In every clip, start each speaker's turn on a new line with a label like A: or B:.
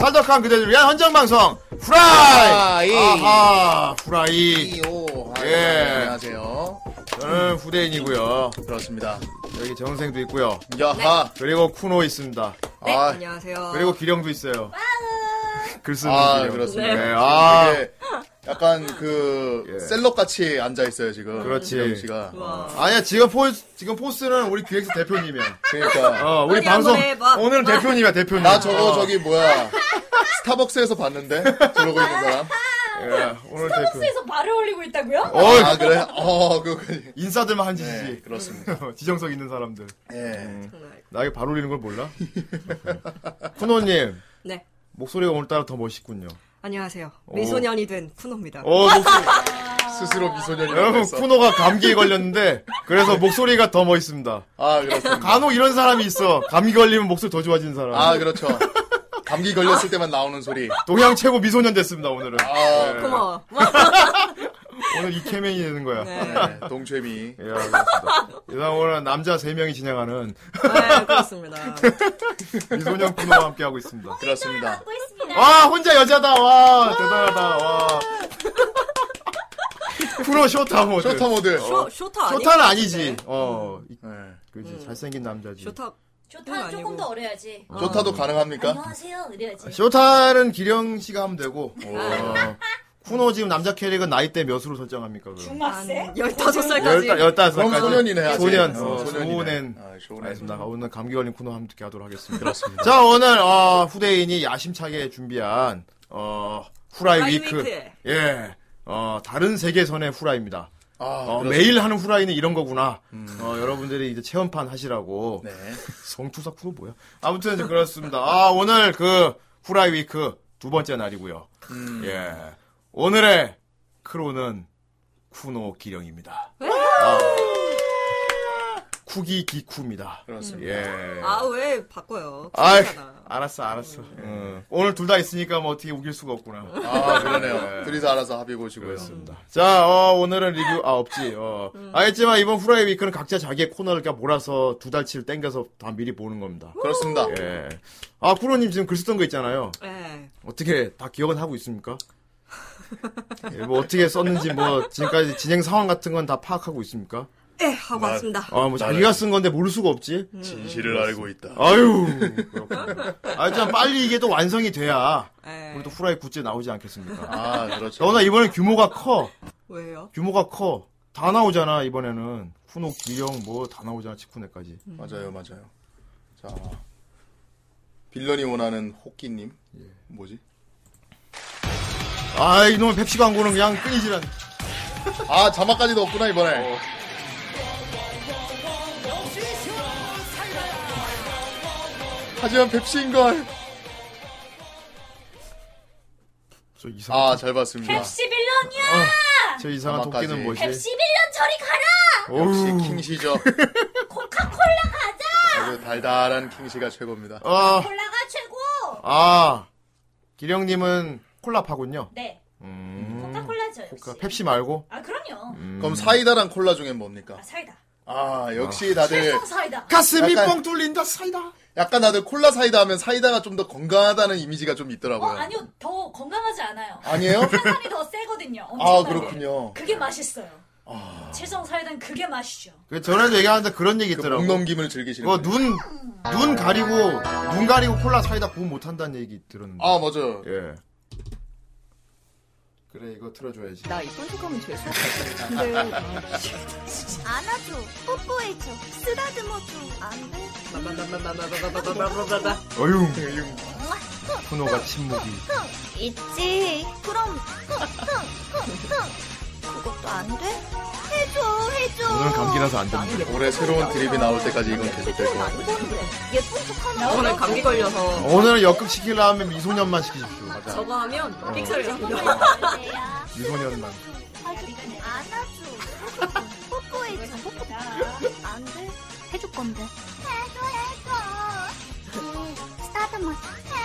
A: 탈덕한 그대를 위한 헌정방송 후라이
B: 후라이.
A: 아하 후라이
B: 이오. 아,
A: 예.
B: 안녕하세요.
A: 저는 후대인이고요
B: 그렇습니다.
A: 여기 정생도 있고요 네.
B: 야하.
A: 그리고 쿠노 있습니다
C: 네,
B: 아,
C: 안녕하세요.
A: 그리고 기령도 있어요 글 쓰는
B: 아,
A: 기령
B: 그렇습니다.
A: 네, 아,
B: 되게 약간 그
A: 예.
B: 셀럽 같이 앉아 있어요 지금.
A: 그렇지.
B: 기령 씨가.
C: 우와.
A: 아니야 지금 포스 지금 포스는 우리 기획사 대표님이야
B: 그러니까
A: 어 우리
C: 아니,
A: 방송
C: 한번 해봐.
A: 오늘은 대표님이야 대표님
B: 나 저거
A: 어,
B: 저기 뭐야 스타벅스에서 봤는데 저러고 있는 사람.
A: 예, 오늘 대표
D: 스타벅스에서 발을 올리고 있다고요?
A: 어
B: 아 그래? 어 그거까지.
A: 인사들만 한 짓이지
B: 네, 그렇습니다.
A: 지정석 있는 사람들
B: 예.
C: 정말.
A: 나에게 발 올리는 걸 몰라? 쿠노님
C: 네,
A: 목소리가 오늘따라 더 멋있군요.
C: 안녕하세요.
A: 오.
C: 미소년이 된 쿠노입니다.
A: 어, 목소리-
B: 스스로 미소년이라고
A: 여러분
B: 했어.
A: 쿠노가 감기에 걸렸는데 그래서 목소리가 더 멋있습니다.
B: 아 그렇습니다.
A: 간혹 이런 사람이 있어. 감기 걸리면 목소리 더 좋아지는 사람.
B: 아 그렇죠. 감기 걸렸을 때만 나오는 소리.
A: 동양 최고 미소년 됐습니다 오늘은.
B: 아,
C: 고마워.
A: 오늘 이케맨이 되는 거야.
C: 네, 네,
B: 네, 동채미.
A: 예, 알겠습니다. 이상 오늘 남자 3명이 진행하는
C: 그렇습니다.
A: 미소년 쿠노와 함께 하고 있습니다.
B: 그렇습니다.
D: 하고 있습니다.
A: 와 혼자 여자다 와 대단하다 와 쿠노 쇼타 모드.
B: 쇼타 모드. 어.
C: 쇼, 쇼타 아니?
A: 쇼타는 아니지. 어, 이-
B: 네.
A: 그지 잘생긴 남자지.
C: 쇼타.
D: 좋다.
C: 아니고.
D: 조금 더 어려야지.
B: 좋다도 가능합니까? 아,
D: 안녕하세요. 이래야지.
A: 쇼타는 기령 씨가 하면 되고
B: 오.
A: 어, 쿠노 지금 남자 캐릭은 나이대 몇으로 설정합니까? 그럼?
B: 아.
D: 중학생?
C: 15살까지.
A: 열다 열다섯
B: 그럼 소년이네. 아직.
A: 소년.
B: 어,
A: 어,
B: 소년이네.
A: 소년.
B: 아,
A: 알겠습니다.
B: 쇼는.
A: 오늘 감기 걸린 쿠노 함께 하도록 하겠습니다.
B: 그렇습니다.
A: 자 오늘 어, 후대인이 야심차게 준비한 어, 후라이
C: 후라이
A: 위크.
C: 위크에.
A: 예. 어, 다른 세계선의 후라이입니다.
B: 아,
A: 어,
B: 그렇습니다. 음.
A: 매일 하는 후라이는 이런 거구나. 어, 여러분들이 이제 체험판 하시라고.
B: 네.
A: 성투사 쿠노 뭐야? 아무튼 이제 그렇습니다. 아 오늘 그 후라이 위크 두 번째 날이고요.
B: 음.
A: 예 오늘의 크로는 쿠노 기령입니다. 아, 쿠기 기쿠입니다.
B: 그렇습니다.
A: 예.
C: 아, 왜 바꿔요?
A: 아이,
C: 쿠노잖아.
A: 알았어 알았어. 어, 오늘 둘 다 있으니까 뭐 어떻게 우길 수가 없구나.
B: 아, 그러네요.
A: 예.
B: 둘이서 알아서 합의 보시고요.
A: 자, 어, 오늘은 리뷰, 아, 없지, 어. 알겠지만, 이번 후라이 위크는 각자 자기의 코너를 그냥 몰아서 두 달치를 땡겨서 다 미리 보는 겁니다.
B: 그렇습니다.
A: 예. 아, 쿠로님 지금 글 쓰던 거 있잖아요.
C: 네.
A: 어떻게 다 기억은 하고 있습니까? 예, 뭐 어떻게 썼는지 뭐 지금까지 진행 상황 같은 건 다 파악하고 있습니까?
C: 예, 하고
B: 나-
C: 왔습니다.
A: 아 뭐 자기가 쓴 건데 모를 수가 없지.
B: 음. 진실을 알고
A: 어.
B: 있다.
A: 아유 그렇군요. 아참 빨리 이게 또 완성이 돼야
C: 예.
A: 우리 또 후라이 굿즈 나오지 않겠습니까?
B: 아, 그렇죠.
A: 더구나 이번엔 규모가 커.
C: 왜요?
A: 규모가 커. 다 나오잖아 이번에는 쿠노 기령 뭐 다 나오잖아 치쿠네까지.
B: 맞아요, 맞아요. 자, 빌런이 원하는 호끼님.
A: 예.
B: 뭐지?
A: 아 이놈의 펩시 광고는 그냥 끊이질 않.
B: 아, 자막까지도 없구나,
A: 어.
B: 이번에. 하지만 펩시인걸.
A: 저 이상.
B: 아, 잘 봤습니다. 아,
D: 11년이야.
A: 저 이상한
B: 자막까지.
A: 토끼는 뭐지?
D: 11년 저리 가라.
B: 역시
A: 어우.
B: 킹시죠.
D: 코카콜라 가자.
B: 아주 달달한 킹시가 최고입니다.
A: 아
D: 콜라가 최고.
A: 아, 기령님은 콜라파군요.
D: 네.
A: 음.
D: 코카콜라죠, 역시.
A: 그러니까 펩시 말고.
D: 아, 그럼요.
A: 음.
B: 그럼 사이다랑 콜라 중엔 뭡니까?
D: 아, 사이다.
B: 아, 역시 다들,
D: 필성 사이다.
A: 가슴이 뻥
B: 약간-
A: 뚫린다 사이다.
B: 약간 다들 콜라 사이다 하면 사이다가 좀 더 건강하다는 이미지가 좀
D: 어,
B: 있더라고요.
D: 아니요. 더 건강하지 않아요.
B: 그 아니에요?
D: 탄산이 더 세거든요.
B: 아,
D: 엄청나게.
B: 그렇군요. 아.
D: 그게 맛있어요. 칠성 사이다는 그게 맛이죠.
A: 그 전에도 얘기하는데 그런 얘기 있더라고. 어,
B: 목 넘김을 즐기시는.
A: 그거
B: 분.
A: 눈, 눈 가리고, 눈 가리고 콜라 사이다 구분 못한다는 얘기 들었는데.
B: 아, 맞아요.
A: 예. 그래, 이거 틀어줘야지.
E: 나 이쁜 척하면 죄송. 근데
F: 안아줘, 뽀뽀해줘, 쓰다듬어줘. 안 돼?
C: 마마마마마마마마마마마.
A: 어휴,
B: 지금
A: 쿠노가 침묵이.
F: 흥, 있지. 그럼 흥, 흥, 흥, 흥. 그것도 안 돼? 해줘, 해줘.
A: 오늘은 감기라서 안 됩니다.
B: 올해 새로운 드립이 나올 때까지 이건 계속될 것 같아요.
F: 예쁜 척 하나.
C: 오늘 감기 걸려서
A: 오늘은 역극시키려면 미소년만 시키십시오.
C: 저거 하면 삑사리 납니다.
F: 야
A: 미소년만.
F: 안아줘, 뽀뽀해줘, 안 돼? 해줄 건데. 해줘, 해줘. 응, 쓰다듬어줘.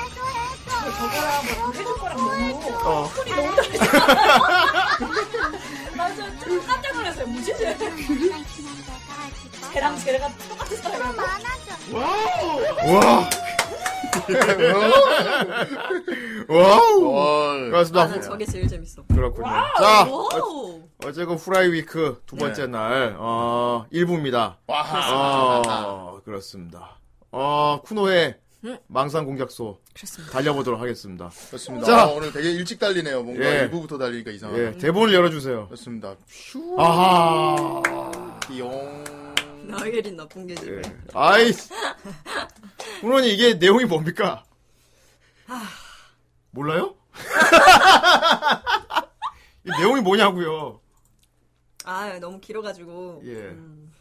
F: 해줘, 해줘.
D: 해줄 거랑 뭐 너무.
A: 어.
D: 맞아. 좀 깜짝 놀랐어요. 뭐지? 걔랑
F: 계란
D: 쟤랑 똑같은 사람이라고.
F: 많아져.
A: 우와! 와우.
B: 월.
A: 그렇습니다.
C: 나는 아, 저게 제일 재밌어.
A: 그렇군요. 자,
C: 와우.
A: 어제가 후라이 위크 두 번째
B: 네. 아,
A: 날, 어, 1부입니다.
B: 와.
A: 어, 그렇습니다. 어, 쿠노의 망상 공작소
C: 그렇습니다.
A: 달려보도록 하겠습니다.
B: 그렇습니다.
A: 자.
B: 어, 오늘 되게 일찍 달리네요. 뭔가
A: 예.
B: 일부부터 달리니까 이상하네.
A: 예, 대본을 열어주세요.
B: 그렇습니다.
A: 아하.
B: 띠용.
C: 나일인 나쁜 게 지금.
A: 음. 예. 아이, 쿠노님 이게 내용이 뭡니까? 몰라요? 이 내용이 뭐냐고요?
C: 아 너무 길어가지고.
A: 예.
C: 음,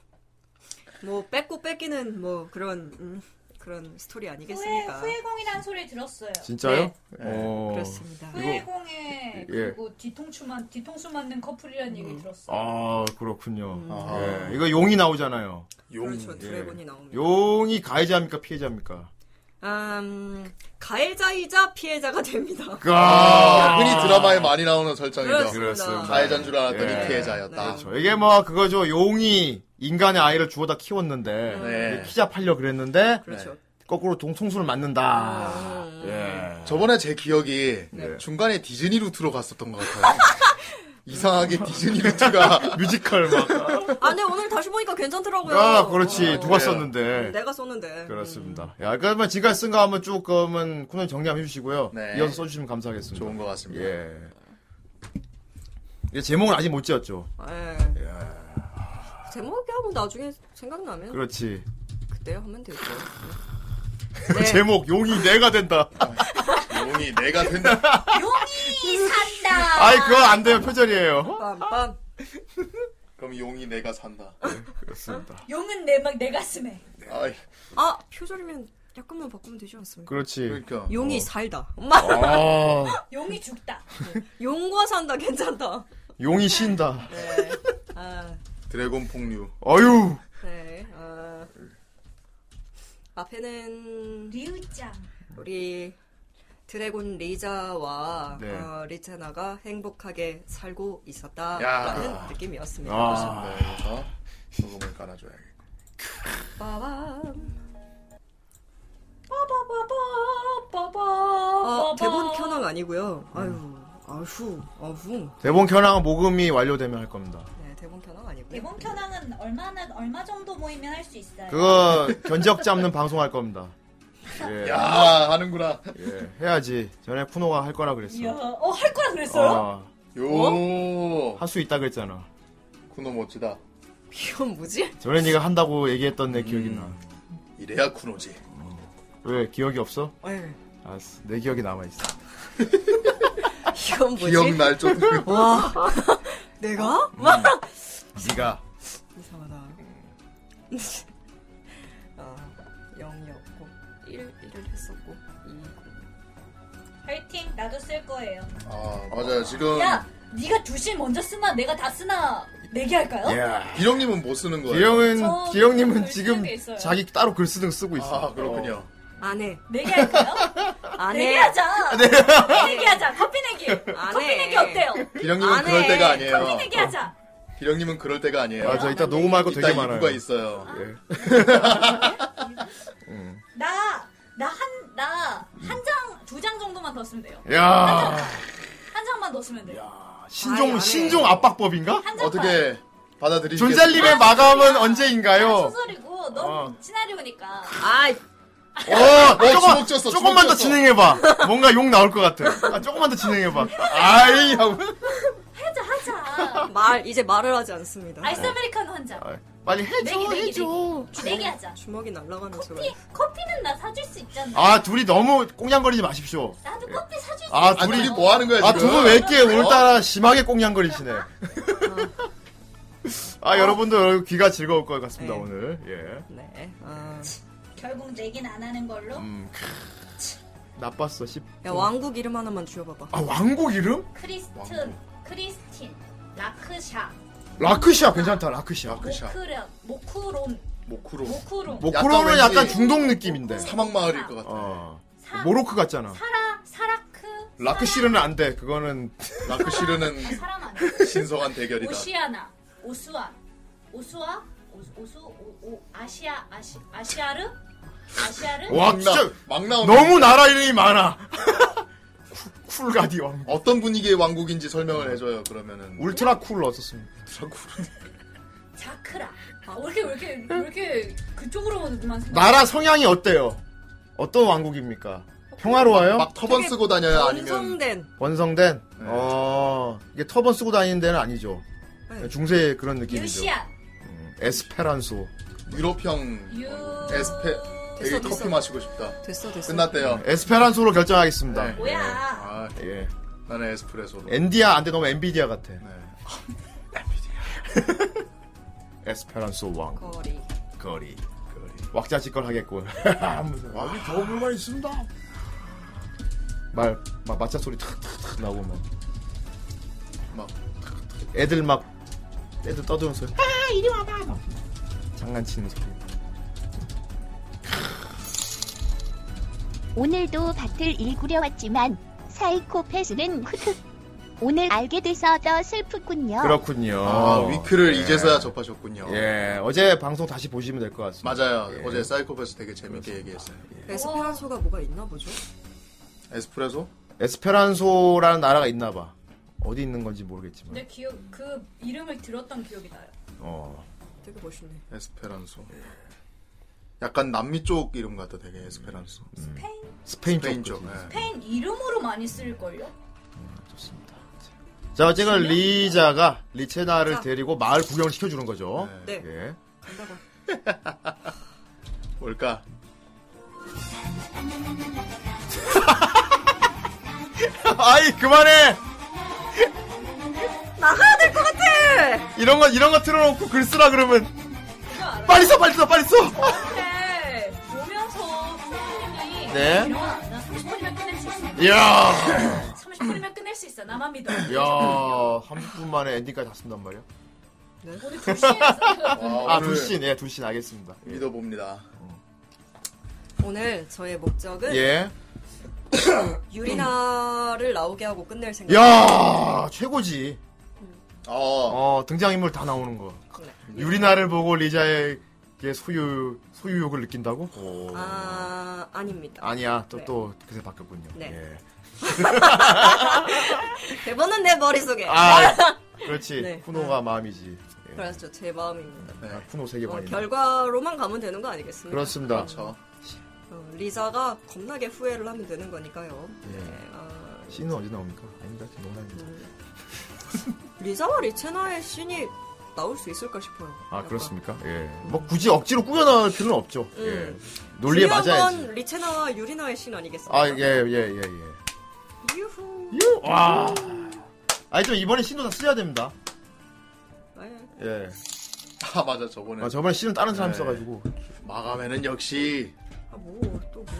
C: 뭐 뺏고 뺏기는 뭐 그런 음, 그런 스토리
D: 후회,
C: 아니겠습니까?
D: 후회공이라는 소리 들었어요.
A: 진짜요?
B: 네.
A: 어.
C: 그렇습니다.
A: 이거-
D: 후회공에 그리고 뒤통수만 뒤통수 맞는 커플이라는 얘기 들었어요.
A: 아, 그렇군요.
C: 음.
B: 아.
A: 예, 이거 용이 나오잖아요.
B: 용.
C: 그렇죠. 드래곤이 나옵니다.
A: 용이 가해자입니까? 피해자입니까?
C: 음, 가해자이자 피해자가 됩니다.
B: 아, 흔히 드라마에 많이 나오는 설정이죠.
A: 그렇습니다.
B: 가해자인 줄 알았더니
A: 예.
B: 피해자였다.
C: 네.
A: 그렇죠. 이게 뭐 그거죠. 용이 인간의 아이를 주워다 키웠는데
B: 네.
A: 피자 팔려 그랬는데
C: 음. 그렇죠. 음.
A: 거꾸로 동통수를 맞는다. 네. 예.
B: 저번에 제 기억이
A: 네.
B: 중간에 디즈니 루트로 갔었던 것 같아요. 이상하게 디즈니 루트가
A: 뮤지컬 막.
C: 아, 네 오늘 다시 보니까 괜찮더라고요.
A: 아, 그렇지.
C: 어,
A: 누가
B: 그래요.
A: 썼는데.
B: 네.
C: 내가 썼는데. 음.
A: 그렇습니다. 야, 그러면 지금까지 쓴거 한번 쭉 그러면 코너 정리해 주시고요.
B: 네.
A: 이어서 써주시면 감사하겠습니다.
B: 좋은 것 같습니다.
A: 예. 이게 제목은 아직 못 지었죠.
C: 음. 예. 제목이 하고 나중에 생각나면
A: 그렇지. 그
C: 그때 하면 되죠.
B: 네.
A: 제목 용이 내가 된다.
B: 용이 내가 된다.
D: 용이 산다.
A: 아이 그거 안 돼요 표절이에요.
C: 빰빰.
B: 그럼 용이 내가 산다.
A: 그렇습니다.
D: 용은 내 막 내 가슴에.
A: 네.
B: 아이,
C: 아, 표절이면 약간만 바꾸면 되지 않습니까?
A: 그렇지.
B: 그러니까.
C: 용이 살다. 엄마.
A: 아
D: 용이 죽다.
C: 용과 산다 괜찮다.
A: 용이 신다.
C: 네. 아,
B: 드래곤 폭류.
A: 어유.
C: 네. 아. 앞에는
D: 류짱.
C: 우리 드래곤 리자와
A: 네.
C: 어, 리체나가 행복하게 살고
B: 야.
C: 있었다라는 느낌이었습니다.
A: 아
B: 네, 그래서 소금을 깔아줘야겠다.
C: 빠밤.
D: 빠바바바바바.
C: 아, 대본 켜는 아니고요. 아유, 아휴, 아휴.
A: 대본 현황 모금이 완료되면 할 겁니다.
C: 네, 대본 켜는 아니고요.
D: 대본 켜낭은 얼마나 얼마 정도 모이면 할 수 있어요?
A: 그거 견적 잡는 방송 할 겁니다. 예.
B: 야, 하는구나.
A: 예. 해야지. 전에 쿠노가 할 거라
D: 이야,
A: 그랬어. 아.
D: 어, 할 거야 그랬어요?
C: 어?
B: 요.
A: 할 수 있다 그랬잖아.
B: 쿠노 멋지다.
C: 이건 뭐지?
A: 전에 네가 한다고 얘기했던 내 기억이
B: 음.
A: 나.
B: 이래야 쿠노지.
A: 왜 기억이 없어?
C: 에
A: 알았어. 내 기억이 남아 있어.
C: 이건 뭐지?
B: 기억날 정도로.
C: 와,
B: 어?
C: 내가? 와.
A: 네가
B: 음.
C: 이상하다. 아, 0이었고, 1, 1을 했었고, 2.
D: 파이팅. 나도 쓸 거예요.
B: 아, 맞아요. 지금
D: 야, 네가 두실 먼저 쓰나 내가 다 쓰나 내기할까요?
A: 예.
B: 예. 기령님은 못 쓰는 거예요.
A: 기영은
D: 어? 저
A: 기영님은
D: 글
A: 지금
D: 쓰는 게 있어요.
A: 자기 따로 글쓰등 쓰고 있어.
B: 아, 그렇군요.
C: 안 해.
D: 내기할까요?
C: 안 해.
D: 내기하자. 내기하자. 커피 내기. 커피
C: 해.
D: 내기 어때요?
B: 기령님은
C: 안
B: 그럴
C: 해.
B: 때가
D: 커피
B: 아니에요. 어.
D: 내기하자.
B: 기령님은 그럴 때가 아니에요.
A: 어.
B: 네.
A: 맞아. 이따 녹음할 거
B: 이따
A: 되게 많아요. 예.
B: 이유가 있어요.
D: 나. 나 한 나 한 장 두 장 정도만 더 쓰면 돼요. 아,
A: 야
D: 네. 한 장만 더 쓰면 돼요.
A: 신종
C: 아이, 안 해.
A: 신종 압박법인가?
D: 네. 한 장.
B: 어떻게 받아들이시겠어요?
A: 존잘님의 마감은 언제인가요?
D: 소설이고 너무
A: 어.
D: 시나리오니까.
C: 아,
A: 어,
B: 주먹 쪘어, 주먹
A: 조금만 더
B: 쪘어.
A: 진행해봐. 뭔가 욕 나올 것 같아. 아, 조금만 더 진행해봐. 아이, 하고.
D: 하자 하자.
C: 말, 이제 말을 하지 않습니다.
D: 아이스 아메리카노 한 장.
A: 아, 빨리 해줘,
D: 내기, 내기,
A: 해줘.
D: 내기하자.
C: 주먹이 날아가는 소리.
D: 커피 커피는 나 사줄 수 있잖아.
A: 아, 둘이 너무 꽁냥거리지 마십시오.
D: 나도 커피 사줄 수
A: 아,
D: 있어.
B: 아, 둘이 뭐 하는 거야,
A: 아,
B: 지금? 어?
A: 두 분 왜 이렇게 오늘따라 심하게 꽁냥거리시네. 아, 여러분들 귀가 즐거울 것 같습니다,
C: 네.
A: 오늘. 예.
C: 네. 아.
D: 결국 내긴 안 하는 걸로.
A: 나빴어, 10.
C: 야, 왕국 이름 하나만 쥐어봐봐.
A: 아, 왕국 이름?
D: 크리스틴, 크리스틴, 라크샤,
A: 라크시아, 괜찮다, 라크시아. 뭐
B: 라크샤.
D: 모크련, 모크론,
B: 모쿠로.
D: 모크론,
A: 모코로는
B: 약간 왠지
A: 약간 중동 느낌인데.
B: 사막 마을일 것 같아.
A: 어.
D: 사,
A: 모로크 같잖아.
D: 사라, 사라크,
A: 라크시르는 안 돼. 그거는
B: 라크시르는
D: 사람 아니.
B: 신성한
A: 그러니까.
B: 대결이다.
D: 오시아나, 오수아, 오수아, 오수, 오수 오, 오, 아시아, 아시, 아시아르, 아시아를?
A: 와,
B: 막 나-
A: 진짜
B: 막 나오는
A: 너무 나라 이름이 많아. 쿨- 쿨가디 왕국.
B: 어떤 분위기의 왕국인지 설명을 해줘요. 그러면은
A: 울트라 쿨 넣었었습니다.
D: 자크라. 아, 왜 이렇게, 왜 이렇게, 왜 이렇게 그쪽으로만 생각
A: 나라 성향이 어때요? 어떤 왕국입니까? 평화로워요?
B: 막 터번
C: 되게
B: 쓰고 다녀요 네, 아니면
C: 완성된
A: 원성된? 어, 이게 터번 쓰고 다니는 데는 아니죠.
C: 네.
A: 중세 그런 느낌이죠. 네.
D: 유시아.
A: 에스페란소.
B: 유럽형
D: 유.
B: 에스페 되게
C: 됐어,
B: 커피
C: 됐어.
B: 마시고 싶다.
C: 됐어 됐어.
B: 끝났대요.
A: 에스페란소로 결정하겠습니다.
B: 네.
D: 뭐야.
B: 아,
A: 예.
B: 나는 에스프레소로.
A: 엔디아 안 돼, 너무 엔비디아 같아.
B: 네.
A: 에스페란소 왕.
C: 거리.
A: 거리. 왁자지껄 하겠군.
B: 와,
A: 더 물건 있습니다. 말, 막 마차 소리 탁탁탁 나오고 막.
B: 막
A: 애들 막 애들 떠드는 소리. 아 이리 와봐. 막 장난치는 소리.
G: 오늘도 밭을 일구려왔지만 사이코패스는 흑흑 오늘 알게 돼서 더 슬프군요.
A: 그렇군요.
B: 아, 위크를
A: 예.
B: 이제서야 접하셨군요.
A: 예 어제 방송 다시 보시면 될 것 같습니다.
B: 맞아요.
A: 예.
B: 어제 사이코패스 되게 재밌게 얘기했어요.
C: 에스페란소가 뭐가 있나 보죠?
B: 에스프레소?
A: 에스페란소라는 나라가 있나봐. 어디 있는 건지 모르겠지만.
C: 네.
D: 내 기억, 그 이름을 들었던 기억이 나요.
A: 어.
C: 되게 멋있네.
B: 에스페란소. 약간 남미 쪽 이름 같아 되게 에스페란소.
D: 스페인?
A: 스페인,
B: 스페인
A: 쪽.
B: 쪽.
C: 네.
A: 거지.
B: 예.
D: 스페인 이름으로 많이 쓸걸요?
A: 좋습니다. 자 어쨌건 리자가 리체나를
C: 자.
A: 데리고 마을 구경을 시켜주는 거죠.
C: 네.
A: 예.
C: 간다고.
B: 뭘까?
A: 아이 그만해.
C: 나가야 될 것 같아.
A: 이런 거 이런 거 틀어놓고 글 쓰라 그러면
D: 그거 알아?
A: 빨리 써 빨리 써 빨리 써.
D: 그래. 네. 보면서 선생님이
A: 네.
D: 이런 거나 30분이면 끝낼 수 있어.
A: 이야.
D: 30분이면 끝낼 수 있어. 나만 믿어.
A: 야, 30분 만에 엔딩까지 다 쓴단 말이야?
D: 우리 그 2시에
A: 아,
C: 어,
B: 아,
C: 네.
A: 두 씬, 예, 두 씬, 알겠습니다. 예.
B: 믿어봅니다.
C: 오늘 저의 목적은
A: 예.
C: 유리나를 나오게 하고 끝낼 생각.
A: 야 최고지.
B: 어,
A: 어, 등장인물 다 나오는 거.
C: 그래.
A: 유리나를 보고 리자의 게 소유, 소유욕을 느낀다고?
C: 아 아닙니다.
A: 아니야, 또,
C: 네.
A: 또, 그새 바뀌었군요.
C: 네.
A: 예.
C: 대본은 내 머릿속에.
A: 아, 그렇지.
C: 네.
A: 쿠노가 마음이지. 예.
C: 그래서 제 마음입니다.
A: 아, 쿠노 세계
C: 어,
A: 관이
C: 결과로만 가면 되는 거 아니겠습니까?
A: 그렇습니다.
B: 그렇죠.
C: 어, 리사가 겁나게 후회를 하면 되는 거니까요. 네, 어,
A: 씬은 언제 나옵니까? 아닙니다. 농담입니다.
C: 음. 리사와 리체나의 씬이 나올 수 있을까 싶어요.
A: 아,
C: 약간.
A: 그렇습니까? 예. 뭐, 굳이 억지로 꾸겨 넣을 필요는 없죠.
C: 음.
A: 예. 논리에
C: 중요한
A: 맞아야지.
C: 건 리체나와 유리나의 씬 아니겠습니까?
A: 아, 예, 예, 예, 예.
C: 유후.
A: 유! 와. 아니, 좀 이번에 신도 다 쓰셔야 됩니다.
C: 네.
A: 예.
B: 아, 맞아. 저번에
A: 아, 저번에 신은 다른 사람
B: 네.
A: 써가지고.
B: 마감에는 역시
C: 아, 뭐, 또 뭐.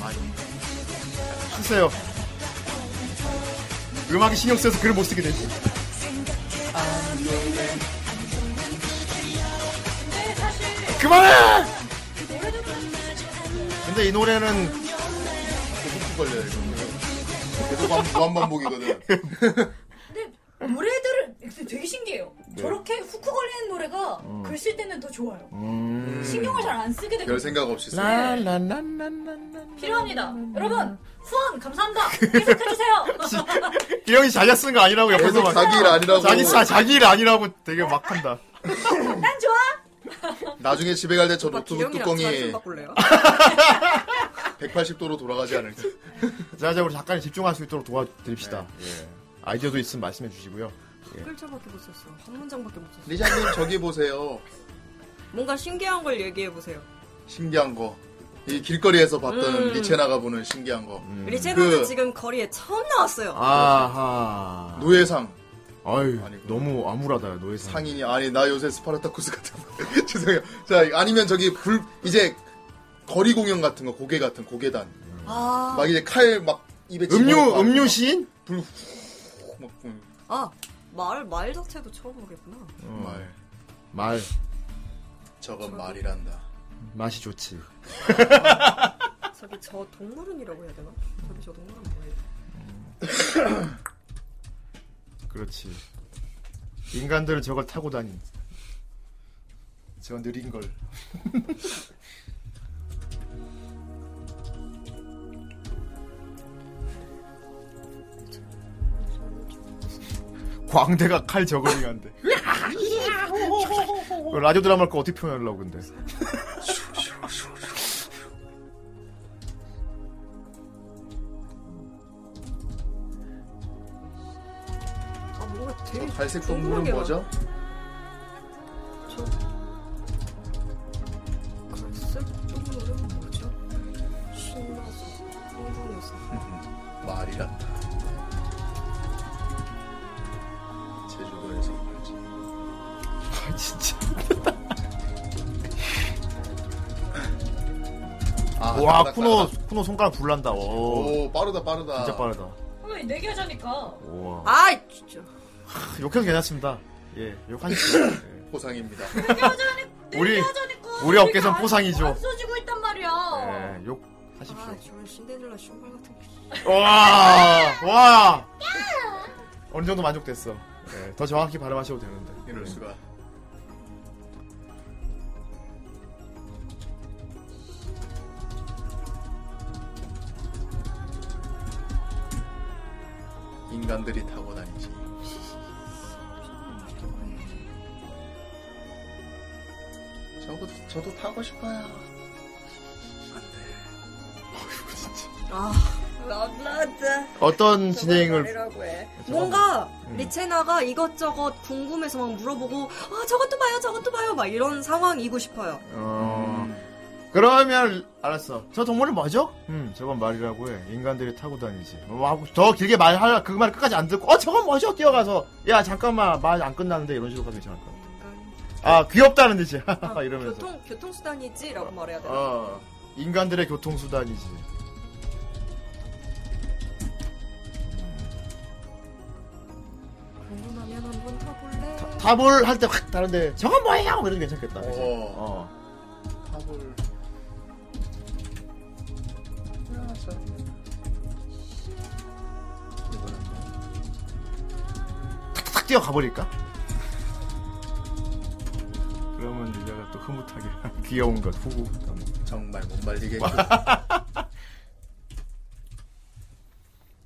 B: 아,
A: 쓰세요. 음악에 신경 쓰여서 글을 못 쓰게 되지. 그만해! 근데 이 노래는
B: 계속 걸려요, 이거. 계속 반- 무한반복이거든.
D: 근데 노래들을 되게 신기해요.
A: 네.
D: 저렇게 후크 걸리는 노래가
A: 음.
D: 글 쓸 때는 더 좋아요. 신경을 잘 안 쓰게 되고
B: 별 생각 없이 쓰
C: 네.
D: 필요합니다. 여러분 후원 감사합니다. 계속해주세요.
A: 이 형이 자기가 쓴 거 아니라고 옆에서
B: 계속
A: 막
B: 자기 일 아니라고.
A: 자기 사, 자기 일 아니라고 되게 막 한다.
D: 난 좋아.
B: 나중에 집에 갈 때 저
A: 뭐,
C: 오빠
B: 노트북
C: 기령이랑 저랑
B: 뚜껑이
C: 좀 바꿀래요?
B: 180도로 돌아가지 않을까.
A: 자, 자, 우리 작가님 집중할 수 있도록 도와드립시다.
B: 네,
A: 예. 아이디어도 있으면 말씀해 주시고요.
C: 글자밖에 못 썼어. 한 문장밖에 못 썼어.
B: 리자님, 저기 보세요.
C: 뭔가 신기한 걸 얘기해 보세요.
B: 신기한 거. 이 길거리에서 봤던
C: 음.
B: 리체나가 보는 신기한 거.
A: 음.
C: 리체나는
B: 그-
C: 지금 거리에 처음 나왔어요.
A: 아하.
B: 노예상.
A: 아유,
B: 아니구나.
A: 너무 암울하다, 노예상.
B: 상인이 아니 나 요새 스파르타쿠스 같은 거 죄송해요 자 아니면 저기 불 이제 거리 공연 같은 거 고개 같은 고개단
C: 아,
B: 막 이제 칼 막 입에
A: 음료,
B: 집어넣고
A: 음료
B: 하는
A: 시인?
B: 거. 막 음,
C: 아, 말, 말 자체도 처음 보겠구나.
B: 말
A: 말,
B: 저건 말이란다
A: 맛이 좋지.
C: 저기 저 동물원이라고 해야 되나? 저기 저 동물원 뭐예요?
A: 그렇지. 인간들은 저걸 타고 다닌. 저 느린 걸. 광대가 칼 저글링한데. 그 라디오 드라마 할거 어떻게 표현하려고 근데.
C: 아, 뭐가
B: 저
C: 되게
B: 갈색
C: 궁금한 게
B: 동물은 뭐죠?
C: 글쎄, 조금 어려운 거 뭐죠? 신나서, 흥분해서.
B: 말이란다. 제주도에서 말지.
A: 아 진짜.
B: 아,
A: 와
B: 따닥,
A: 쿠노
B: 따닥.
A: 쿠노 손가락 불난다. 오
B: 오 빠르다 빠르다.
A: 진짜 빠르다.
D: 왜 내기하자니까.
A: 와
C: 아이, 진짜.
A: 욕해도 괜찮습니다. 예 욕하시죠. 예.
B: 포상입니다.
A: 우리-
D: 내기하자니까.
A: 우리 어깨선
D: 안-
A: 포상이죠.
D: 안 써지고 있단 말이야.
A: 예, 욕
C: 아,
A: 하십시오.
C: 저런 신데렐라 신발 같은 게.
A: 와! 와! 어느 정도 만족됐어. 예, 더 정확히 발음하셔도 되는데.
B: 이럴 수가. 인간들이 타고 다니지. 저도 저도 타고 싶어요.
C: 아, 라블라드.
A: 네. 어떤 진행을
C: 뭔가 리체나가 이것저것 궁금해서 막 물어보고 아 저것도 봐요 저것도 봐요 막 이런 상황이고 싶어요
A: 어.
B: 음.
A: 그러면 알았어. 저 동물은 뭐죠? 음, 저건 말이라고 해. 인간들이 타고 다니지. 어, 하고 더 길게 말하려 그 말을 끝까지 안 듣고 어 저건 뭐죠? 뛰어가서 야 잠깐만 말 안 끝나는데 이런 식으로 가면 괜찮을 것 같아.
B: 네.
A: 아 귀엽다는 듯이 하하하, 이러면서.
C: 교통 교통수단이지라고 말해야 돼요
A: 어 인간들의 교통수단이지.
C: 궁금하면 한번 타볼래
A: 답을 할 때 확 다른데 저건 뭐예요? 이런 게 괜찮겠다. 그치?
B: 어,
A: 어.
B: 타볼. 야, 저. 이거는 뭐.
A: 탁 뛰어가버릴까? 그러면 리자가 또 흐뭇하게 귀여운 것 후구
B: 정말 못 말리겠고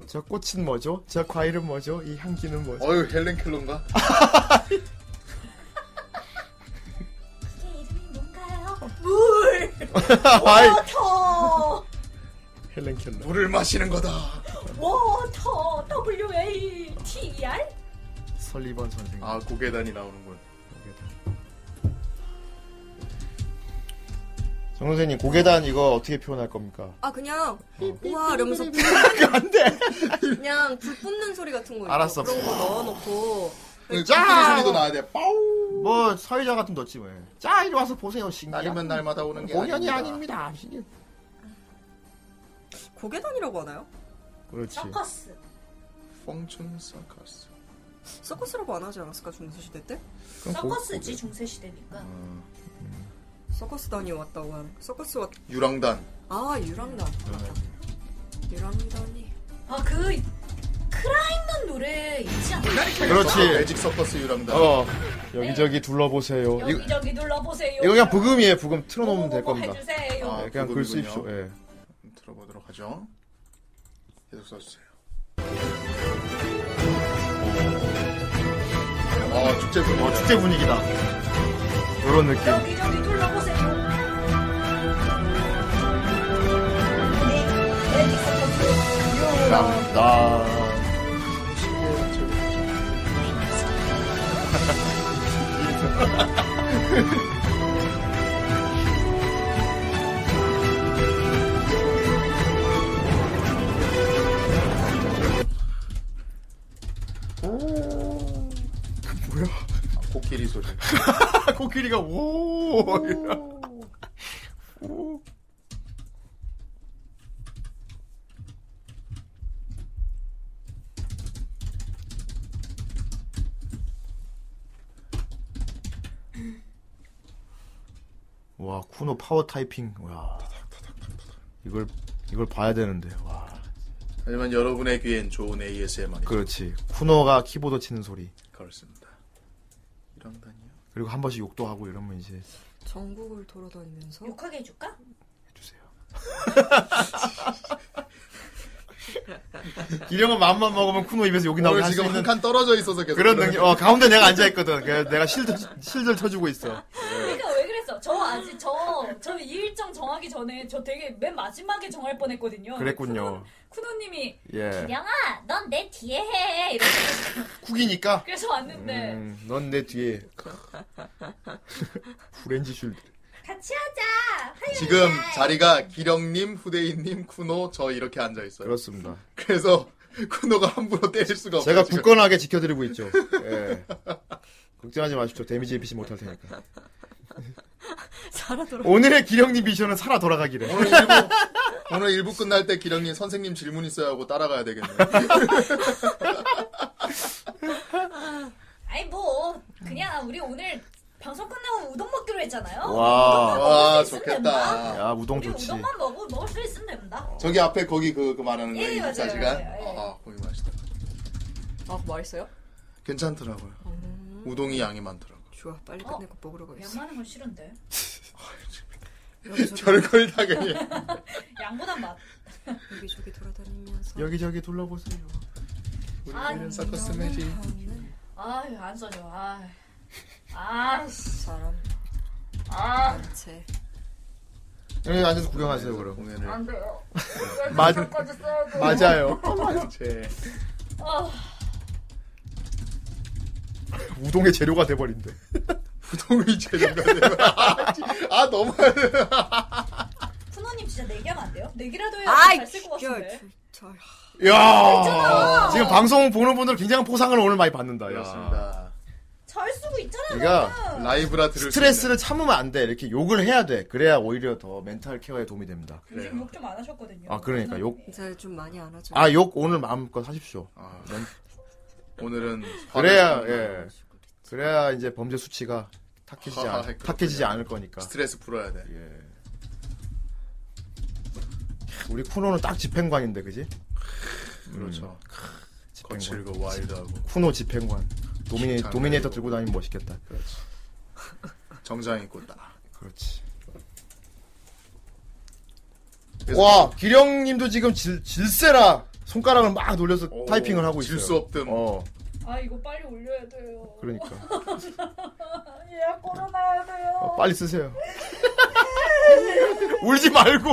A: 저 꽃은 뭐죠? 저 과일은 뭐죠? 이 향기는 뭐죠?
B: 어휴 헬렌 켈러인가?
D: 이게 이름이 뭔가요?
A: 아이
D: 워터.
A: 헬렌 켈러
B: 물을 마시는 거다
D: 워터. W A T E R.
A: 설리번 선생님
B: 아 고개단이 나오는군
A: 정 선생님 고개단 이거 어떻게 표현할 겁니까?
C: 아 그냥 우와 이러면서 불- 그냥 불 뿜는 소리 같은 거 있고
A: 알았어.
C: 그런 거 넣어놓고
B: 짜 소리도 나야 돼 빠우
A: 뭐 서유자 같은 덧지 왜? 자 이리 와서 보세요 신기한
B: 날이면 날마다 오는 게
A: 공연이
B: 아닙니다.
A: 아닙니다. 신기-
C: 고개단이라고 하나요?
A: 그렇지
D: 서커스.
A: 어,
B: 펑춘 서커스
C: 서커스라고 안 하지 않았을까 중세시대 때?
A: 그럼 고- 음.
D: 서커스지 중세 시대니까.
C: 서커스단이 왔다고 한 서커스 왔...
B: 유랑단
C: 아 유랑단 유랑단이
D: 아 그 크라임넌 노래 있지
A: 네?
D: 않나?
A: 그렇지
B: 매직 서커스 유랑단
A: 어 여기저기 둘러보세요 이거, 이거
D: 여기저기 눌러보세요.
A: 그냥 부금이에요 부금 틀어놓으면 될
D: 뭐뭐뭐
A: 겁니다
D: 해주세요.
B: 아,
A: 네, 그냥 글
B: 부금이군요.
A: 쓰십시오 예.
B: 들어보도록 하죠 계속 써주세요 아 축제 분위기
A: 어, 축제 분위기다 이런 느낌
D: 여기저기 둘러보세요. 네, 네, 있었거든요.
A: 나
B: 코끼리 소리
A: 코끼리가 오 와, 쿠노 파워 타이핑. 와. 이걸 이걸 봐야 되는데. 와.
B: 하지만 여러분의 귀엔 좋은 ASMR이
A: 그렇지. 쿠노가 키보드 치는 소리.
B: 그렇습니다 유랑단이요
A: 그리고 한 번씩 욕도 하고 이러면 이제
C: 전국을 돌아다니면서
D: 욕하게 해줄까?
A: 해 주세요. 기령은 마음만 먹으면 쿠노 입에서 욕이 나오게
B: 오늘
A: 할수
B: 지금
A: 있는
B: 한 칸 떨어져 있어서 계속
A: 그런
B: 그러네.
A: 능력. 어 가운데 내가 앉아 있거든. 그래서 내가 실드 실드를 쳐주고 있어.
D: 그러니까 왜 그랬어? 저 아직 저저 일정 정하기 전에 저 되게 맨 마지막에 정할 뻔했거든요.
A: 그랬군요.
D: 쿠노, 쿠노님이
A: 예.
D: 기량아, 넌 내 뒤에 해. 이렇게
A: 쿡이니까. 음,
D: 그래서 왔는데
A: 넌 내 뒤에. 프렌즈 쉴드.
D: 같이 하자.
B: 지금 자리가 기령님, 후대인님, 쿠노 저 이렇게 앉아 있어요.
A: 그렇습니다.
B: 그래서 쿠노가 함부로 때릴 수가 없어요.
A: 제가
B: 지금.
A: 굳건하게 지켜드리고 있죠. 예. 걱정하지 마십시오. 데미지 입히지 못할 테니까.
C: 살아 돌아.
A: 오늘의 기령님 미션은 살아 돌아가기래.
B: 오늘 일부 오늘 일부 끝날 때 기령님 선생님 질문 있어야 하고 따라가야 되겠네.
D: 아니 뭐 그냥 우리 오늘 방송 끝나고 우동 먹기로 했잖아요.
A: 와.
B: 와
D: 우동만 먹을 수 있으면 된다.
B: 좋겠다.
A: 야 우동
D: 우리
A: 좋지.
D: 우동만 먹고 먹을 수 있으면 된다.
B: 저기 앞에 거기 그, 그 말하는
D: 예,
B: 거예요.
D: 맞아요,
B: 24시간.
D: 맞아요, 예.
B: 아 거기 맛있다.
E: 아, 그거 말했어요?
B: 괜찮더라고요.
D: 음.
B: 우동이 양이 많더라고. 요
C: 좋아, 빨리
D: 어?
C: 끝내고 먹으러 가겠어.
D: 양만한 건 싫은데.
C: 여기저기,
B: 별걸 다 그냥.
D: 양보단 맛.
C: 여기저기 돌아다니면서.
A: 여기저기 둘러보세요.
D: 아,
B: 우리는
D: 음.
B: 서커스 매직.
D: 아유 안 써줘. 아. 아.
C: 사람
D: 아.
C: 제
B: 네,
A: 여기 앉아서 구경하세요 그럼.
B: 공연을.
D: 안 돼요.
A: 맞-
D: 까지 써야 돼.
A: 네. 맞아요.
D: 네.
B: 제
D: 어,
A: 우동의 재료가 돼버린대.
B: 우동이 재료가 돼요. 아 너무
D: 쿠노님 진짜 내기하면 안 돼요? 내기라도 해야
C: 아이
D: 잘쓸 것 같은데.
C: 저, 저,
A: 야 지금 방송 보는 분들 굉장히 포상을 오늘 많이 받는다. 야.
B: 그렇습니다.
D: 잘 쓰고 있잖아.
A: 그러니까
B: 라이브라 들을 수
A: 스트레스를 참으면 안 돼. 이렇게 욕을 해야 돼. 그래야 오히려 더 멘탈 케어에 도움이 됩니다.
D: 요즘 욕 좀 안 하셨거든요.
A: 네. 아 그러니까 욕.
C: 이제 좀 많이 안 하죠.
A: 아 욕 오늘 마음껏 하십시오.
B: 아, 넌- 오늘은
A: 그래야
B: 화를
A: 예. 그래야 이제 범죄 수치가 탁해지지
B: 하하,
A: 않,
B: 그렇군요.
A: 탁해지지 않을 거니까.
B: 스트레스 풀어야 돼.
A: 예. 우리 쿠노는 딱 집행관인데 그지? 음,
B: 그렇죠.
A: 집행관.
B: 거칠고 와일드하고
A: 쿠노 집행관. 도미네
B: 집착
A: 도미네이터
B: 말고.
A: 들고 다니면 멋있겠다. 그렇지.
B: 정장 입고 딱.
A: 그렇지.
B: 그래서
A: 와 기령님도 지금 질, 질세라 손가락을 막 놀려서
B: 오,
A: 타이핑을 하고 있어요.
B: 질수 없듬.
A: 어
D: 아 이거 빨리 올려야 돼요.
A: 그러니까
D: 예, 걸어놔야 돼요.
A: 어, 빨리 쓰세요. 울지 말고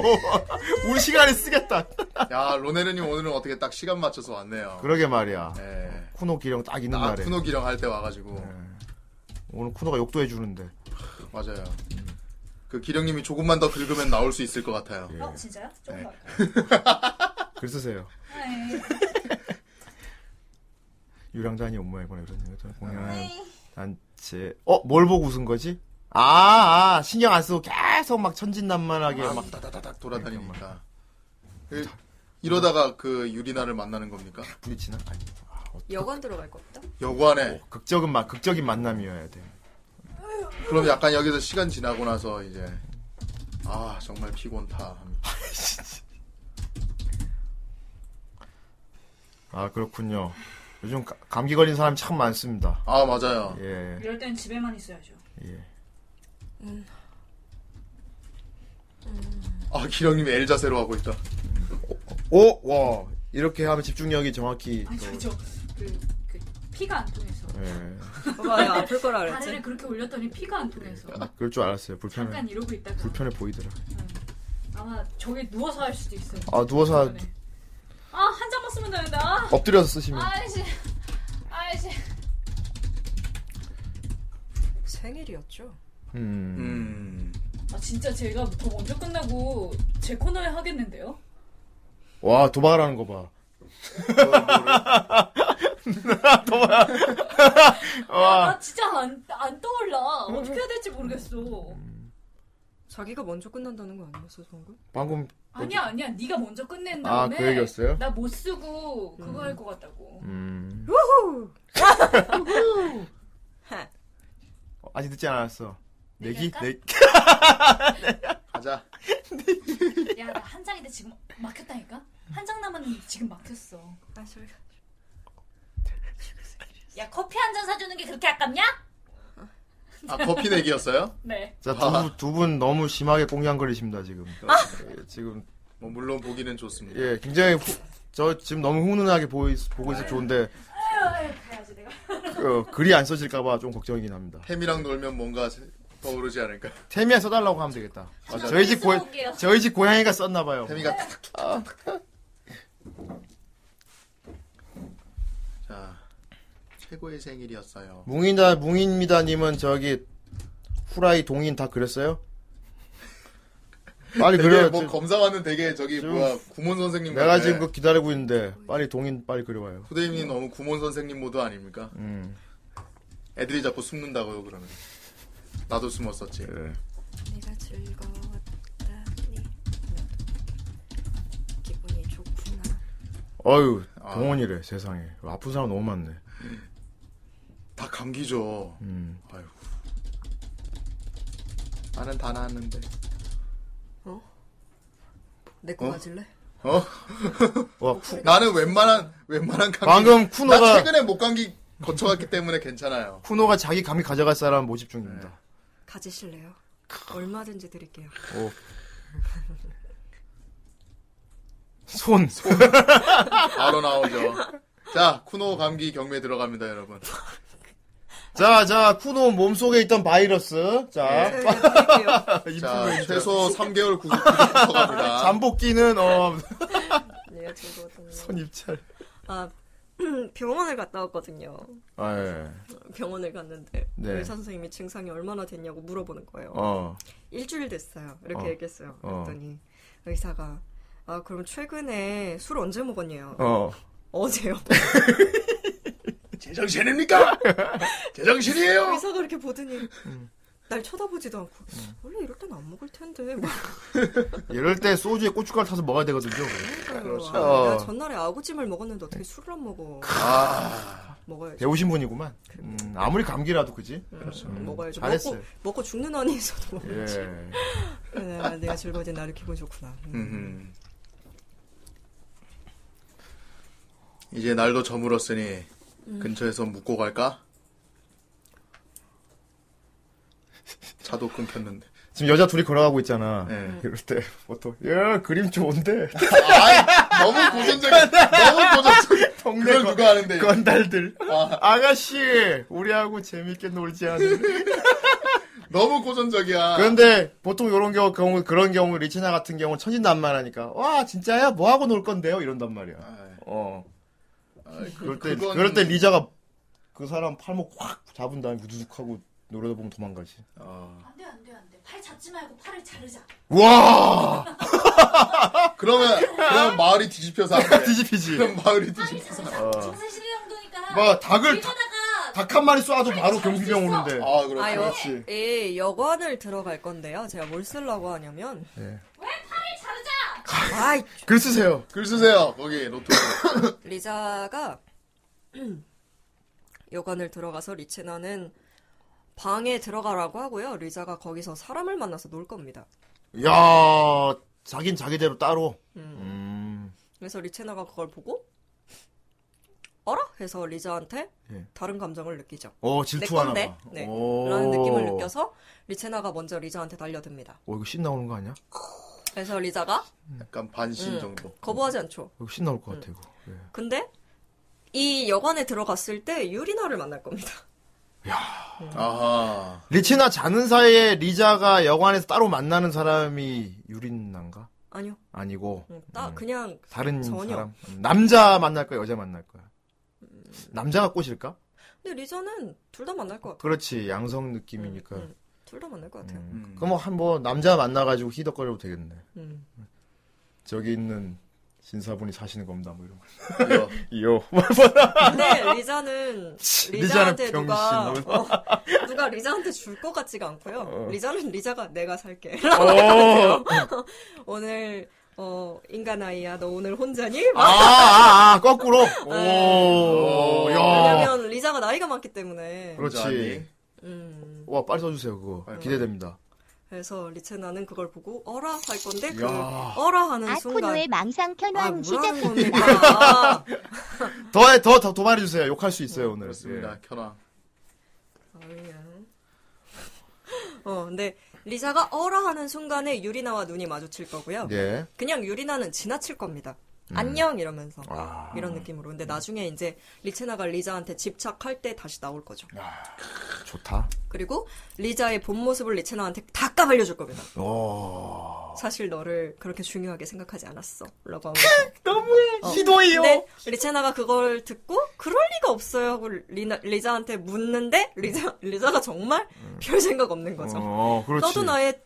A: 울 시간에 쓰겠다.
B: 야 로네르님 오늘은 어떻게 딱 시간 맞춰서 왔네요.
A: 그러게 말이야.
B: 예.
A: 쿠노 기령 딱 있는
B: 나
A: 날에
B: 쿠노 기령 할 때 와가지고
A: 네. 오늘 쿠노가 욕도 해주는데
B: 맞아요. 그 기령님이 조금만 더 긁으면 나올 수 있을 것
A: 예.
B: 같아요.
A: 네.
D: 어 진짜요? 조금 더. 할까요?
A: 글 쓰세요. 네.
D: 아이,
A: 유랑단이 엄마에 관해 그런 얘기 했잖아.
D: 네.
A: 공연 단체 어뭘 보고 웃은 거지? 아, 아 신경 안 쓰고 계속 막 천진난만하게
B: 아,
A: 막
B: 막 따다다닥 돌아다니니까. 그, 이러다가 그 유리나를 만나는 겁니까?
A: 부딪히나? 아니 뭐
C: 여관 들어갈 겁니다.
B: 여관에.
A: 극적인 막 극적인 만남이어야 돼.
B: 그럼 약간 여기서 시간 지나고 나서 이제 아 정말 피곤타.
A: 아 그렇군요. 요즘 가- 감기 걸린 사람 참 많습니다.
B: 아 맞아요.
A: 예.
D: 이럴 땐 집에만 있어야죠.
B: 아 기령님 이 L 자세로 하고 있다.
A: 오, 와 이렇게 하면 집중력이 정확히.
D: 아니
A: 또-
D: 저그 그 피가 안 통해서.
A: 예.
C: 봐봐요, 아플 거라 그랬지.
D: 다리를 그렇게 올렸더니 피가 안 통해서.
A: 그럴 줄 알았어요. 불편해.
D: 잠깐 이러고 있다가
A: 아, 네.
D: 음.
A: 불편해 보이더라.
D: 아마 저기 누워서 할 수도 있어요.
A: 아 누워서 한-
D: 이번에. 아, 한 잔만 쓰면 되는데. 아,
A: 엎드려서 쓰시면.
D: 아이씨. 아이씨.
C: 생일이었죠.
A: 음.
B: 음.
D: 아, 진짜 제가 더 먼저 끝나고 제 코너에 하겠는데요?
A: 와 도박을 하는 거 봐.
D: 아, 나 진짜 안, 안 떠올라. 어떻게 해야 될지 모르겠어.
A: 뭐,
C: 자기가 먼저 끝난다는 거 아니었어, 방금?
A: 방금
D: 아니야, 아니야. 네가 먼저 끝낸
A: 아,
D: 다음에
A: 그 얘기였어요?
D: 나 못 쓰고 그거 할 것 같다고.
A: 음.
C: 음, 하.
A: 어, 아직 늦지 않았어. 네 내기
D: 내기할까?
A: 내
B: 가자.
D: 야, 나 한 장인데 지금 막혔다니까? 한 장 남았는데 지금 막혔어.
C: 아, 저리가.
D: 야, 커피 한 잔 사주는 게 그렇게 아깝냐?
B: 아 커피 내기였어요?
D: 네.
A: 자, 두, 분- 두분 너무 심하게 꽁냥거리십니다, 지금. 예, 지금
B: 뭐 물론 보기는 좋습니다.
A: 예, 굉장히 후- 저 지금 너무 훈훈하게 보이, 보고 있어 좋은데
D: 아유, 아유, 가야지 내가.
A: 그, 글이 안 써질까봐 좀 걱정이긴 합니다.
B: 햄이랑 놀면 뭔가 세- 떠오르지 않을까.
A: 태미야 써달라고 하면 되겠다.
B: 맞아.
A: 저희 집 고,
D: 써볼게요.
A: 저희 집 고양이가 썼나봐요.
B: 햄이가 탁. 자 최고의 생일이었어요.
A: 뭉이다 뭉입니다님은 저기 후라이 동인 다 그렸어요? 빨리
B: 되게
A: 네, 그려.
B: 뭐 네.
A: 지금
B: 검사 왔는 되게 저기
A: 지금
B: 뭐야 구몬 선생님.
A: 내가
B: 같아.
A: 지금 그거 기다리고 있는데 빨리 동인 빨리 그려와요.
B: 후대인이 너무 구몬 선생님 모드 아닙니까?
A: 음.
B: 애들이 자꾸 숨는다고요 그러면. 나도 숨었었지.
A: 그래.
C: 내가 즐거웠다니 기분이 좋구나.
A: 어유
B: 아.
A: 동원이래 세상에 아픈 사람 너무 많네.
B: 다 감기죠.
A: 음.
B: 아유. 나는 다 나았는데.
E: 내거
B: 어?
E: 가질래?
B: 어?
A: 와 쿠,
B: 나는 웬만한 웬만한 감기.
A: 방금 쿠노가-
B: 나 최근에 목 감기 거쳐갔기 때문에 괜찮아요.
A: 쿠노가 자기 감히 가져갈 사람 모집 중입니다.
C: 가지실래요? 얼마든지 드릴게요.
A: 오. 손.
B: 바로 나오죠. 자, 쿠노 감기 경매 들어갑니다, 여러분.
A: 자, 자, 쿠노 몸속에 있던 바이러스. 자,
C: 네, 드릴게요.
B: 자, 최소 3개월 구속 들어갑니다.
A: 잠복기는 어,
C: 내가 즐거웠다니.
A: 손 입찰.
C: 아 병원을 갔다 왔거든요.
A: 아, 예.
C: 병원을 갔는데
A: 네.
C: 의사 선생님이 증상이 얼마나 됐냐고 물어보는 거예요.
A: 어.
C: 일주일 됐어요. 이렇게
A: 어.
C: 얘기했어요.
A: 어.
C: 그랬더니 의사가 아 그럼 최근에 술 언제 먹었냐요?
A: 어.
C: 어제요.
B: 제정신입니까? 제정신이에요!
C: 의사가 이렇게 보더니 날 쳐다보지도 않고 원래 이럴 때는 안 먹을 텐데 막
A: 이럴 때 소주에 고춧가루 타서 먹어야 되거든요.
C: 그렇죠.
A: 어.
C: 내가 전날에 아구찜을 먹었는데 어떻게 술을 안 먹어?
B: 아,
C: 먹어야지.
A: 배우신 분이구만. 음, 아무리 감기라도 그지?
C: 그렇죠. 먹어야지.
A: 잘했어요.
C: 먹고 먹고 죽는 언니에서도
A: 예.
C: 먹어야지. 아, 내가 즐거워진 나를 기분 좋구나. 음.
B: 음. 이제 날도 저물었으니 근처에서 묵고 갈까? 차도 끊겼는데.
A: 지금 여자 둘이 걸어가고 있잖아.
B: 네.
A: 이럴 때 보통 야 그림 좋은데
B: 아이, 너무 고전적인, 너무 고전적인.
A: 동네
B: 그걸
A: 건-
B: 누가 하는데.
A: 건달들
B: 아,
A: 아가씨 우리하고 재밌게 놀지 않은
B: 너무 고전적이야.
A: 그런데 보통 이런 경우, 경우 그런 경우 리체나 같은 경우 천진난만하니까 와 진짜야 뭐 하고 놀 건데요 이런단 말이야.
B: 아이,
A: 어
B: 아이, 그-
A: 그럴 때
B: 그건-
A: 그럴 때 리자가 그 사람 팔목 확 잡은 다음에 우두둑 하고 노래다 보면 도망가지.
B: 어.
D: 안돼 안돼 안돼. 팔 잡지 말고 팔을 자르자.
A: 와
B: 그러면, 그럼 마을이 뒤집혀서 안 돼.
A: 뒤집히지.
B: 그럼 마을이
D: 팔을
B: 뒤집혀서.
D: 자르자.
A: 어.
D: 정상실의 정도니까.
A: 막 닭을 닭
D: 이러다가
A: 닭 한 마리 쏴도 바로 경비병
D: 있어.
A: 오는데.
B: 아, 그렇지.
C: 아, 여,
A: 그렇지.
C: 예, 여관을 들어갈 건데요. 제가 뭘 쓰려고 하냐면,
D: 팔을 자르자.
C: 아이,
A: 글 쓰세요.
B: 글 쓰세요. 거기, 노트.
C: 리자가 여관을 들어가서 리체나는 방에 들어가라고 하고요. 리자가 거기서 사람을 만나서 놀 겁니다.
A: 야 자긴 자기대로 따로. 음.
C: 그래서 리체나가 그걸 보고, 어라? 해서 리자한테
A: 예.
C: 다른 감정을 느끼죠.
A: 어
C: 내
A: 질투하나
C: 건데?
A: 봐.
C: 네.
A: 오.
C: 라는 느낌을 느껴서 리체나가 먼저 리자한테 달려듭니다.
A: 어 이거 신 나오는 거 아니야?
C: 그래서 리자가
B: 약간 반신
C: 음.
B: 정도.
C: 거부하지 않죠.
A: 이거 신 나올 것 같아 이거. 예.
C: 근데 이 여관에 들어갔을 때 유리나를 만날 겁니다.
B: 아하.
A: 리치나 자는 사이에 리자가 여관에서 따로 만나는 사람이 유린난가?
C: 아니요.
A: 아니고
C: 음, 딱
A: 음,
C: 그냥
A: 다른
C: 전혀.
A: 사람 음, 남자 만날 거야 여자 만날 거야 남자가 꼬실까?
C: 근데 리저는 둘 다 만날 것 같아요.
A: 그렇지 양성 느낌이니까
C: 음, 음. 둘 다 만날 것 같아요.
A: 음.
B: 음.
A: 그럼 한뭐 남자 만나가지고 희덕거려도 되겠네
C: 음.
A: 저기 있는 신사분이 사시는 겁니다 뭐 이런 거
B: 이거.
A: 이요
C: 근데 리자는 리자한테
A: 리자는
C: 누가
A: 병신.
C: 어, 누가 리자한테 줄 것 같지가 않고요.
A: 어.
C: 리자는 리자가 내가 살게. 오늘 어, 인간 아이야 너 오늘 혼자니? 막.
A: 아아 아, 거꾸로 아, 오야
C: 왜냐면 리자가 나이가 많기 때문에.
A: 그렇지
B: 아니.
C: 음.
A: 와 빨리 써주세요 그거 기대됩니다
C: 그래서 리체나는 그걸 보고 어라 할 건데 그
A: 야.
C: 어라 하는
G: 아
C: 순간
G: 코노의 망상
C: 아
G: 켜놓은
C: 뭐라는
G: 시작입니다.
C: 겁니까?
A: 더더 더, 도발해 주세요 욕할 수
C: 네,
A: 있어요 오늘
B: 예. 그렇습니다. 켜놔.
C: 아유. 어, 근데 리사가 어라 하는 순간에 유리나와 눈이 마주칠 거고요.
A: 예.
C: 그냥 유리나는 지나칠 겁니다. 안녕 이러면서
A: 음. 아.
C: 이런 느낌으로. 근데 나중에 이제 리체나가 리자한테 집착할 때 다시 나올 거죠.
A: 아. 좋다.
C: 그리고 리자의 본 모습을 리체나한테 다 까발려줄 겁니다.
A: 오.
C: 사실 너를 그렇게 중요하게 생각하지 않았어. 라고 하면서.
A: 너무해. 시도해요.
C: 근데 리체나가 그걸 듣고 그럴 리가 없어요 하고 리나, 리자한테 묻는데 리자, 리자가 정말 별 생각 없는 거죠.
A: 음. 어, 그렇지.
C: 너도 나의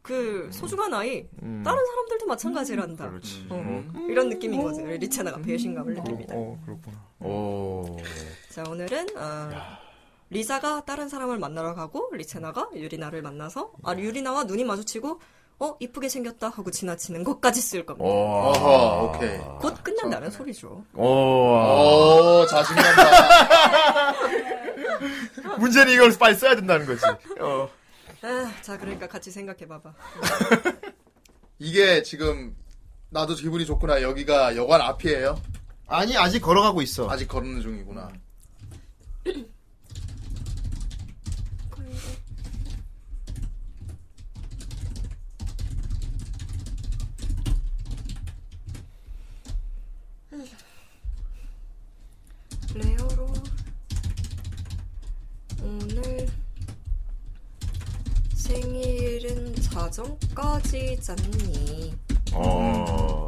C: 그 소중한 아이
A: 음.
C: 다른 사람들도 마찬가지란다.
A: 그렇지.
C: 어.
A: 음.
C: 이런 느낌인 거죠. 리체나가 배신감을 느낍니다.
A: 어, 그렇구나. 오.
C: 자 오늘은 어, 리사가 다른 사람을 만나러 가고 리체나가 유리나를 만나서 아 유리나와 눈이 마주치고 어 이쁘게 생겼다 하고 지나치는 것까지 쓸
A: 어.
C: 겁니다.
A: 오.
B: 어허, 오케이.
C: 곧 끝난다는
A: 그렇죠.
C: 소리죠.
A: 어. 오.
B: 오, 자신감다.
A: 문제는 이걸 빨리 써야 된다는 거지. 어.
C: 아, 자 그러니까 같이 생각해봐봐.
B: 이게 지금 나도 기분이 좋구나. 여기가 여관 앞이에요.
A: 아니, 아직 걸어가고 있어.
B: 아직 걸는 중이구나.
C: 레어로 오늘 생일은 자정까지잖니.
A: 어.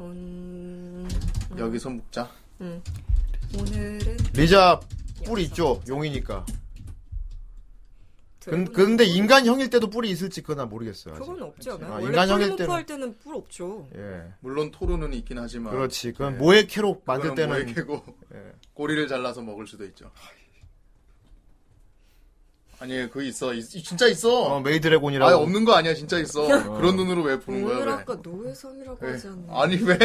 C: 음,
B: 여기 손 묶자.
C: 음. 오늘은
A: 그, 리자 뿔이 있죠. 용이니까. 근,
C: 드래곤-
A: 근데 인간 형일 때도 뿔이 있을지 그건 난 모르겠어요. 아직.
C: 네. 그건 없지 않아요?
A: 아,
C: 원래
A: 인간형일
C: 뿔
A: 때는-
C: 무프할 때는 뿔 없죠.
A: 예.
B: 물론 토르는 있긴 하지만.
A: 그렇지. 네. 그건
B: 예.
A: 모해캐로 만들
B: 그거는
A: 때는
B: 뭐에 캐고
A: 예.
B: 꼬리를 잘라서 먹을 수도 있죠. 아니, 그 있어. 있- 진짜 있어.
A: 어, 메이드래곤이라고.
B: 아예 없는 거 아니야. 진짜 있어. 그런 눈으로 왜 보는 거야?
C: 오늘
B: 왜?
C: 아까 노회섬이라고
B: 왜?
C: 하지 않나?
B: 아니 왜?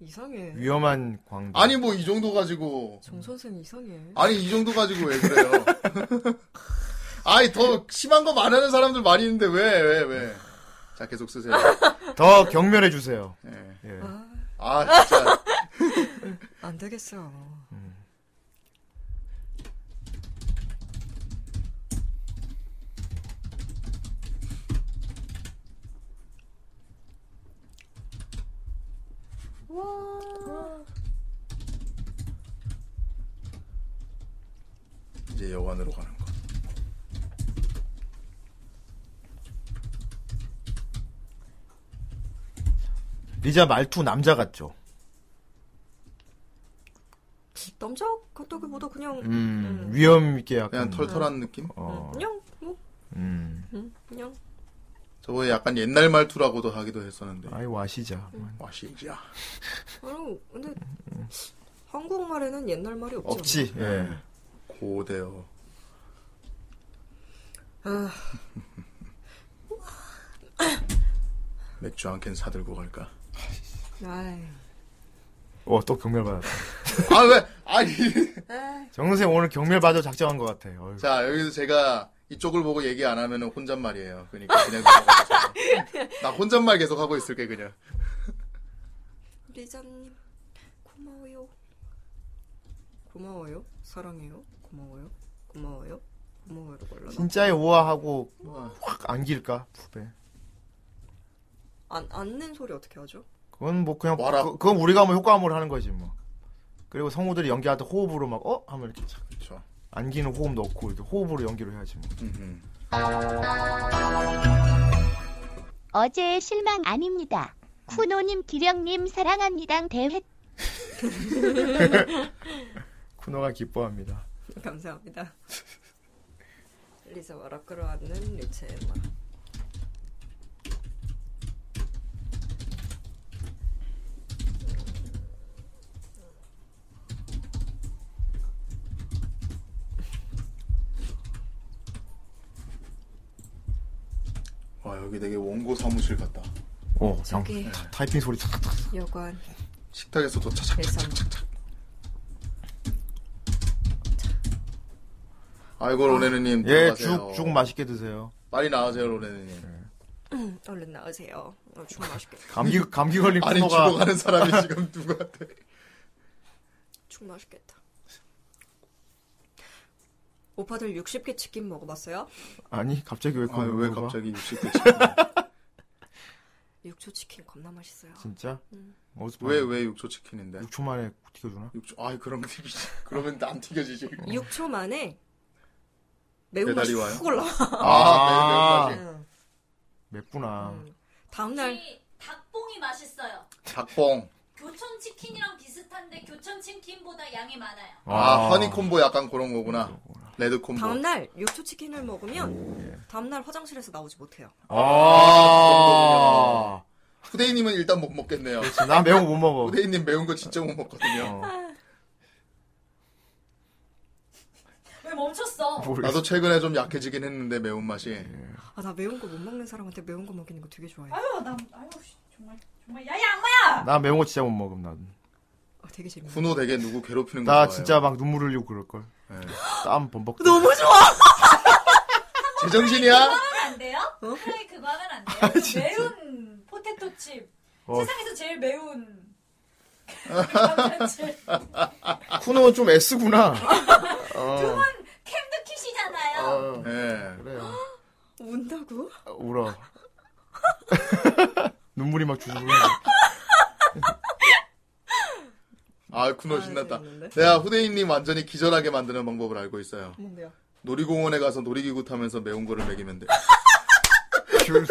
C: 이상해.
A: 네. 위험한 광대.
B: 아니 뭐 이 정도 가지고
C: 정 선생 이상해.
B: 아니 이 정도 가지고 왜 그래요? 아니 더 심한 거 말하는 사람들 많이 있는데 왜 왜 왜? 자 계속 쓰세요.
A: 더 경멸해 주세요.
B: 예.
A: 예.
C: 어?
B: 아 진짜
C: 안 되겠어.
B: 이제 여관으로 가는 거.
A: 리자 말투 남자 같죠.
C: 남자 같다기보다 그냥
A: 음. 위험 있게
B: 그냥
A: 약간
B: 털털한 느낌?
A: 어.
C: 그냥 뭐
A: 음.
C: 음, 그냥
B: 저번에 약간 옛날 말투라고도 하기도 했었는데.
A: 아이 와시자.
B: 음. 와시지야.
C: 아니 근데 한국말에는 옛날 말이 없지.
A: 없지. 예.
B: 음. 고대요.
C: 않나? 아,
B: 맥주 한 캔 사들고 갈까?
C: 아이.
A: 어, 또 경멸 받았다.
B: 아 왜? 아니.
A: 정선생 오늘 경멸 받아 작정한 것 같아. 어휴.
B: 자 여기서 제가 이쪽을 보고 얘기 안 하면은 혼잣말이에요. 그러니까 그냥 넘어가주세요. 나 혼잣말 계속 하고 있을게 그냥.
C: 리자님 고마워요. 고마워요. 사랑해요. 고마워요. 고마워요. 고마워요로 골라나?
A: 진짜의 우아하고 확 안길까? 푸배.
C: 안 앉는 소리 어떻게 하죠?
A: 그건 뭐 그냥
B: 와라.
A: 그, 건 우리가 뭐 효과음으로 하는 거지 뭐. 그리고 성우들이 연기할 때 호흡으로 막 어? 하면 이렇게 착
B: 그렇죠.
A: 안기는 호흡 넣고 이렇게 호흡으로 연기를 해야지 뭐.
B: 음.
G: 어제의 실망 아닙니다. 쿠노님, 기령님 사랑합니다. 대회
A: 쿠노가 기뻐합니다.
C: 감사합니다. 리자 와라 끌어안는 리체마.
B: 와 여기 되게 원고 사무실 같다.
A: 어,
C: 저기.
A: 타- 타이핑 소리 착착착.
C: 여관
B: 식탁에서도 차착.
C: 배선
B: 아이고 로네느님.
A: 예,
B: 들어가세요.
A: 죽, 죽 맛있게 드세요.
B: 빨리 나와세요 로네느님.
C: 얼른 나으세요. 어, 죽 맛있겠다.
A: 감기, 감기 걸린
B: 아니
A: 쿠노가
B: 죽어가는 사람이 지금 누구한테?
C: 죽 맛있겠다. 오빠들 60개 치킨 먹어봤어요?
A: 아니 갑자기 왜 그런
B: 아유, 왜
A: 물어봐?
B: 갑자기 60대
C: 6초 치킨 겁나 맛있어요.
A: 진짜?
C: 음.
A: 어디서
B: 왜,
A: 봤냐?
B: 왜 6초 치킨인데?
A: 6초 만에 튀겨주나?
B: 6초, 아이, 그런 거 튀기지. 그러면 안 튀겨지지.
C: 6초 만에
B: 배달이
C: 매운맛이
B: 와요?
C: 훅 올라와.
B: 아, 네, 네,
C: 응.
A: 맵구나.
C: 음. 다음날
D: 저기 닭봉이 맛있어요.
B: 닭봉.
D: 교촌 치킨이랑 비슷한데 교촌 치킨보다 양이 많아요.
B: 아, 허니콤보 약간 그런 거구나. 레드콤보.
C: 다음날 6초 치킨을 먹으면 다음날 화장실에서 나오지 못해요.
A: 아.
B: 후대인님은 일단 못 먹겠네요.
A: 나 매운 거 못 먹어.
B: 후대인님 매운 거 진짜 못 먹거든요.
A: 어,
D: 왜 멈췄어?
A: 모르겠어. 예.
B: 나도 최근에 좀 약해지긴 했는데, 매운맛이.
C: 아, 나 매운 거 못 먹는 사람한테 매운 거 먹이는 거 되게 좋아해.
D: 아유 나 아유 씨, 정말 정말 야이 악마야!
A: 나 매운 거 진짜 못 먹음 난.
C: 아, 되게 재밌네.
B: 훈호 되게 누구 괴롭히는 거
A: 나
B: 좋아해요. 네.
A: 진짜 막 눈물 흘리고 그럴 걸. 땀 범벅.
C: 너무 좋아!
B: 제정신이야?
D: 안 돼요? 프라이 그거 하면 안 돼요? 그 매운 포테토 칩.
A: 어.
D: 세상에서 제일 매운. 감자칩.
A: 아, 쿠노 좀 애쓰구나. 어,
D: 캠도 키시잖아요.
A: 어,
B: 예.
A: 그래요.
C: 운다고?
A: 어, 울어. 눈물이 막 줄줄.
B: 아, 군호
C: 아,
B: 신났다.
C: 재밌는데?
B: 내가 후대인님 완전히 기절하게 만드는 방법을 알고 있어요.
C: 뭔데요?
B: 놀이공원에 가서 놀이기구 타면서 매운 거를 먹이면 돼.
A: 줄.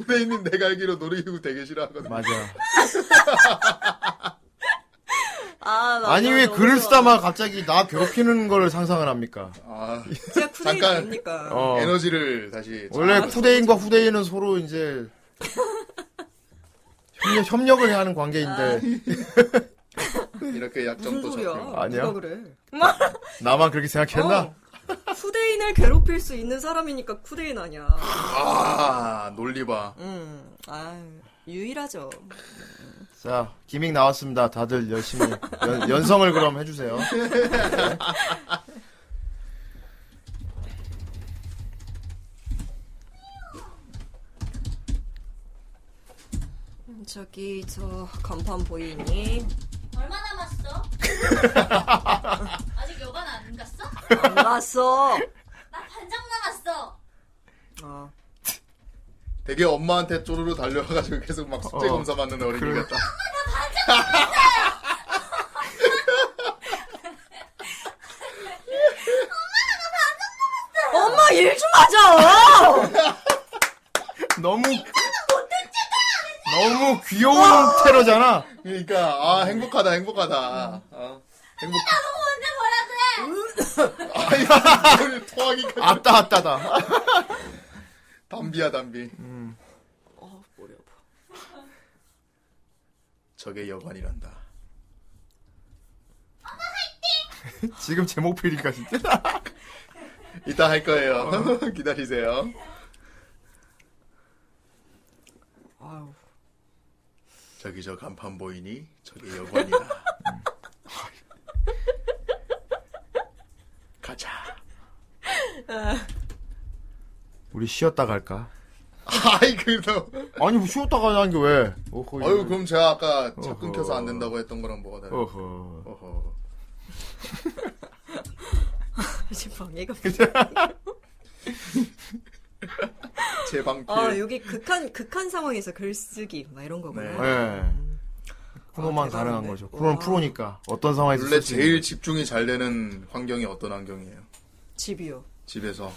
B: 후대인님 내가 알기로 놀이기구 되게 싫어하거든.
A: 맞아.
C: 아, 나
A: 아니
C: 너무
A: 왜
C: 좋아.
A: 글을 쓰다만 갑자기 나 괴롭히는 걸 상상을 합니까?
B: 아,
C: 제가 쿠데이
B: 잠깐. 아,
C: 됩니까?
A: 어.
B: 에너지를 다시.
A: 원래 후대인과 후대인은 서로 이제 협력, 협력을 해야 하는 관계인데
B: 이렇게 약점
C: 무슨
B: 도
C: 소리야?
B: 잡히고.
A: 아니야.
C: 누가 그래? 막
A: 나만 그렇게 생각했나?
C: 어. 쿠데인을 괴롭힐 수 있는 사람이니까 쿠데인 아니야.
B: 아, 논리봐.
C: 음, 아 유일하죠.
A: 자 기믹 나왔습니다. 다들 열심히 연, 연성을 그럼 해주세요.
C: 저기 저 간판 보이니?
D: 얼마 남았어? 아직 여관 안 갔어?
C: 안 봤어.
D: 나 반장 남았어.
C: 어.
B: 되게 엄마한테 쪼르르 달려와가지고 계속 막 숙제
A: 어.
B: 검사 받는 어린이
A: 그래.
B: 같다. 그러니까.
C: 엄마 일 좀 하자.
A: 너무 너무 귀여운 테러잖아.
B: 그러니까, 아, 행복하다, 행복하다.
C: 음.
B: 어. 행복.
D: 근데 뭐라 그래?
B: 아, 아이, 토하기까지.
A: 아따 아따다.
B: 담비야, 담비.
C: 어, 머리 아파.
B: 저게 여관이란다.
A: 지금 제 목표니까 진짜.
B: 이따 할 거예요. 기다리세요.
C: 아유.
B: 저기 저 간판 보이니? 저게 여관이다. 가자.
A: 우리 쉬었다 갈까?
B: 아이 그래도.
A: 아니 뭐 쉬었다 가자는 게 왜? 어허.
B: 아유 그럼 제가 아까 차
A: 어허.
B: 끊겨서 안 된다고 했던 거랑 뭐가 다르?
A: 어허.
B: 어허.
C: 지금 방해가.
B: 제 방필.
C: 아 여기 극한 극한 상황에서 글쓰기 막 이런 거구나.
B: 네.
A: 예. 프로만
C: 아, 대단한데.
A: 가능한 거죠. 프로는
C: 와.
A: 프로니까 어떤 상황에서
B: 원래
A: 쓸수 있는
B: 제일 집중이 잘 되는 환경이 어떤 환경이에요?
C: 집이요.
B: 집에서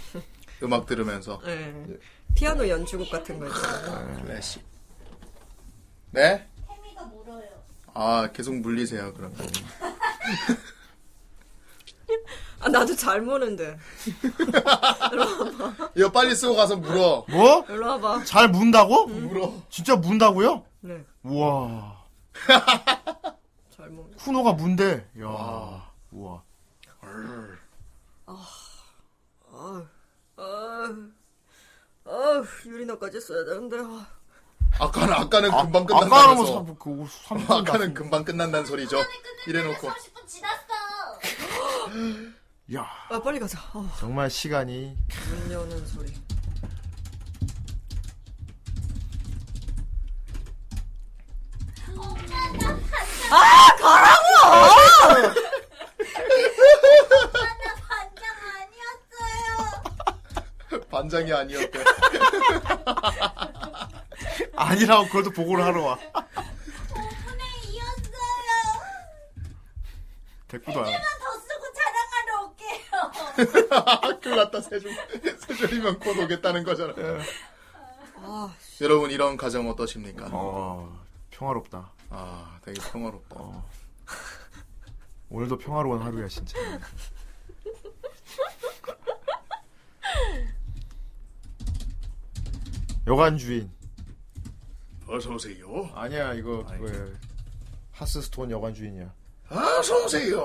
B: 음악 들으면서
C: 네. 피아노 연주곡 같은 거 있잖아.
B: 클래식. 네?
D: 태미가 물어요.
B: 아 계속 물리세요 그러면.
C: 아 나도 잘 모는데.
B: 이거 빨리 쓰고 가서
A: 거.
B: 물어.
A: 뭐?
C: 일로 와봐.
A: 잘 문다고?
B: 물어.
A: 진짜 문다고요?
C: 네.
A: 우와.
C: 잘 모.
A: 쿠노가 문대. 야.
B: 와.
A: 우와.
C: 아. 아. 아, 유리나까지 써야 되는데. 아.
B: 아까는 아까는 금방
A: 아까는
B: 끝난다면서.
A: 뭐, 그, 3분.
B: 어, 아까는 금방 끝난다는 소리죠. 이래놓고
D: 30분 지났어.
A: 야,
C: 아, 빨리 가자. 아,
A: 정말 시간이.
C: 문 여는 소리. 아, 가라고!
B: 감장이 아니었대.
A: 아니라고 그것도 보고를 하러 와.
D: 이었어요.
A: 대꾸도 안 해.
D: 더 쓰고 자랑하러 올게요.
B: 큰일 났다, 세줄. 세줄이면 곧 오겠다는 거잖아.
C: 아,
B: 여러분, 이런 가정 어떠십니까?
A: 어, 평화롭다.
B: 아, 되게 평화롭다.
A: 오늘도 평화로운 하루야, 진짜. 여관 주인.
B: 어서오세요.
A: 아니야, 이거 그거야. 하스스톤 여관 주인이야.
B: 아, 어서오세요.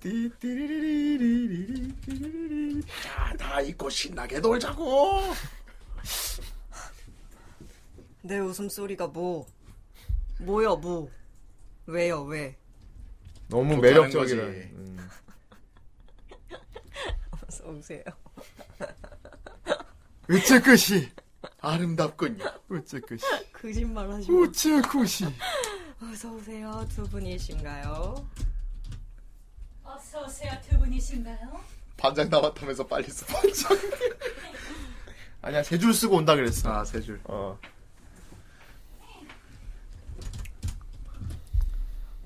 A: 띠띠리리리리리리리리리.
B: 자, 다 입고 신나게 놀자고.
C: 내 웃음소리가 뭐? 뭐야, 뭐? 왜요, 왜?
A: 너무
B: 좋다는
A: 매력적이라.
B: 거지.
A: 음.
C: 어서 오세요.
A: 으쓱끝이,
B: 아름답군요.
A: 으쓱끝이,
C: 거짓말 하시고.
A: 우츠쿠시.
C: 어서 오세요. 두 분이신가요?
D: 어서 오세요. 두 분이신가요?
B: 반장 남았다면서 빨리 써. 반장.
A: 아니야, 세 줄 쓰고 온다 그랬어.
B: 아, 세 줄.
A: 어.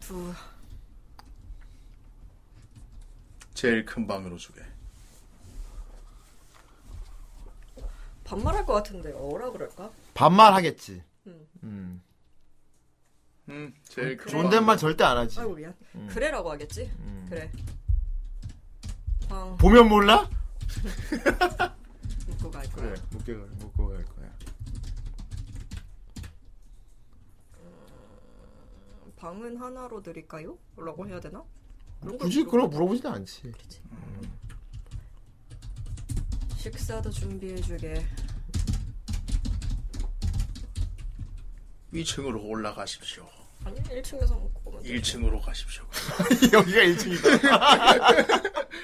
C: 두
B: 제일 큰 방으로 주게.
C: 반말할 것 같은데 어라 그럴까?
A: 반말하겠지.
C: 음.
A: 음.
B: 음, 제일 큰
A: 존댓말 절대 안 하지.
C: 아이고 미안.
A: 음.
C: 그래라고 하겠지. 그래. 방
A: 보면 몰라?
C: 묶고 갈 거야.
A: 그래, 묶여, 묶고 갈 거야.
C: 방은 하나로 드릴까요? 라고 해야 되나? 그런 걸
A: 굳이
C: 물어보-
A: 그런 거 물어보진 않지.
C: 식사도 준비해주게.
B: 2층으로 올라가십시오.
C: 아니 1층에서 먹고 오면 돼.
B: 1층으로 가십시오.
A: 여기가 1층이다.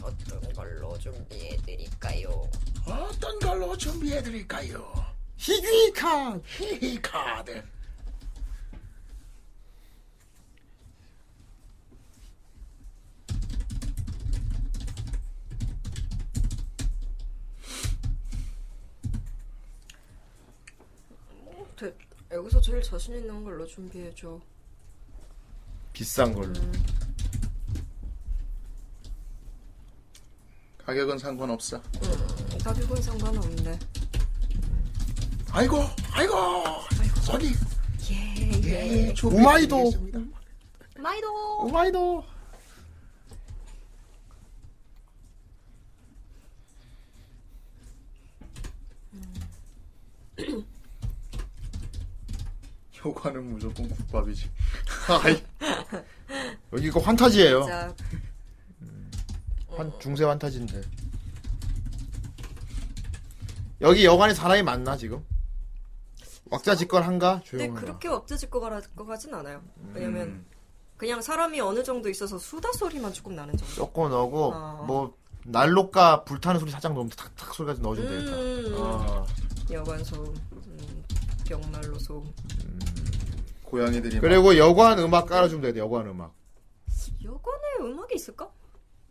C: 어떤 걸로 준비해드릴까요?
B: 어떤 걸로 준비해드릴까요?
A: 히귀카!
B: 히히 카드.
C: 대, 여기서 제일 자신 있는 걸로 준비해줘.
A: 비싼 걸로.
B: 가격은 상관없어.
C: 가격은 상관없네.
B: 아이고, 아이고, 저기
C: 예예.
B: 예, 좁히
A: 오마이도!
B: 드리겠습니다.
C: 마이도.
A: 오마이도!
B: 요거는 무조건 국밥이지. 아이,
A: 여기 이거 환타지예요
C: 자 어.
A: 환, 중세 환타지인데. 여기 여관에 사람이 많나, 지금? 왁자 직권 한가?
C: 근데
A: 조용한가?
C: 그렇게 없어질 것 같- 것 같진 않아요. 왜냐면
B: 음,
C: 그냥 사람이 어느 정도 있어서 수다 소리만 조금 나는 정도.
A: 조금 넣고,
C: 어.
A: 뭐, 난로가 불타는 소리 살짝 넣으면 탁탁 소리가 좀 넣어주면 되겠다.
C: 음,
A: 어.
C: 여관 소음, 음, 병난로 소음.
B: 고양이들이
A: 그리고 여관 음악 깔아주면 돼야 돼, 여관 음악.
C: 여관에 음악이 있을까?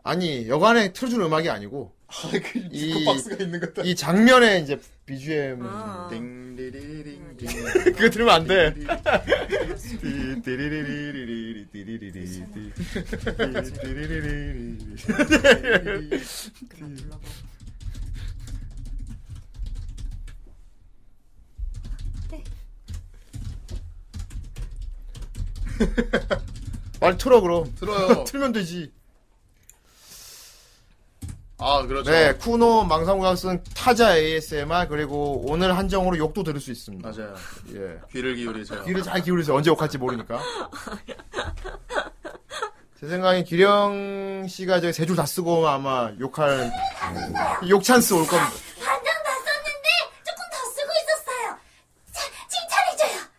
A: 아니, 여관에 틀어준 음악이 아니고,
B: 아그
A: 이-
B: 국밥박스가 있는 것들.
A: 이 장면에 이제 BGM.
C: 아,
B: 띵리리링 띵.
A: 그거 들으면 안 돼.
B: 띵리리링.
A: 띠리리리리리리, 띠리리리리, 띠리리리리리.
C: 그냥 둘러봐.
A: 빨리 틀어, 그럼.
B: 들어요.
A: 틀면 되지.
B: 아 그렇죠.
A: 네, 쿠노 망상구가 쓴 타자 ASMR, 그리고 오늘 한정으로 욕도 들을 수 있습니다.
B: 맞아요.
A: 예.
B: 귀를 기울이세요.
A: 귀를 잘 기울이세요. 언제 욕할지 모르니까. 제 생각엔 기령 씨가 저기 세 줄 다 쓰고 아마 욕할 욕 찬스 올 겁니다.
D: 반장 다 썼는데 조금 더 쓰고 있었어요. 자, 칭찬해줘요.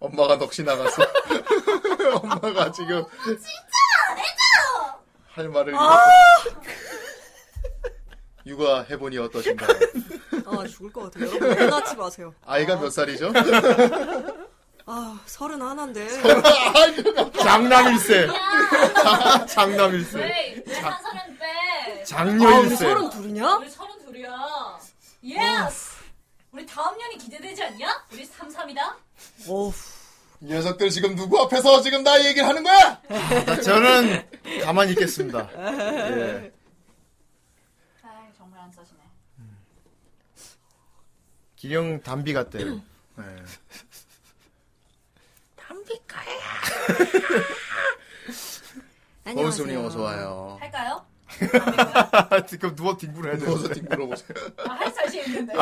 D: 엄마! 엄마!
B: 엄마가 넋이 나갔어. 엄마가 지금 할 말을
C: 아.
B: 육아 해보니 어떠신가요?
C: 아 죽을 것 같아요. 여러분 애낳지 마세요.
B: 아이가 몇 살이죠?
C: 아, 서른 하나인데.
A: 장남일세.
D: 야,
A: 장남일세.
D: 왜? 왜한 사람 빼?
C: 아, 우리
A: 장녀일세.
C: 서른 둘이냐?
D: 우리 서른 둘이야. 예스. 우리 다음 년이 기대되지 않냐? 우리 삼삼이다.
C: 어우,
B: 이 녀석들 지금 누구 앞에서 지금 나 얘기를 하는 거야?
A: 나- 아, 저는 가만히 있겠습니다. 예.
D: 아, 정말 안 써시네.
A: 기령 담비 같대요.
B: 네.
C: 안녕하세요.
B: 버스운이 영어 좋아요.
D: 할까요?
A: 아, 지금 누워 뒹굴어야 돼.
B: 누워서 뒹굴어보세요
D: 아, 할 자신 있는데.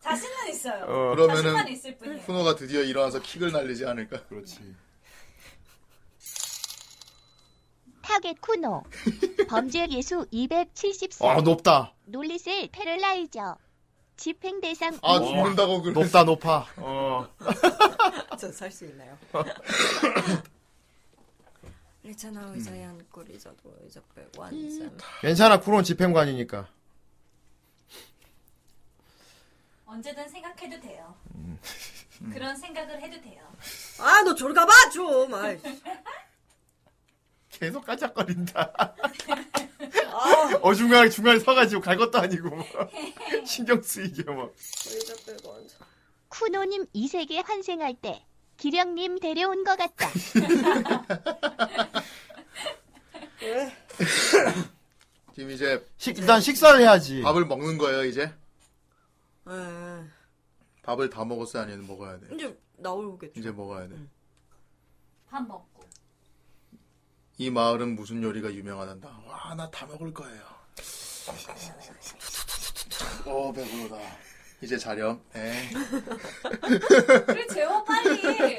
D: 자신은 있어요.
A: 어.
D: 자신만
B: 그러면은
D: 있을 뿐이에요.
B: 쿠노가 드디어 일어나서 킥을 날리지 않을까?
A: 그렇죠.
B: 그렇지.
G: 타겟 쿠노. 범죄 예수 274.
A: 아, 높다.
G: 놀리스 패럴라이저. 집행 대상
B: 아 죽는다고 그래.
A: 높다, 높아. 어.
C: 저살수 있나요? 리차나 의자에 앉고 리자도 의자 빼고 앉아.
A: 괜찮아, 쿠론 집행관이니까.
D: 언제든 생각해도 돼요. 그런 생각을 해도 돼요.
C: 아, 너 졸 가봐 좀. 아이.
A: 계속 까짝거린다.
C: 아,
A: 어중간하게 중간에 서가지고 갈 것도 아니고. 막. 신경 쓰이게 뭐. 막.
C: 의자 빼고 앉아.
G: 쿠노님 이 세계 환생할 때 기령님 데려온 것 같다.
C: 왜?
B: 지금 이제
A: 식, 일단 식사를 해야지.
B: 밥을 먹는 거예요 이제.
C: 에,
B: 밥을 다 먹었어요 아니면 먹어야
A: 음.
B: 돼.
C: 예. 이제 나오겠죠.
B: 이제 먹어야 돼.
D: 밥 먹고.
B: 이 마을은 무슨 요리가 유명하단다. 와 나 다 먹을 거예요. 오 배부르다. 이제 자렴. 네.
D: 그래, 재워, 빨리.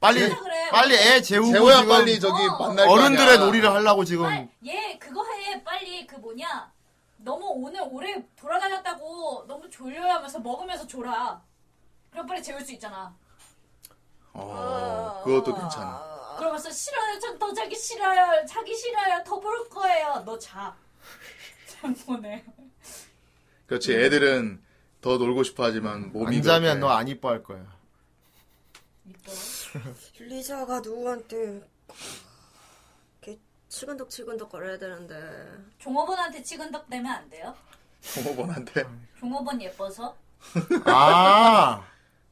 A: 빨리,
D: 진짜 그래.
A: 빨리 애 재우고.
B: 재호야
A: 지금
B: 빨리 저기
D: 어.
B: 만날 거
A: 어른들의
B: 아니야.
A: 놀이를 하려고 지금.
D: 빨리, 얘 그거 해. 빨리 그 뭐냐. 너무 오늘 오래 돌아다녔다고 너무 졸려야 하면서 먹으면서 졸아. 그럼 빨리 재울 수 있잖아.
B: 어, 그것도 괜찮아.
D: 그러면서 싫어요. 전 더 자기 싫어요. 자기 싫어요. 더 볼 거예요. 너 자. 참 보네.
B: 그렇지 애들은 더 놀고 싶어 하지만 몸이
A: 네. 안 자면
B: 그렇게-
A: 너 아- 안 이뻐할 거야.
D: 이뻐.
C: 리자가 누구한테 이렇게 치근덕 치근덕 거려야 되는데.
D: 종업원한테 치근덕 대면 안 돼요?
B: 종업원한테
D: 종업원 예뻐서?
A: 아.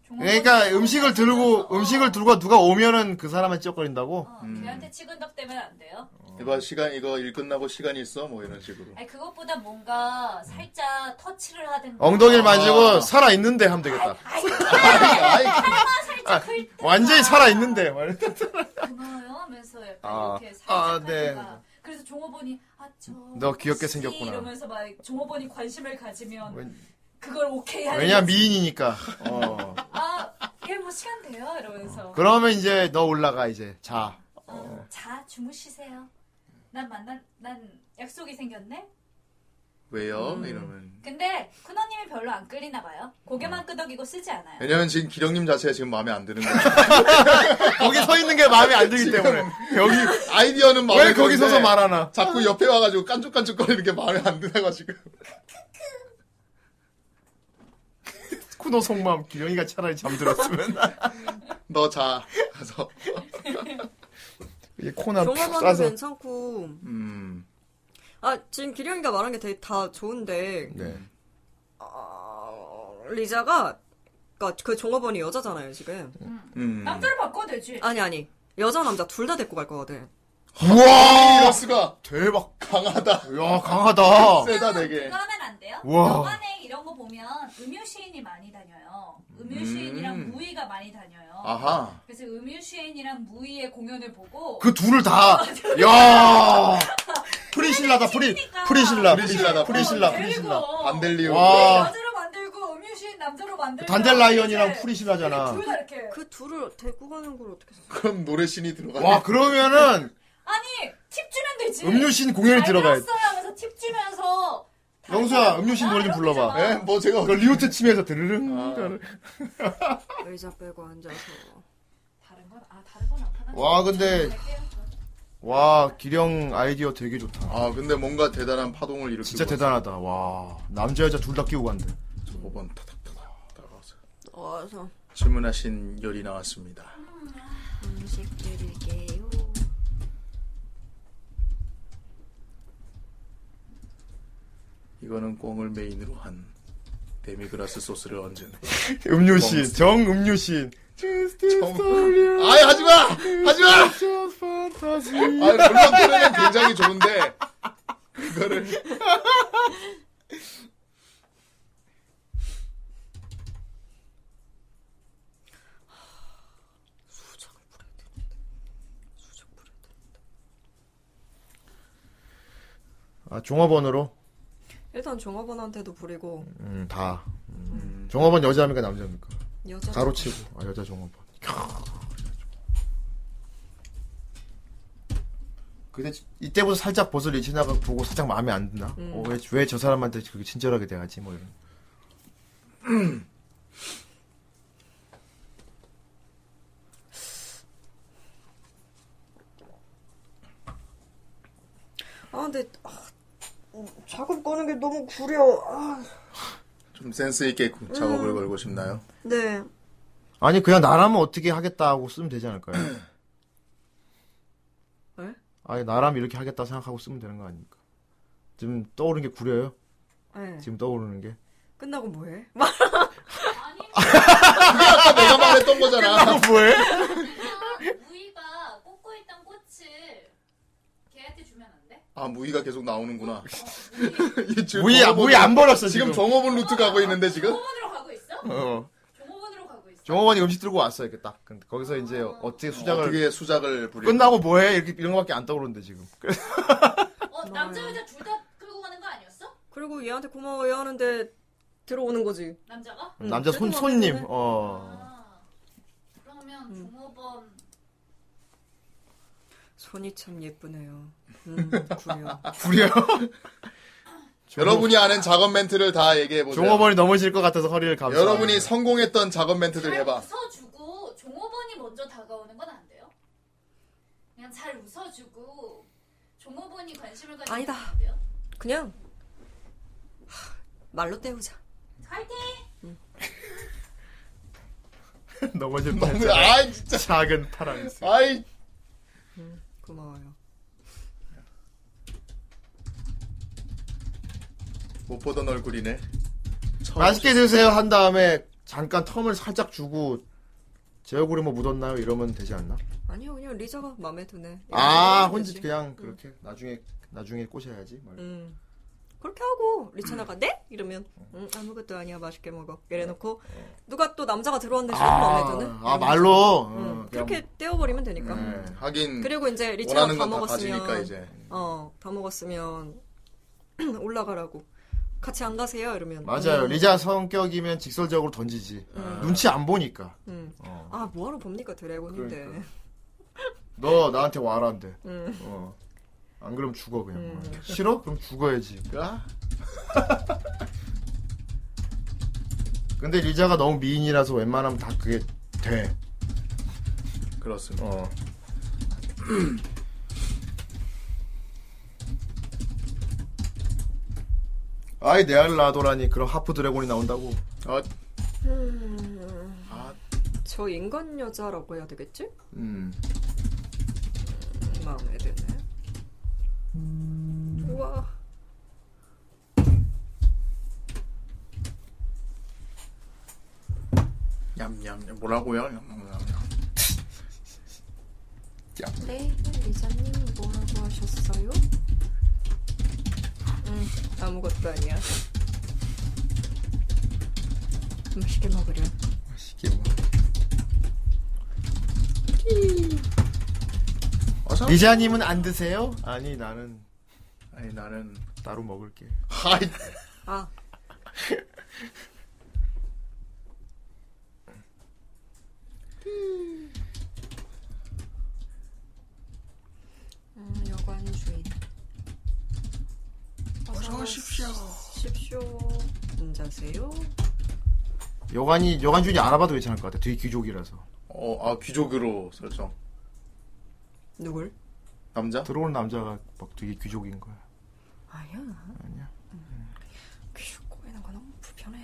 D: 종업원
A: 그러니까
D: 예뻐서
A: 음식을 들고,
D: 어,
A: 음식을 들고 음. 누가 오면은 그 사람한테 쩍거린다고?
D: 어, 걔한테 치근덕 대면 안 돼요?
A: 어.
B: 이봐 시간 이거 일 끝나고 시간 있어 뭐 이런 식으로
D: 아니 그것보다 뭔가 살짝 터치를 하든가
A: 엉덩이를 만지고
B: 아.
A: 살아있는데 하면 되겠다.
B: 아이,
D: 살짝 흘 때.
A: 완전히 살아있는데.
D: 고마워요 하면서 약간
A: 아.
D: 이렇게 살짝
A: 아,
D: 하다가
A: 네.
D: 그래서 종업원이 아저너
A: 너 귀엽게 생겼구나.
D: 이러면서 막 종업원이 관심을 가지면
A: 왠-
D: 그걸 오케이 하는
A: 왜냐, 미인이니까. 어.
D: 아얘뭐 시간 돼요 이러면서
A: 그러면 이제 너 올라가, 이제. 자.
D: 어, 자 주무시세요 난 만난 난 약속이 생겼네
B: 왜요
A: 음.
B: 이러면
D: 근데 쿠너님이 별로 안 끌리나 봐요
A: 음.
D: 고개만 끄덕이고 쓰지 않아요
B: 왜냐면 지금 기령님 자체가 지금 마음에 안 드는 거야
A: 거기 서 있는 게 마음에 안 들기 때문에. 여기,
B: 아이디어는 마음에
A: 왜 거기
B: 드는데
A: 서서 말하나?
B: 자꾸 옆에 와가지고 깐죽깐죽거리는 게 마음에 안 드다가 지금
A: 쿠노 속마음, 기영이가 차라리 잠들었으면.
B: 너자 가서
A: 이 코나 푹
C: 종업원도
A: 싸서.
C: 괜찮고.
B: 음
C: 아, 지금 기령이가 말한 게 되게 다 좋은데.
A: 네.
C: 어, 리자가 그러니까 그 종업원이 여자잖아요 지금
B: 음.
D: 남자를 바꿔도 되지
C: 아니 아니 여자 남자 둘 다 데리고 갈 거거든
A: 우와!
B: 아! 이러스가
A: 대박.
B: 강하다
A: 야, 네, 강하다.
B: 세다 되게
D: 그거 하면 안 돼요?
A: 우와.
D: 영화에 이런 거 보면 음유시인이 많이 다녀요. 음유시인이랑
B: 음.
D: 무의가 많이 다녀요.
B: 아하
D: 그래서 음유시인이랑 무의의 공연을 보고
A: 그 둘을 다, 야 프리실라다, 프리, 프리실라,
B: 프리실라다,
A: 프리실라,
D: 데리고
A: 프리실라.
B: 반델리오
A: 와. 아.
D: 여자로 만들고 음유시인 남자로 만들고
A: 단델라이언이랑
D: 이제
A: 프리실라잖아.
D: 둘다 이렇게
C: 그 둘을 데리고 가는 걸 어떻게
B: 그럼 노래신이 들어가네
A: 와, 그러면은,
D: 아니 팁 주면 되지.
A: 음료신 공연에 들어가야 돼.
D: 잘 들었어요 하면서 팁 주면서
A: 영수야, 음료신 노래 좀 불러봐.
B: 예? 뭐 제가
A: 그 리오트 침에서 드르릉.
C: 의자 빼고 앉아서
D: 다른 건 아 다른 건 안 하나?
A: 와, 근데, 와, 기령 아이디어 되게 좋다.
B: 아 근데 뭔가 대단한 파동을 일으키고
A: 진짜 대단하다. 와, 남자, 여자 둘 다 끼고 간대.
B: 5번 타닥타닥 따라가서
C: 와서
B: 질문하신 열이 나왔습니다.
C: 음식 드릴게요.
B: 이거는 꽁을 메인으로 한 데미그라스 소스를 얹은
A: 음료신 정음료신
B: 아이 하지마! 하지마! 아이 물렁거리는 굉장히 좋은데 그거를
A: 아 종업원으로
C: 일단 종업원한테도 부리고
A: 음다 종업원 여자입니까 남자입니까
C: 여자
A: 가로 치고 아 여자 종업원 근데 이때부터 살짝 벌써 리치나가 보고 살짝 마음에 안 든다 어, 왜왜 저 사람한테 그렇게 친절하게 대하지 뭐 이런
C: 아 근데 아, 음, 작업 거는 게 너무 구려. 아.
B: 좀 센스 있게 구- 작업을 걸고 싶나요?
C: 네.
A: 아니 그냥 나라면 어떻게 하겠다고 쓰면 되지 않을까요?
C: 에?
A: 아니 나라면 이렇게 하겠다 생각하고 쓰면 되는 거 아닙니까? 지금 떠오르는 게 구려요?
C: 네.
A: 지금 떠오르는 게?
C: 끝나고 뭐해?
B: 아까 내가 말했던 거잖아.
A: 뭐해?
D: 우이가 꽂고 있던 꽃을 걔한테 주면 안 돼? 어,
B: 아 무이가 계속 나오는구나.
A: 무이 안- 무이 안 벌었어 지금.
B: 지금 종업원 루트 가고 있는데 지금.
D: 종업원으로 가고 있어?
A: 어.
D: 종업원으로 가고 있어?
A: 종업원이 음식 들고 왔어 이렇게 딱. 근데 거기서 이제 어떻게 수작을
B: 어떻게 수작을 부리?
A: 네. 끝나고 뭐해? 이렇게 이런 거밖에 안 떠오르는데 지금.
D: 어, 남자 여자 둘 다 끌고 가는 거 아니었어?
C: 그리고 얘한테 고마워요 하는데 들어오는 거지.
D: 남자가?
C: 음,
A: 남자 손
C: 그래도
A: 손님.
C: 어쨌든.
A: 어.
D: 아, 그러면 종업원
C: 손이 참 예쁘네요. 음, 구려.
A: 구려.
B: 여러분이 아는 작업 멘트를 다 얘기해 보세요.
A: 종업원이 넘어질 것 같아서 허리를 감싸.
B: 여러분이 성공했던 작업 멘트들
D: 잘
B: 해봐.
D: 웃어주고 종업원이 먼저 다가오는 건 안 돼요? 그냥 잘 웃어주고 종업원이 관심을 가지고
C: 아니다.
D: 안 돼요?
C: 그냥 하, 말로 때우자.
D: 파이팅!
A: 넘어질
B: 너무
A: 뻔했잖아.
B: 아이 진짜
A: 작은 파랑새.
B: 아이
C: 고마워요.
B: 못 보던 얼굴이네.
A: 맛있게 드세요 한 다음에 잠깐 텀을 살짝 주고 제 얼굴에 뭐 묻었나요? 이러면 되지 않나?
C: 아니요, 그냥 리자가 마음에 드네.
A: 아
C: 이러면
A: 혼자
C: 예, 되지.
A: 그냥 그렇게 나중에 나중에 꼬셔야지. 뭐 이렇게.
C: 음. 그렇게 하고 리차나가 네? 이러면 음, 아무것도 아니야 맛있게 먹어 이래놓고 누가 또 남자가 들어왔는데 싫은 아, 마음에 드네
A: 아 말로 어,
C: 음,
A: 그냥
C: 그렇게 떼어버리면 되니까
A: 네.
B: 하긴
C: 그리고 이제 리차가
B: 원하는
C: 다
B: 건 다
C: 먹었으면
B: 가지니까 이제.
C: 어다 먹었으면 올라가라고 같이 안 가세요 이러면
A: 뭐. 맞아요.
C: 음,
A: 리자 성격이면 직설적으로 던지지. 눈치 안 보니까.
C: 음.
A: 어.
C: 아 뭐하러 봅니까 드래곤인데
A: 그러니까. 너 나한테 와라는데.
C: 음.
A: 어. 안 그럼 죽어 그냥.
C: 음.
A: 싫어? 그럼 죽어야지.
B: 아,
A: 근데 리자가 너무 미인이라서 웬만하면 다 그게 돼.
B: 그렇습니다.
A: 어. 아이 네알라도라니 그런 하프 드래곤이 나온다고.
B: 아,
C: 저 인간 여자라고 해야 되겠지?
A: 음.
C: 마음에 드네 우와
B: 냠냠 뭐라고요? 냠냠냠.
C: 네, 리자님 뭐라고 하셨어요? 응, 음, 아무것도 아니야. 맛있게 먹으렴.
A: 맛있게 먹.
B: 어서.
A: 리자님은 안 드세요? 아니 나는
B: 아니 나는
A: 따로 먹을게.
B: 하이
C: 아, 음, 여관 주인. 어서 오십시오. 십시오. 앉으세요.
A: 여관이 여관 주인이 알아봐도 괜찮을 것 같아. 되게 귀족이라서
B: 어, 아 귀족으로 설정.
C: 누굴?
B: 남자?
A: 들어오는 남자가 막 되게 귀족인 거야.
C: 아니야.
A: 아니야.
C: 음, 귀족 꼬이는 거 너무 불편해.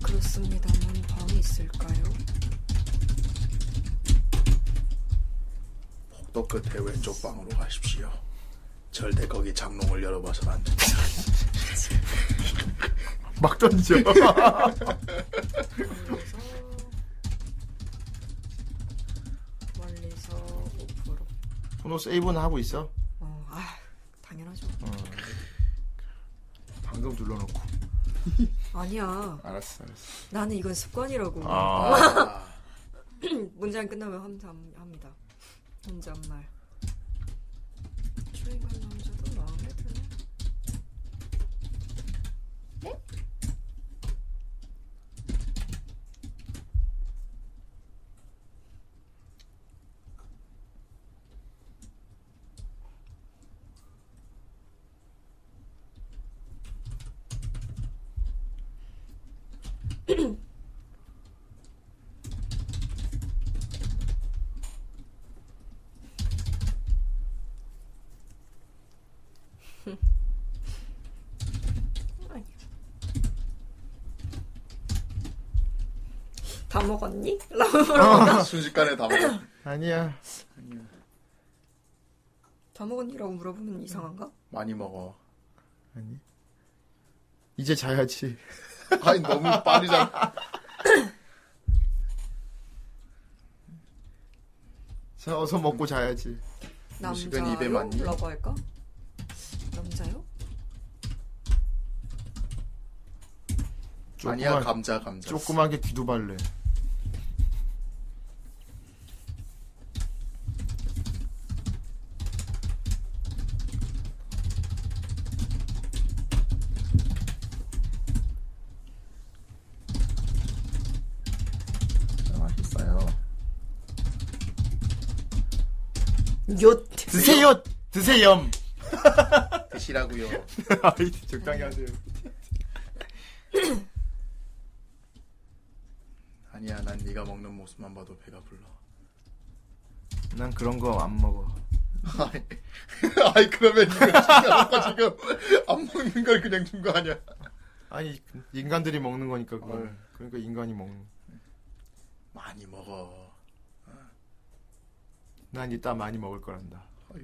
C: 모르겠습니다만 방이 있을까요?
B: 복도 끝에 왼쪽 방으로 가십시오. 절대 거기 장롱을 열어봐선 안 된다.
A: 막 던져.
C: 멀리서 멀리서 오프로.
A: 손호 세이브는 하고 있어.
C: 어, 아 당연하죠.
A: 방금 눌러놓고.
C: 아니야.
A: 알았어, 알았어.
C: 나는 이건 습관이라고.
A: 아,
C: 문장 끝나면 함담 합니다. 혼잣말. 주인공 남자도 마음에 드네. 다 먹었니? 라고 물어봐.
B: 순식간에 다 먹어.
A: 아니야.
C: 다 먹었니라고 물어보면 이상한가?
B: 많이 먹어.
A: 아니. 이제 자야지.
B: 아니 너무 빠르잖아.
A: 자, 어서 먹고 자야지.
B: 음식은 입에 맞니?
C: 남자요라고 할까? 남자요?
B: 아니야
A: 조그만-
B: 감자 감자.
A: 조그맣게 기도발레.
B: 진짜 맛있어요.
C: 요
A: 드세요! 드세요!
B: 드시라고요.
A: 아이, 적당히 하세요.
B: 아니야 난 네가 먹는 모습만 봐도 배가 불러.
A: 난 그런 거 안 먹어.
B: 아이, 아이 그러면 이거 진짜 지금 안 먹는 걸 그냥 준 거 아니야?
A: 아니, 인간들이 먹는 거니까, 그걸.
B: 어.
A: 그러니까 인간이 먹는 거.
B: 많이 먹어.
A: 난 이따 많이 먹을 거란다.
B: 아휴.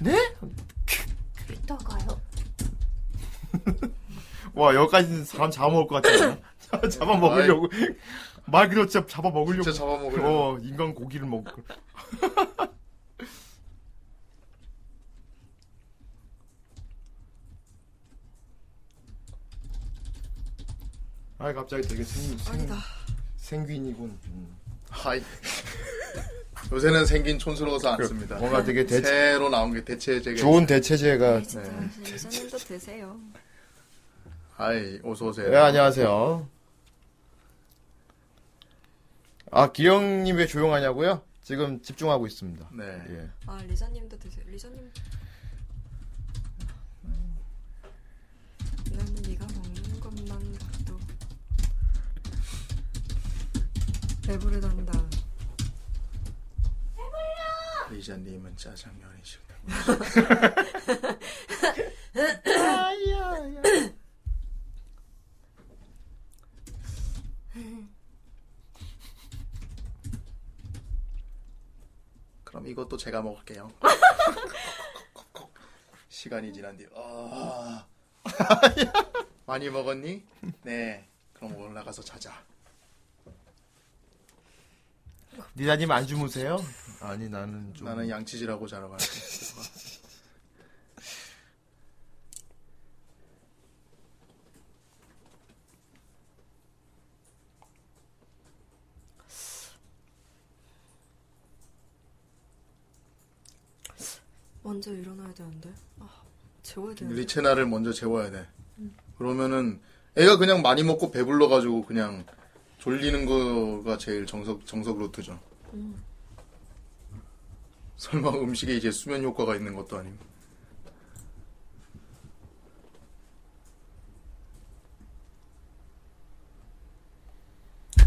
A: 네?
F: 이따가요.
A: 와, 여기까지는 사람 잡아먹을 것 같아. 잡아먹으려고. 말 그대로 진짜 잡아먹으려고.
B: 진짜 잡아먹으려.
A: 어, 인간 고기를 먹고. 아, 갑자기 되게 생, 생,
C: 아니다.
B: 음.
A: 생균이군. 음.
B: 하이. 요새는 생긴 촌스러워서 안 씁니다.
A: 그, 뭔가 되게 대체,
B: 새로 나온 게 대체 제게.
A: 좋은 대체제가.
C: 진짜
B: 네.
C: 여자님도 드세요.
B: 하이 어서 오세요.
A: 네, 안녕하세요. 아, 기영님 왜 조용하냐고요? 지금 집중하고 있습니다.
B: 네.
A: 예.
C: 아 리사님도 드세요. 리사님. 나는 네가 먹는 것만 봐도 배부르단다.
B: 리자님은 짜장면이 싫다. 그럼 이것도 제가 먹을게요. 시간이 지난 뒤. 아. 많이 먹었니? 네. 그럼 올라가서 자자.
A: 니다님 안 주무세요? 아니, 나는 좀.
B: 나는 양치질하고 자러 갈게.
C: 먼저 일어나야 되는데. 아 재워야 되는데.
B: 리체나를 먼저 재워야 돼. 그러면은 애가 그냥 많이 먹고 배불러 가지고 그냥 졸리는 거가 제일 정석 정석으로 뜨죠. 설마 음식에 이제 수면 효과가 있는 것도 아니고.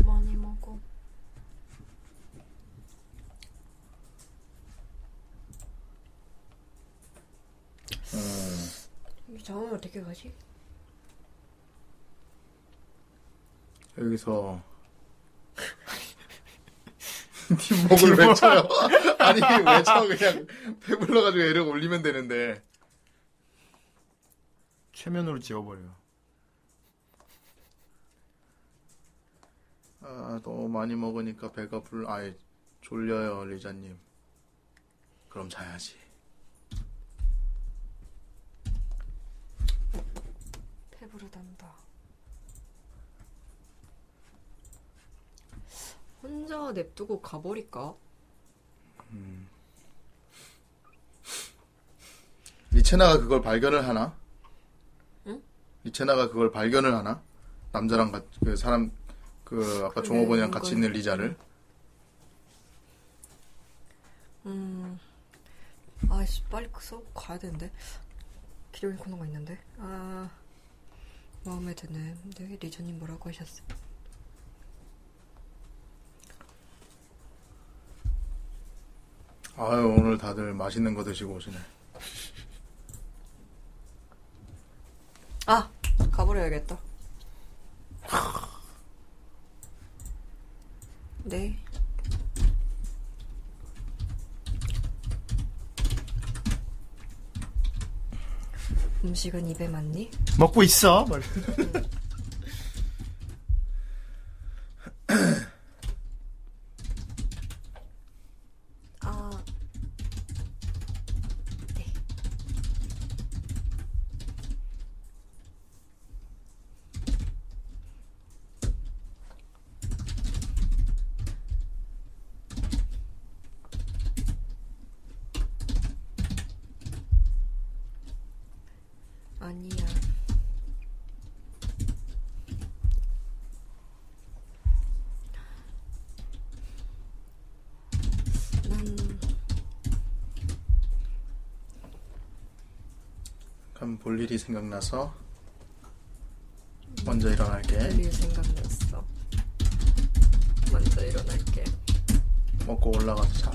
D: 많이 먹어. 장음 어떻게 가지?
B: 여기서 뒷목을 외쳐요. 아니 외쳐 그냥 배불러가지고 애를 올리면 되는데
A: 최면으로 지워버려요.
B: 아 너무 많이 먹으니까 배가 불 아예 졸려요 리자님. 그럼 자야지.
C: 배부르단다. 혼자 냅두고 가버릴까?
B: 리체나가 그걸 발견을 하나? 리체나가 그걸 발견을 하나? 남자랑 같, 그 사람 그 아까 종업원이랑 같이 있는 리자를
C: 음. 아씨, 빨리 그 수업 가야 되는데. 기록인 코너가 있는데. 아. 마음에 드네. 네, 리저님 뭐라고 하셨어요?
B: 아유 오늘 다들 맛있는 거 드시고 오시네.
C: 아! 가버려야겠다. 네. 음식은 입에 맞니?
A: 먹고 있어.
C: 아. 네. 아니야. 난
B: 그럼 볼 일이 생각나서 먼저 일어날게.
C: 릴 생각났어. 먼저 일어날게.
B: 먹고 올라가서 자.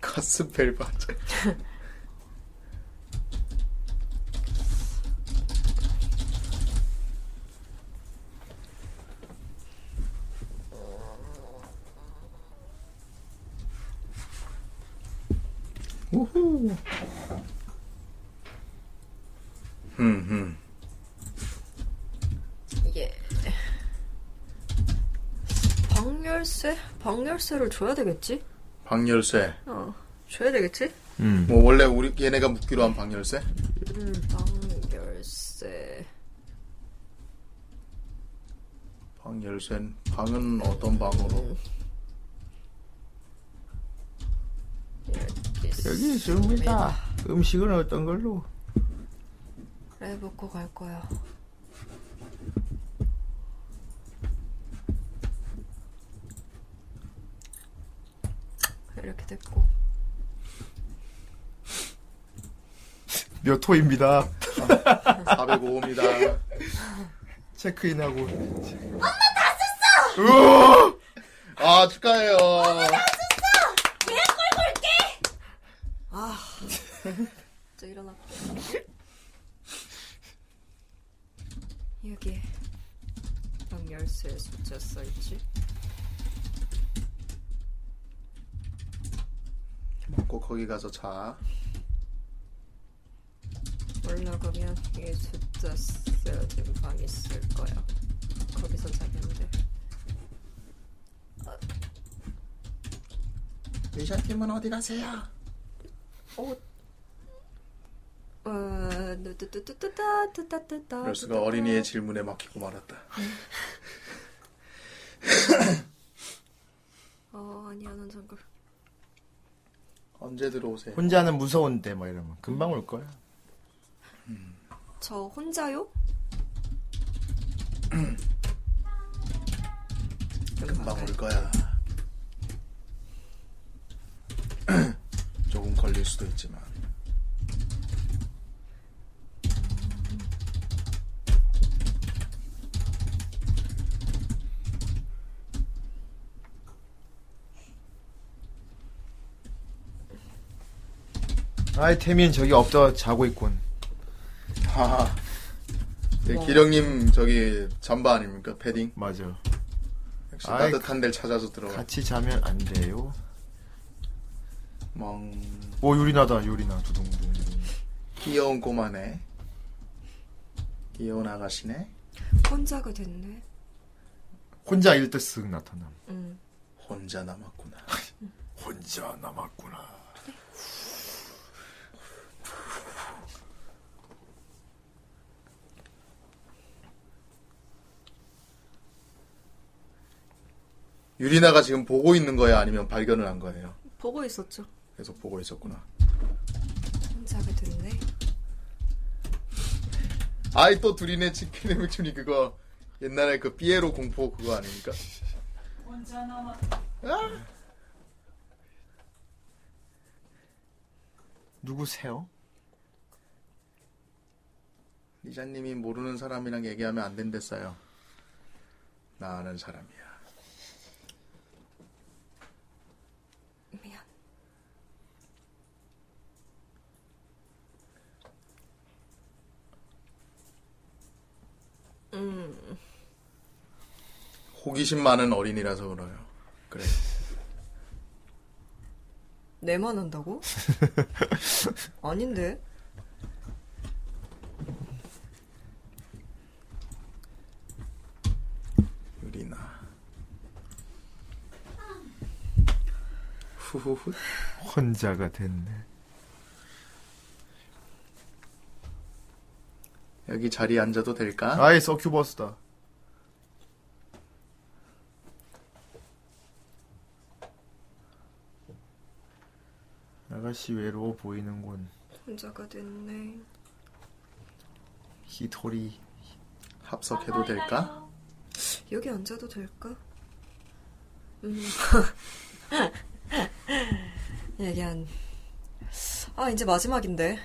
B: 가스펠 맞아. 우후. 음, 음.
C: 예. 방열쇠? 방열쇠를 줘야 되겠지?
B: 방열쇠.
C: 어, 줘야 되겠지?
A: 음.
B: 뭐 원래 우리 얘네가 묻기로 한 방열쇠?
C: 음, 방열쇠.
B: 방열쇠. 방은 어떤 방으로?
C: 여기 있어.
A: 여기 있습니다. 음식은 어떤 걸로?
C: 그래, 네, 먹고 갈 거야. 이렇게 됐고.
A: 몇 호입니다.
B: 405호입니다.
A: 체크인하고. 엄마 다 썼어.
B: 아 축하해요.
C: 저 일어나. 여기 방열쇠 숫자 써있지?
B: 먹고 거기 가서 자.
C: 올라가면 이 숫자 쓰여진 방 있을 거야. 거기서 자면 돼.
B: 미션팀은 어디 가세요?
C: 어, 뚜뚜뚜뚜따 뚜따뚜따.
B: 이럴 수가 어린이의 질문에 막히고 말았다.
C: 어 아니야 난 잠깐.
B: 언제 들어오세요?
A: 혼자는 무서운데 뭐 이러면 금방 올 거야.
C: 저 혼자요?
B: 금방 올 거야. 조금 걸릴 수도 있지만.
A: 아이템인 저기 엎드려 자고 있군.
B: 하하. 네,
A: 뭐.
B: 기령님 저기 잠바 아닙니까 패딩?
A: 맞아.
B: 역시
A: 아이,
B: 따뜻한 데를 찾아서 들어가.
A: 같이 자면 안 돼요.
B: 멍
A: 오 유리나다 유리나 두둥둥.
B: 귀여운 꼬마네. 귀여운 아가씨네.
C: 혼자가 됐네.
A: 혼자 일 때 쓱 나타남.
C: 음.
B: 혼자 남았구나.
A: 혼자 남았구나.
B: 유리나가 지금 보고 있는 거예요, 아니면 발견을 한 거예요?
C: 보고 있었죠.
B: 계속 보고 있었구나.
C: 혼자가 됐네.
B: 아이 또 둘이네 치킨의 맥주니 그거 옛날에 그 피에로 공포 그거 아닙니까?
D: 혼자 남았.
A: 누구세요?
B: 리자님이 모르는 사람이랑 얘기하면 안 된댔어요. 나 아는 사람이야.
C: 미안. 음,
B: 호기심 많은 어린이라서 그래요. 그래.
C: 내만 한다고? 아닌데.
B: 유리나. 후후후.
A: 혼자가 됐네.
B: 여기 자리에 앉아도 될까?
A: 아이 서큐버스다. 아가씨 외로워 보이는군.
C: 혼자가 됐네.
A: 히토리.
B: 합석해도 될까?
C: 여기 앉아도 될까? 음. 여기 안. 네, 아, 이제 마지막인데.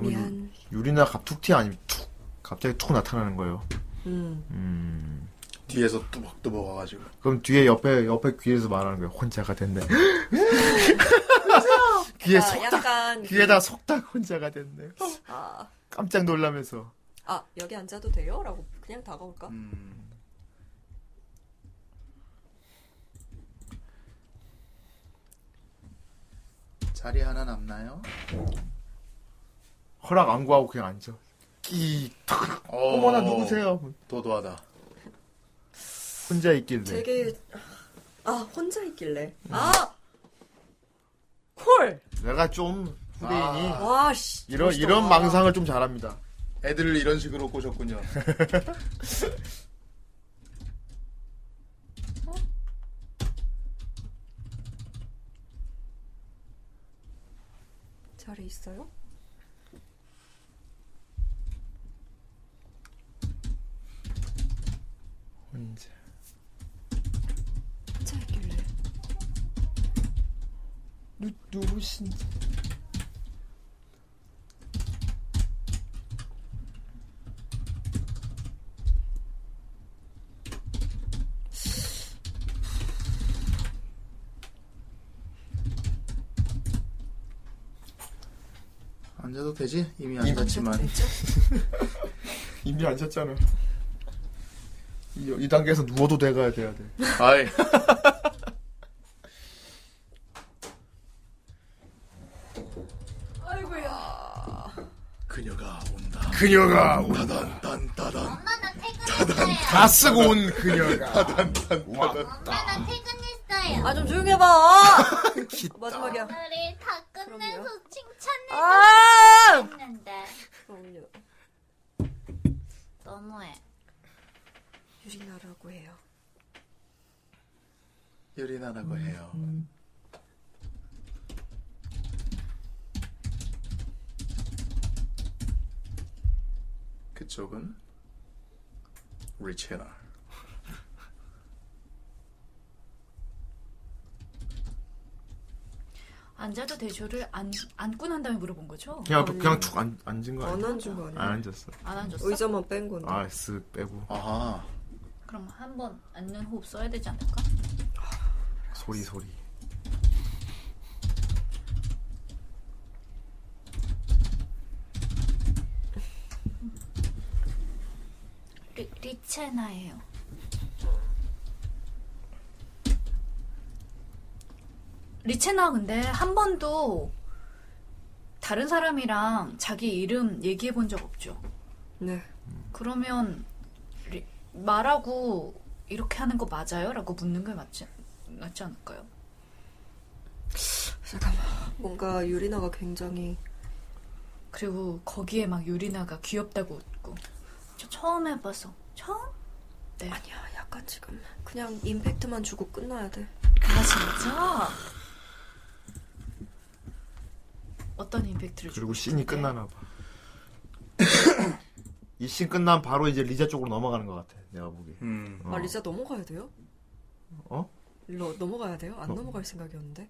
C: 미안.
A: 유리나 갑툭튀 아니면 툭 갑자기 툭 나타나는 거예요.
C: 음.
A: 음.
B: 뒤에서 뚜벅뚜벅 와가지고.
A: 그럼 뒤에 옆에 옆에 귀에서 말하는 거예요. 혼자가 됐네. 귀에
C: 아,
A: 속닥
C: 약간.
A: 귀에다 속닥 혼자가 됐네.
C: 아,
A: 깜짝 놀라면서.
C: 아, 여기 앉아도 돼요? 라고 그냥 다가올까?
B: 음. 자리 하나 남나요?
A: 허락 안 구하고 그냥 앉아. 끼. 탁. 어머나 누구세요?
B: 도도하다.
A: 혼자 있길래.
C: 되게. 네. 아, 혼자 있길래. 아! 콜!
A: 내가 좀 후대인이
B: 아.
C: 와, 씨.
A: 이런
C: 멋있다.
A: 이런 망상을 좀 잘합니다.
B: 애들을 이런 식으로 꼬셨군요.
C: 자리 있어요?
A: 혼자.
C: 혼자 있길래.
A: 누 누구신지.
B: 앉아도 되지? 이미
A: 이미
B: 앉았지만.
C: 됐죠?
A: 이미 앉았잖아. 이, 이 단계에서 누워도 돼가야 돼야 돼.
B: 아이.
D: 아이고야.
B: 그녀가 온다.
A: 그녀가
B: 따단 딴따단.
F: 엄마 나 퇴근했어요.
A: 다 쓰고 온 그녀가
F: 엄마 나 퇴근했어요.
C: 아, 좀 조용히 해봐! 마지막이야.
F: 오늘 다 끝내서
C: 그럼요.
F: 칭찬해줬는데
C: 아! 그럼요.
F: 너무해.
C: 유리나라고 해요.
B: 유리나라고 해요. 그쪽은 리체나.
D: 앉아도 대조를 안, 안고 난 다음에 물어본 거죠?
A: 그냥 그냥 툭 앉, 앉은 거
C: 안
A: 아니야?
C: 앉은 거
A: 안
C: 아니야?
A: 앉았어.
D: 안 앉았어?
C: 의자만 뺀 건데.
A: 아쓱 빼고
B: 아하.
D: 그럼 한 번 앉는 호흡 써야 되지 않을까?
A: 소리 소리.
D: 리, 리체나예요. 리체나 근데 한 번도 다른 사람이랑 자기 이름 얘기해 본 적 없죠.
C: 네.
D: 그러면 리- 말하고 이렇게 하는 거 맞아요? 라고 묻는 게 맞지, 맞지 않을까요?
C: 잠깐만. 뭔가 유리나가 굉장히
D: 그리고 거기에 막 유리나가 귀엽다고 웃고 저 처음 해봐서 처음? 네.
C: 아니야. 약간 지금 그냥 임팩트만 주고 끝나야 돼.
D: 아 진짜? 어떤 임팩트를 주고
A: 그리고 씬이
D: 싶은데?
A: 끝나나 봐. 이 씬 끝나면 바로 이제 리자 쪽으로 넘어가는 것 같아. 내가 보기.
B: 음.
A: 어.
C: 아 리자 넘어가야 돼요?
A: 어?
C: 일로 넘어가야 돼요? 안
A: 어.
C: 넘어갈 생각이었는데.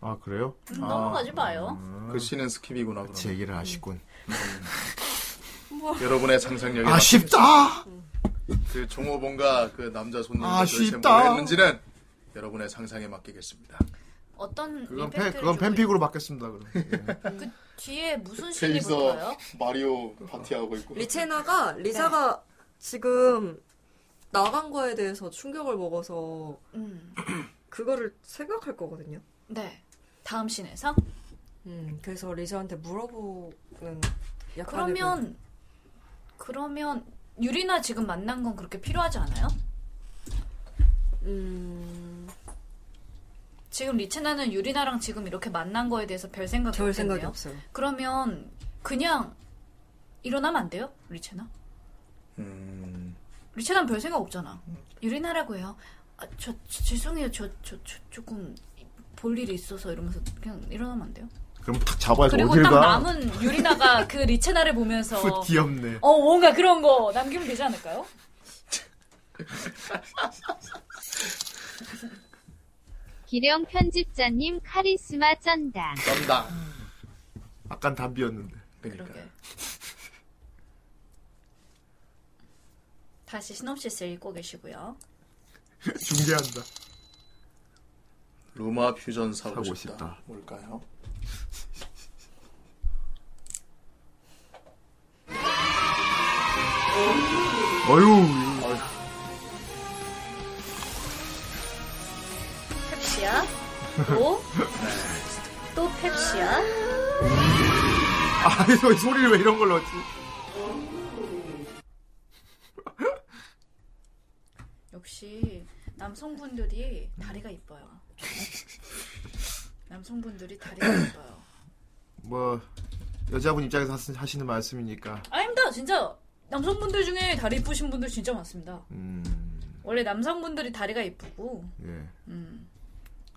A: 아 그래요?
D: 음,
A: 아,
D: 넘어가지 마요.
A: 음.
B: 그 씨는 스킵이구나
A: 같이
B: 그럼.
A: 얘기를 하시군.
B: 여러분의 상상력이
A: 아쉽다.
B: 그 종호 뭔가 그 남자 손님 도대체
A: 아쉽다.
B: 뭘 했는지는 여러분의 상상에 맡기겠습니다.
D: 어떤
A: 그건 팬
D: 임팩트를
A: 그건
D: 주고
A: 팬픽으로 받겠습니다. 그럼. 예.
D: 뒤에 무슨 신이
B: 페이서
D: 볼까요?
B: 마리오 파티하고 있고.
C: 리체나가 리사가
D: 네.
C: 지금 나간 거에 대해서 충격을 먹어서
D: 음,
C: 그거를 생각할 거거든요.
D: 네 다음 신에서
C: 음, 그래서 리자한테 물어보는 약간의
D: 그러면 그러면 유리나 지금 만난 건 그렇게 필요하지 않아요?
C: 그- 음,
D: 지금 리체나는 유리나랑 지금 이렇게 만난 거에 대해서 별 생각이
C: 별 생각이
D: 없겠네요.
C: 없어요.
D: 그러면 그냥 일어나면 안 돼요? 리체나?
B: 음.
D: 리체나는 별 생각 없잖아. 유리나라고 해요. 아, 저, 저 죄송해요. 저, 저, 저 조금 볼 일이 있어서 이러면서 그냥 일어나면 안 돼요?
A: 그럼 탁 잡아야지
D: 그리고
A: 어딜
D: 딱
A: 가? 그
D: 남은 유리나가 그 리체나를 보면서
A: 풋 귀엽네.
D: 어 뭔가 그런 거 남기면 되지 않을까요?
G: 기령 편집자님 카리스마 쩐다.
B: 썸다.
A: 약간 담비였는데.
B: 그러니까.
D: 그러게. 다시 시놉시스 읽고 계시고요.
A: 중계한다.
B: 루마 퓨전 사고,
A: 사고
B: 싶다.
A: 싶다.
B: 뭘까요?
A: 어유.
D: 펩시야. 또. 또 펩시야.
A: 아 이거 소리를 왜 이런 걸 넣지?
D: 역시 남성분들이 다리가 이뻐요. 남성분들이 다리가 이뻐요.
A: 뭐 여자분 입장에서 하시- 하시는 말씀이니까.
D: 아닙니다. 진짜 남성분들 중에 다리 이쁘신 분들 진짜 많습니다.
A: 음.
D: 원래 남성분들이 다리가 이쁘고
A: 예.
D: 음,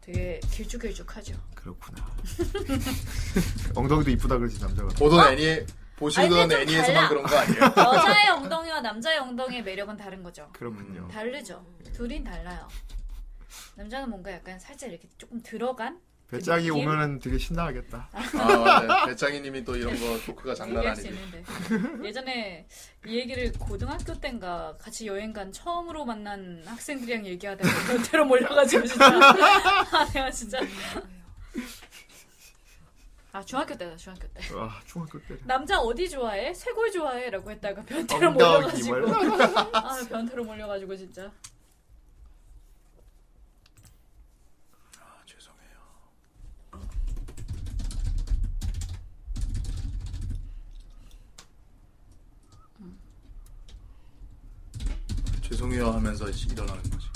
D: 되게 길쭉길쭉하죠.
A: 그렇구나. 엉덩이도 이쁘다 그러지 남자가.
B: 보던 애니 보시던
D: 어? 아니, 근데 좀
B: 애니에서만
D: 달라.
B: 그런 거 아니에요?
D: 여자의 엉덩이와 남자의 엉덩이의 매력은 다른 거죠.
A: 그렇군요.
D: 음. 다르죠. 둘인 달라요. 남자는 뭔가 약간 살짝 이렇게 조금 들어간
A: 배짱이
D: 느낌?
A: 오면은 되게 신나하겠다.
B: 아 맞아요. 배짱이님이 또 이런 거 토크가 장난
D: 얘기할 수
B: 아니지.
D: 있는데 예전에 이 얘기를 고등학교 땐가 같이 여행 간 처음으로 만난 학생들이랑 얘기하다가 별대로 몰려가지고 진짜 아 내가 진짜 아 중학교 때다 중학교 때
A: 와 중학교 때.
D: 남자 어디 좋아해 쇄골 좋아해라고 했다가 변태로
A: 엉덩이
D: 몰려가지고
A: 뭘?
D: 아 변태로 몰려가지고 진짜
B: 아, 죄송해요. 죄송해요 하면서 일어나는 거지.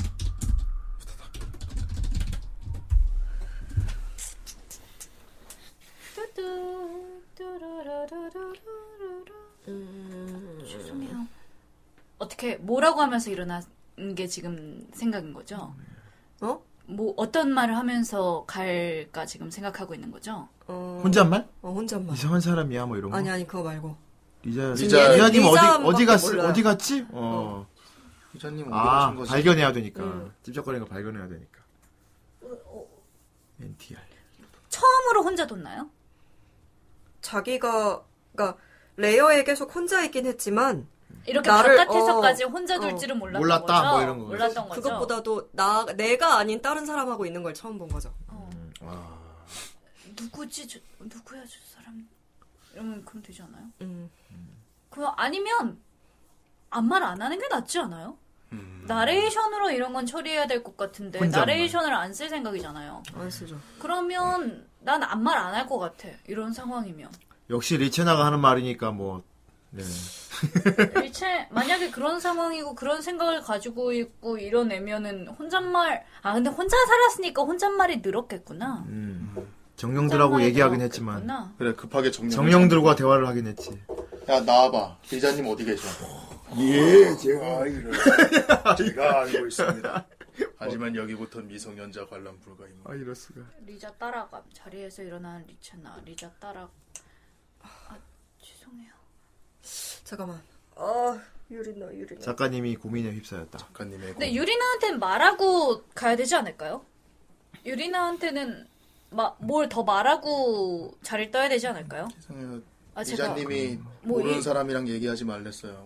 D: 뚜뚜 뚜루루루루루루 음.
B: 네.
D: 죄송해요. 어떻게 뭐라고 하면서 일어난 게 지금 생각인 거죠?
C: 어?
D: 뭐 어떤 말을 하면서 갈까 지금 생각하고 있는 거죠?
C: 어,
A: 혼잣말?
C: 어, 혼잣말.
A: 이상한 사람이야 뭐 이런 거.
C: 아니, 아니, 그거 말고.
A: 리자.
B: 리자-
A: 리자님 어디
C: 리자밖에
A: 어디 갔
C: 몰라요.
A: 어디 갔지? 어.
B: 기자님 어디
A: 아
B: 가신 거지?
A: 발견해야 되니까.
C: 음.
A: 찝쩍거리는 거 발견해야 되니까.
D: 어,
A: NTR.
D: 처음으로 혼자 뒀나요?
C: 자기가, 그니까, 레어에 계속 혼자 있긴 했지만,
D: 이렇게
C: 나를,
D: 바깥에서까지
C: 어,
D: 혼자 둘
C: 어.
D: 줄은 몰랐던
A: 몰랐다,
D: 거죠?
A: 뭐 이런 거.
D: 몰랐던 거죠?
C: 그것보다도 나, 내가 아닌 다른 사람하고 있는 걸 처음 본 거죠.
D: 어,
A: 음, 와.
D: 누구지? 저, 누구야 저 사람? 이러면 그럼 되지 않아요?
C: 음.
D: 그럼 아니면 아무 말 안 하는 게 낫지 않아요?
B: 음.
D: 나레이션으로 이런 건 처리해야 될 것 같은데
A: 혼잣말.
D: 나레이션을 안 쓸 생각이잖아요.
C: 안 쓰죠.
D: 그러면 난 아무 말 안 할 것 같아. 이런 상황이면.
A: 역시 리체나가 하는 말이니까 뭐 네.
D: 일체 만약에 그런 상황이고 그런 생각을 가지고 있고 이런 애면은 혼잣말 아 근데 혼자 살았으니까 혼잣말이 늘었겠구나.
A: 음. 정령들하고
D: 혼잣말이
A: 얘기하긴
D: 늘었겠구나.
A: 했지만
B: 그래 급하게 정령.
A: 정령들과 대화를 하긴 했지.
B: 야 나와봐. 기자님 어디 계셔?
H: 예, 제가 알기로
B: 아, 제가 알고 있습니다. 하지만 여기부터 미성년자 관람 불가입니다.
A: 아, 이럴 수가.
D: 리자 따라감 자리에서 일어나는 리체나 리자 따라 아 죄송해요.
C: 잠깐만. 아 유리나 유리나.
A: 작가님이 고민에 휩싸였다.
D: 네,
B: 작가님의
D: 근데 유리나한테는 말하고 가야 되지 않을까요? 유리나한테는 뭘 더 말하고 자리를 떠야 되지 않을까요?
B: 세상에
D: 아 제가
B: 기자님이
D: 뭐
B: 모르는
D: 이-
B: 사람이랑 얘기하지 말랬어요.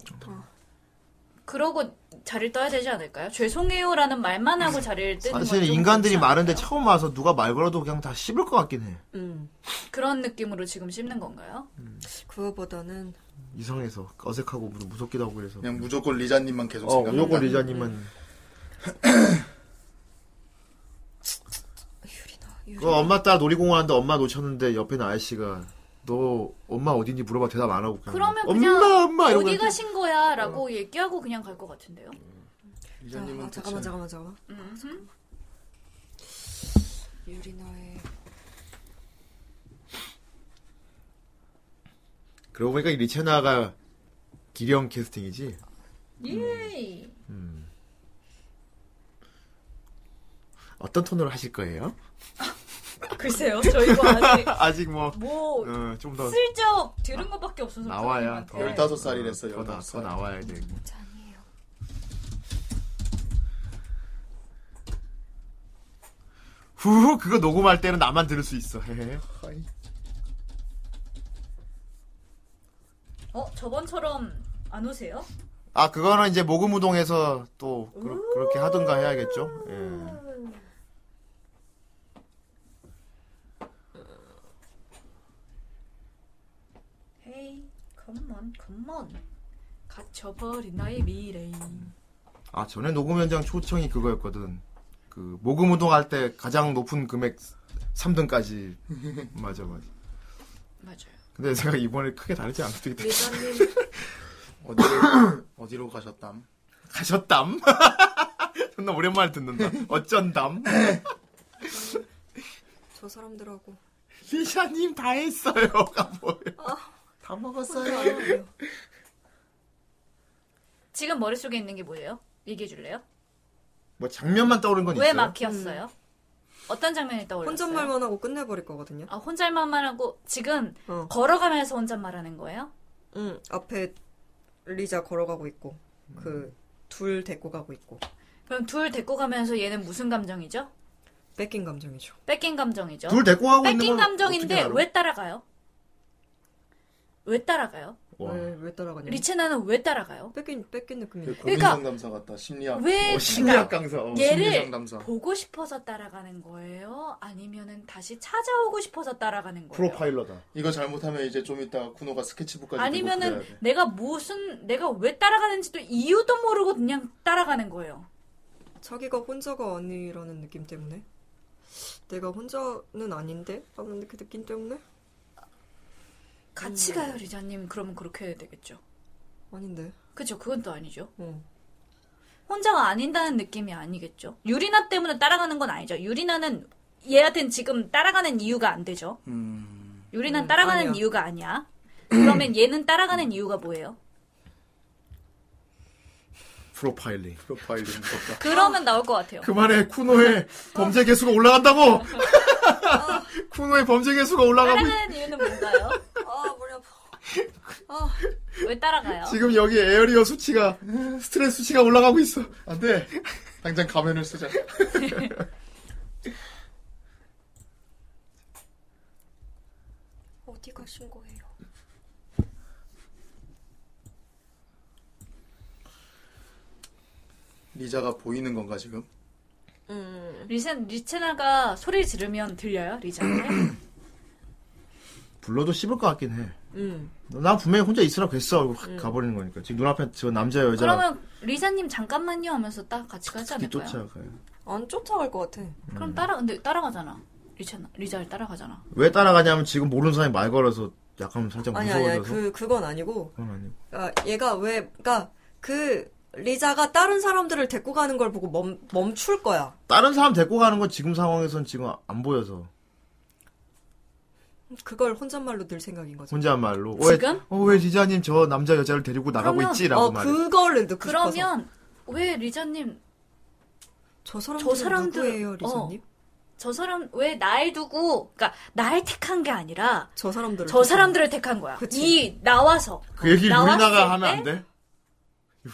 D: 그러고 자리를 떠야 되지 않을까요? 죄송해요라는 말만 하고 자리를 뜨는
A: 사실
D: 건좀
A: 인간들이
D: 그렇지
A: 많은데
D: 않을까요?
A: 처음 와서 누가 말 걸어도 그냥 다 씹을 것 같긴 해.
C: 음
D: 그런 느낌으로 지금 씹는 건가요?
A: 음.
C: 그거보다는
A: 이상해서 어색하고 무슨 무섭기도 하고 그래서.
B: 그냥 무조건 리자님만 계속
A: 어,
B: 생각한다.
A: 무조건 리자님은
C: 유리나
A: 그
C: 유리나.
A: 엄마 딸 놀이공원 하는데 엄마 놓쳤는데 옆에는 아저씨가 너 엄마 어딘지 물어봐 대답 안 하고 그냥
D: 그러면 그냥
A: 엄마 엄마 어. 이러고
D: 어디
A: 그냥
D: 가신 거야? 라고 얘기하고 그냥 갈 것 같은데요?
B: 리자님은
C: 아, 잠깐만 잠깐만 잠깐만.
D: 음.
C: 유리나의
A: 그러고 보니까 이 리체나가 기령 캐스팅이지.
D: 예.
A: 음. 어떤 톤으로 하실 거예요?
D: 글쎄요, 저희가 아직
A: 아직 뭐
D: 뭐
A: 어, 좀 더
D: 슬쩍 들은 것밖에 없어서
A: 나와야
D: 부모님한테.
A: 더
B: 열다섯 살이랬어요,
A: 더, 나,
B: 열다섯
A: 더
B: 살.
A: 나와야 돼.
C: 장이에요.
A: 후후 그거 녹음할 때는 나만 들을 수 있어. 헤헤.
D: 어, 저번처럼 안 오세요?
A: 아 그거는 이제 모금우동에서 또 그렇게 하든가 해야겠죠. 예.
D: 헤이, 컴온, 컴온. 갇혀버린 나의 미래.
A: 아 전에 녹음 현장 초청이 그거였거든. 그 모금우동 할 때 가장 높은 금액 3등까지 맞아 맞아.
D: 맞아요.
A: 근데 제가 이번에 크게 다르지 않을 수도 있다.
C: 리자님
B: 어디로 어디로 가셨담?
A: 가셨담? 존나 오랜만에 듣는다. 어쩐담?
C: 저 사람들하고
A: 리샤님 다 했어요가 뭐예요?
B: 다
C: 안
B: 먹었어요.
C: 어울려요.
D: 지금 머릿속에 있는 게 뭐예요? 얘기해 줄래요?
A: 뭐 장면만 떠오른 건
D: 왜
A: 있어요? 음.
D: 막혔어요? 어떤 장면이 떠올랐어요?
C: 혼잣말만 하고 끝내버릴 거거든요.
D: 아, 혼잣말만 하고 지금
C: 어.
D: 걸어가면서 혼잣말 하는 거예요?
C: 응 음, 앞에 리자 걸어가고 있고
A: 음.
C: 그 둘 데리고 가고 있고
D: 그럼 둘 데리고 가면서 얘는 무슨 감정이죠?
C: 뺏긴 감정이죠.
D: 뺏긴 감정이죠.
A: 둘 데리고 하고 있는 건
D: 뺏긴
A: 어떻게
D: 감정인데
A: 알아?
D: 왜 따라가요? 왜 따라가요?
A: 와.
C: 왜, 왜
A: 음.
C: 따라가냐?
D: 리체나는 왜 따라가요?
C: 뺏긴 뺏긴 느낌이.
A: 그-
B: 고민 상담사 같다. 심리학.
D: 그 그러니까 왜
B: 어,
A: 심리학 강사. 어.
D: 그러니까 얘를
B: 심리 상담사.
D: 보고 싶어서 따라가는 거예요? 아니면은 다시 찾아오고 싶어서 따라가는 거예요?
A: 프로파일러다.
B: 이거 잘못하면 이제 좀 이따 쿠노가 스케치북까지 들고
D: 아니면은
B: 그래야 돼.
D: 내가 무슨 내가 왜 따라가는지도 이유도 모르고 그냥 따라가는 거예요.
C: 자기가 혼자가 아니라는 느낌 때문에 내가 혼자는 아닌데 하는 그 느낌 때문에
D: 같이 가요, 리자님. 그러면 그렇게 해야 되겠죠.
C: 아닌데.
D: 그쵸? 그건 또 아니죠.
C: 어.
D: 혼자가 아닌다는 느낌이 아니겠죠. 유리나 때문에 따라가는 건 아니죠. 유리나는 얘한테는 지금 따라가는 이유가 안 되죠.
B: 음,
D: 유리는
C: 음,
D: 따라가는
C: 아니야.
D: 이유가 아니야. 그러면 얘는 따라가는 이유가 뭐예요?
A: 프로파일링.
B: 프로파일링 무섭다.
D: 그러면 나올 것 같아요.
A: 그만해 쿠노의 범죄 개수가 올라간다고. 쿠노의 범죄 개수가 올라가고 있-
D: 따라가는 이유는 뭔가요? 어, 뭐.
C: 아 머리 아파.
D: 왜 따라가요?
A: 지금 여기 에어리어 수치가 스트레스 수치가 올라가고 있어.
B: 안돼. 아, 네. 당장 가면을 쓰자.
F: 어디 가신 거예요?
B: 리자가 보이는 건가 지금?
D: 리체, 리체나가 소리 지르면 들려요, 리자한테?
A: 불러도 씹을 것 같긴 해.
C: 음.
A: 난 분명히 혼자 있으라고 했어. 그리고 확 가버리는 거니까. 지금 눈앞에 저 남자 여자
D: 음. 그러면 리사님 잠깐만요 하면서 딱 같이 가지 않을까요?
A: 뒤쫓아가요.
C: 안 쫓아갈 것 같아.
D: 그럼 따라 근데 따라가잖아. 리차 리자를 따라가잖아.
A: 왜 따라가냐면 지금 모르는 사람이 말 걸어서 약간 살짝
C: 아니 아니 아니
A: 무서워져서.
C: 그 그건 아니고
A: 그건 아니고.
C: 아, 얘가 왜 그러니까 그 리자가 다른 사람들을 데리고 가는 걸 보고 멈 멈출 거야.
A: 다른 사람 데리고 가는 건 지금 상황에선 지금 안 보여서
C: 그걸 혼잣말로 늘 생각인 거죠.
A: 혼잣말로
D: 지금?
A: 왜, 어, 왜 리자님 저 남자 여자를 데리고 나가고
D: 그러면,
A: 있지라고
C: 어
A: 말해.
C: 그거를 넣고 싶어서.
D: 그러면 왜 리자님
C: 저 사람들
D: 저 사람들은- 어.
C: 누구예요, 리자님?
D: 저 사람 왜 날 두고 그러니까 날 택한 게 아니라
C: 저 사람들을
D: 저 사람들을 택한 거야.
C: 그치.
D: 이 나와서
A: 그 얘기
D: 나왔을
A: 유리나가 하면
D: 때?
A: 안 돼?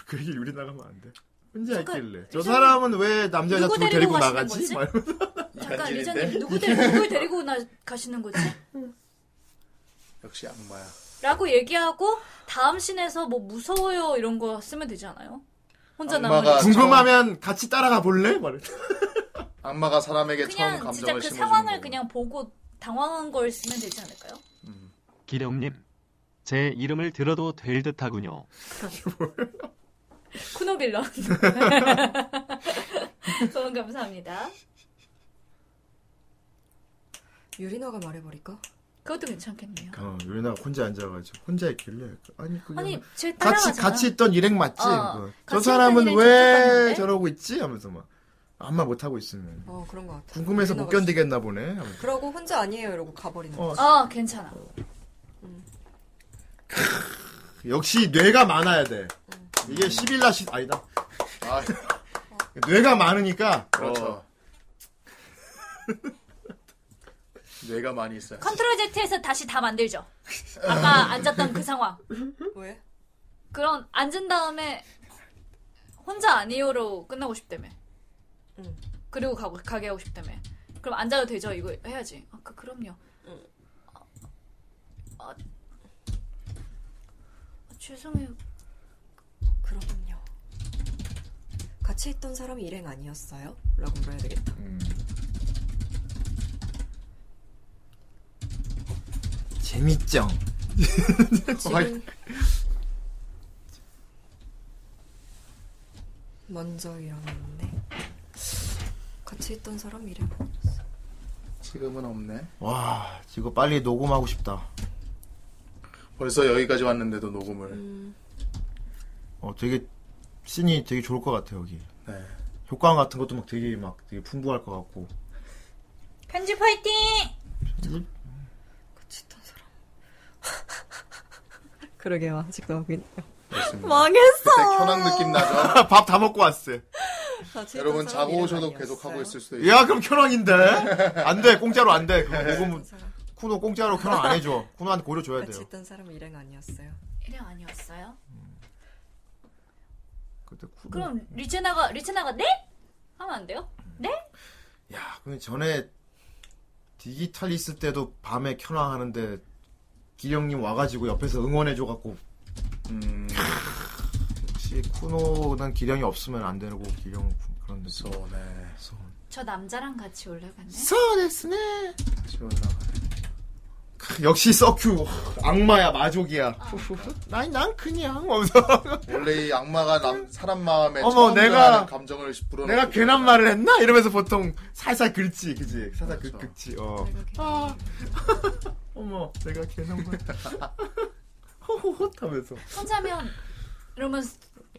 A: 그 얘기 유리나가 하면 안 돼. 혼자
D: 잠깐,
A: 있길래. 저
D: 리자님-
A: 사람은 왜 남자 여자
D: 누구
A: 둘 데리고
D: 데리고 가시는
A: 나가지?
D: 거지?
A: 막 이러면서.
D: 잠깐
B: 간질인데?
D: 리자님 누구 데 누굴 데리고 나 가시는 거지?
B: 역시 악마야.
D: 라고 얘기하고 다음 씬에서 뭐 무서워요 이런 거 쓰면 되지 않아요? 혼자
B: 악마가-
D: 남은
A: 궁금하면 같이 따라가 볼래? 말해.
B: 악마가 사람에게 처음
D: 그냥
B: 감정을
D: 진짜 그
B: 심어주는
D: 상황을
B: 거고.
D: 그냥 보고 당황한 걸 쓰면 되지 않을까요?
I: 음. 기령님, 제 이름을 들어도 될 듯하군요.
D: 쿠노빌런 소원 감사합니다.
C: 유리나가 말해버릴까?
D: 그것도 괜찮겠네요.
A: 어, 유리나가 혼자 앉아가지고 혼자 있길래 아니 그냥
D: 아니 제
A: 같이
D: 따라가잖아.
A: 같이 있던 일행 맞지?
D: 어,
A: 그거.
D: 같이
A: 저
D: 있던
A: 사람은
D: 일행
A: 왜
D: 쫓아갔는데?
A: 저러고 있지? 하면서 막 아무 말 못 하고 있으면
C: 어 그런 것 같아.
A: 궁금해서 못
C: 유리나가
A: 견디겠나 보네. 하면서.
C: 그러고 혼자 아니에요 이러고 가버리는
A: 어,
C: 거지.
D: 아 괜찮아.
A: 역시 뇌가 많아야 돼. 이게 11라 시 아니다.
B: 아,
A: 뇌가 많으니까
B: 그렇죠.
A: 어,
B: 뇌가 많이 있어요.
D: 컨트롤 Z에서 다시 다 만들죠. 아까 앉았던 그 상황.
C: 왜?
D: 그런 앉은 다음에 혼자 아니요로 끝나고 싶다며.
C: 응.
D: 그리고 가고 가게 하고 싶다며. 그럼 앉아도 되죠? 이거 해야지. 아, 그, 그럼요. 아, 아, 죄송해요.
C: 그럼요. 같이 있던 사람이 일행 아니었어요? 라고 물어야 되겠다.
A: 음. 재밌죠.
C: 지금 먼저 일어났는데 같이 있던 사람 일행 아니었어.
B: 지금은 없네.
A: 와 이거 빨리 녹음하고 싶다.
B: 벌써 여기까지 왔는데도 녹음을.
A: 어 되게 씬이 되게 좋을 것 같아 여기.
B: 네.
A: 효과음 같은 것도 막 되게 막 되게 풍부할 것 같고.
D: 편집 화이팅!
C: 같이 있던 사람. 그러게요. 아직도 하고 있네요.
B: 그렇습니다.
C: 망했어.
B: 그때 현황 느낌 나죠?
A: 밥 다 먹고 왔어.
C: 같이 있던
B: 여러분
C: 사람
B: 자고
C: 일행
B: 오셔도
C: 아니었어요.
B: 계속 하고 있을 수도 있어요.
A: 야 그럼 켜랑인데 안 돼 공짜로 안 돼. 그거 녹음
C: 사람.
A: 쿠노 공짜로 켜랑 안 해줘. 쿠노한테 고려 줘야
C: 같이
A: 돼요.
C: 있던 사람 일행 아니었어요.
D: 일행 아니었어요?
A: 그때 쿠노.
D: 그럼 리체나가, 리체나가 네? 하면 안 돼요?
A: 야, 그 전에 디지털 있을 때도 밤에 켜놔 하는데 기령님 와가지고 옆에서 응원해줘갖고
B: 음,
A: 혹시 쿠노는 기령이 없으면 안 되고 기령 그런 데서
B: 그래서 네.
D: 저 남자랑 같이 올라갔네.
A: 서데스네
B: 다시 올라가요.
A: 역시 서큐 악마야 마족이야
C: 아.
A: 난, 난 그냥 하면서
B: 원래 이 악마가 남, 사람 마음에
A: 어머,
B: 처음
A: 내가-
B: 들어가는 감정을 불어넣고
A: 내가 괜한 말을 했나 이러면서 보통 살살 긁지 그지 살살
B: 그렇죠.
A: 긁, 지 어.
C: 내가 걔-
A: 아 어머 내가 괜한 말 호호호 하면서
D: 혼자면, 이러면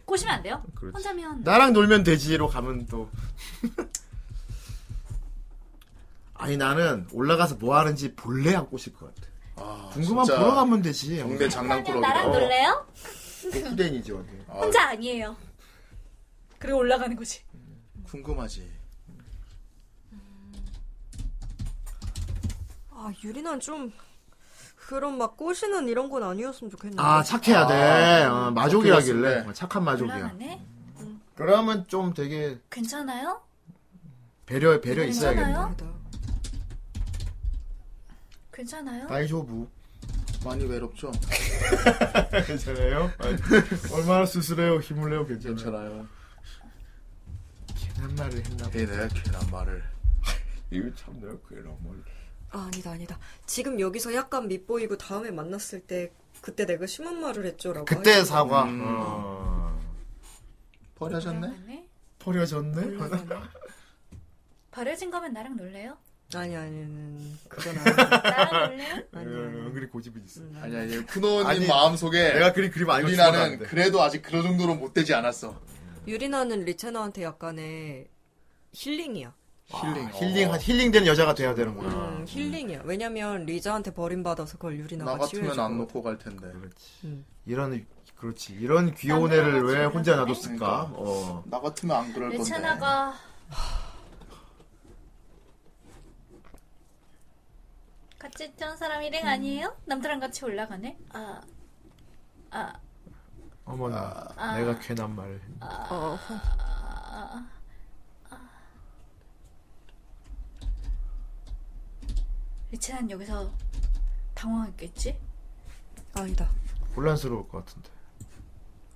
D: 꼬시면 안 돼요?
A: 그렇지.
D: 혼자면.
A: 나랑 놀면 되지로 가면 또 아니 나는 올라가서 뭐 하는지 볼래 하고 싶을 것 같아
B: 아,
A: 궁금하면
B: 진짜
A: 보러 가면 되지 어.
B: 경대
D: 혼자면
B: 장난꾸러기다.
D: 나랑 놀래요?
A: 후대인이지 완전
B: 아,
D: 혼자 아니에요. 그리고 올라가는 거지.
B: 궁금하지.
C: 아 유리난 좀 그런 막 꼬시는 이런 건 아니었으면 좋겠는데.
A: 아 착해야 돼 어, 마족이라길래
B: 그렇습니다.
A: 착한 마족이야
D: 올라가네?
A: 그러면 좀 되게
D: 괜찮아요?
A: 배려 배려 있어야겠네
D: 괜찮아요?
C: 그러다.
D: 괜찮아요?
A: 다이조부
B: 많이 외롭죠?
A: 괜찮아요? 얼마나 수술해요 힘을 내요 괜찮아요
B: 괜찮아요.
A: 괜한 말을 했나 봐
B: 에이, 내가 괜한 말을.
J: 이거 참 내가 괴로운 걸.
C: 아, 아니다, 아니다. 지금 여기서 약간 밉보이고 다음에 만났을 때 그때 내가 심한 말을 했죠라고.
A: 그때 사과.
B: 음.
A: 어.
D: 음.
B: 버려졌네?
D: 올라가네?
A: 버려졌네?
C: 하셨네?
D: 바래진 거면 나랑 놀래요?
C: 아니, 아니, 아니, 그건 아니야.
D: 나랑 놀래요?
C: 아니, 아니.
A: 그리 고집이 있어.
B: 아니야, 얘 쿠노님
A: 아니,
B: 마음속에
A: 내가 그린 그림 알고 죽어도 안
B: 유리나는
A: 돼.
B: 그래도 아직 그런 정도로 못 되지 않았어.
C: 유리나는 리체나한테 약간의 힐링이야.
A: 아,
B: 힐링.
A: 힐링,
B: 어.
A: 힐링되는 여자가 돼야 되는구나.
C: 음, 힐링이야. 왜냐면 리자한테 버림받아서 그걸 유리나가
B: 나 같으면
C: 치유해주고.
B: 안 놓고 갈 텐데.
C: 음.
A: 이런, 그렇지. 이런 귀여운 애를 왜 혼자 놔뒀을까? 어.
B: 나 같으면 안 그럴
D: 내
B: 건데.
D: 채나가 같이 짠 사람 일행 아니에요? 남들랑 같이 올라가네? 아, 아,
A: 어머나.
D: 아.
A: 내가 괜한 말을.
C: 어,
D: 리치는 여기서 당황했겠지?
C: 아니다.
A: 곤란스러울 것 같은데.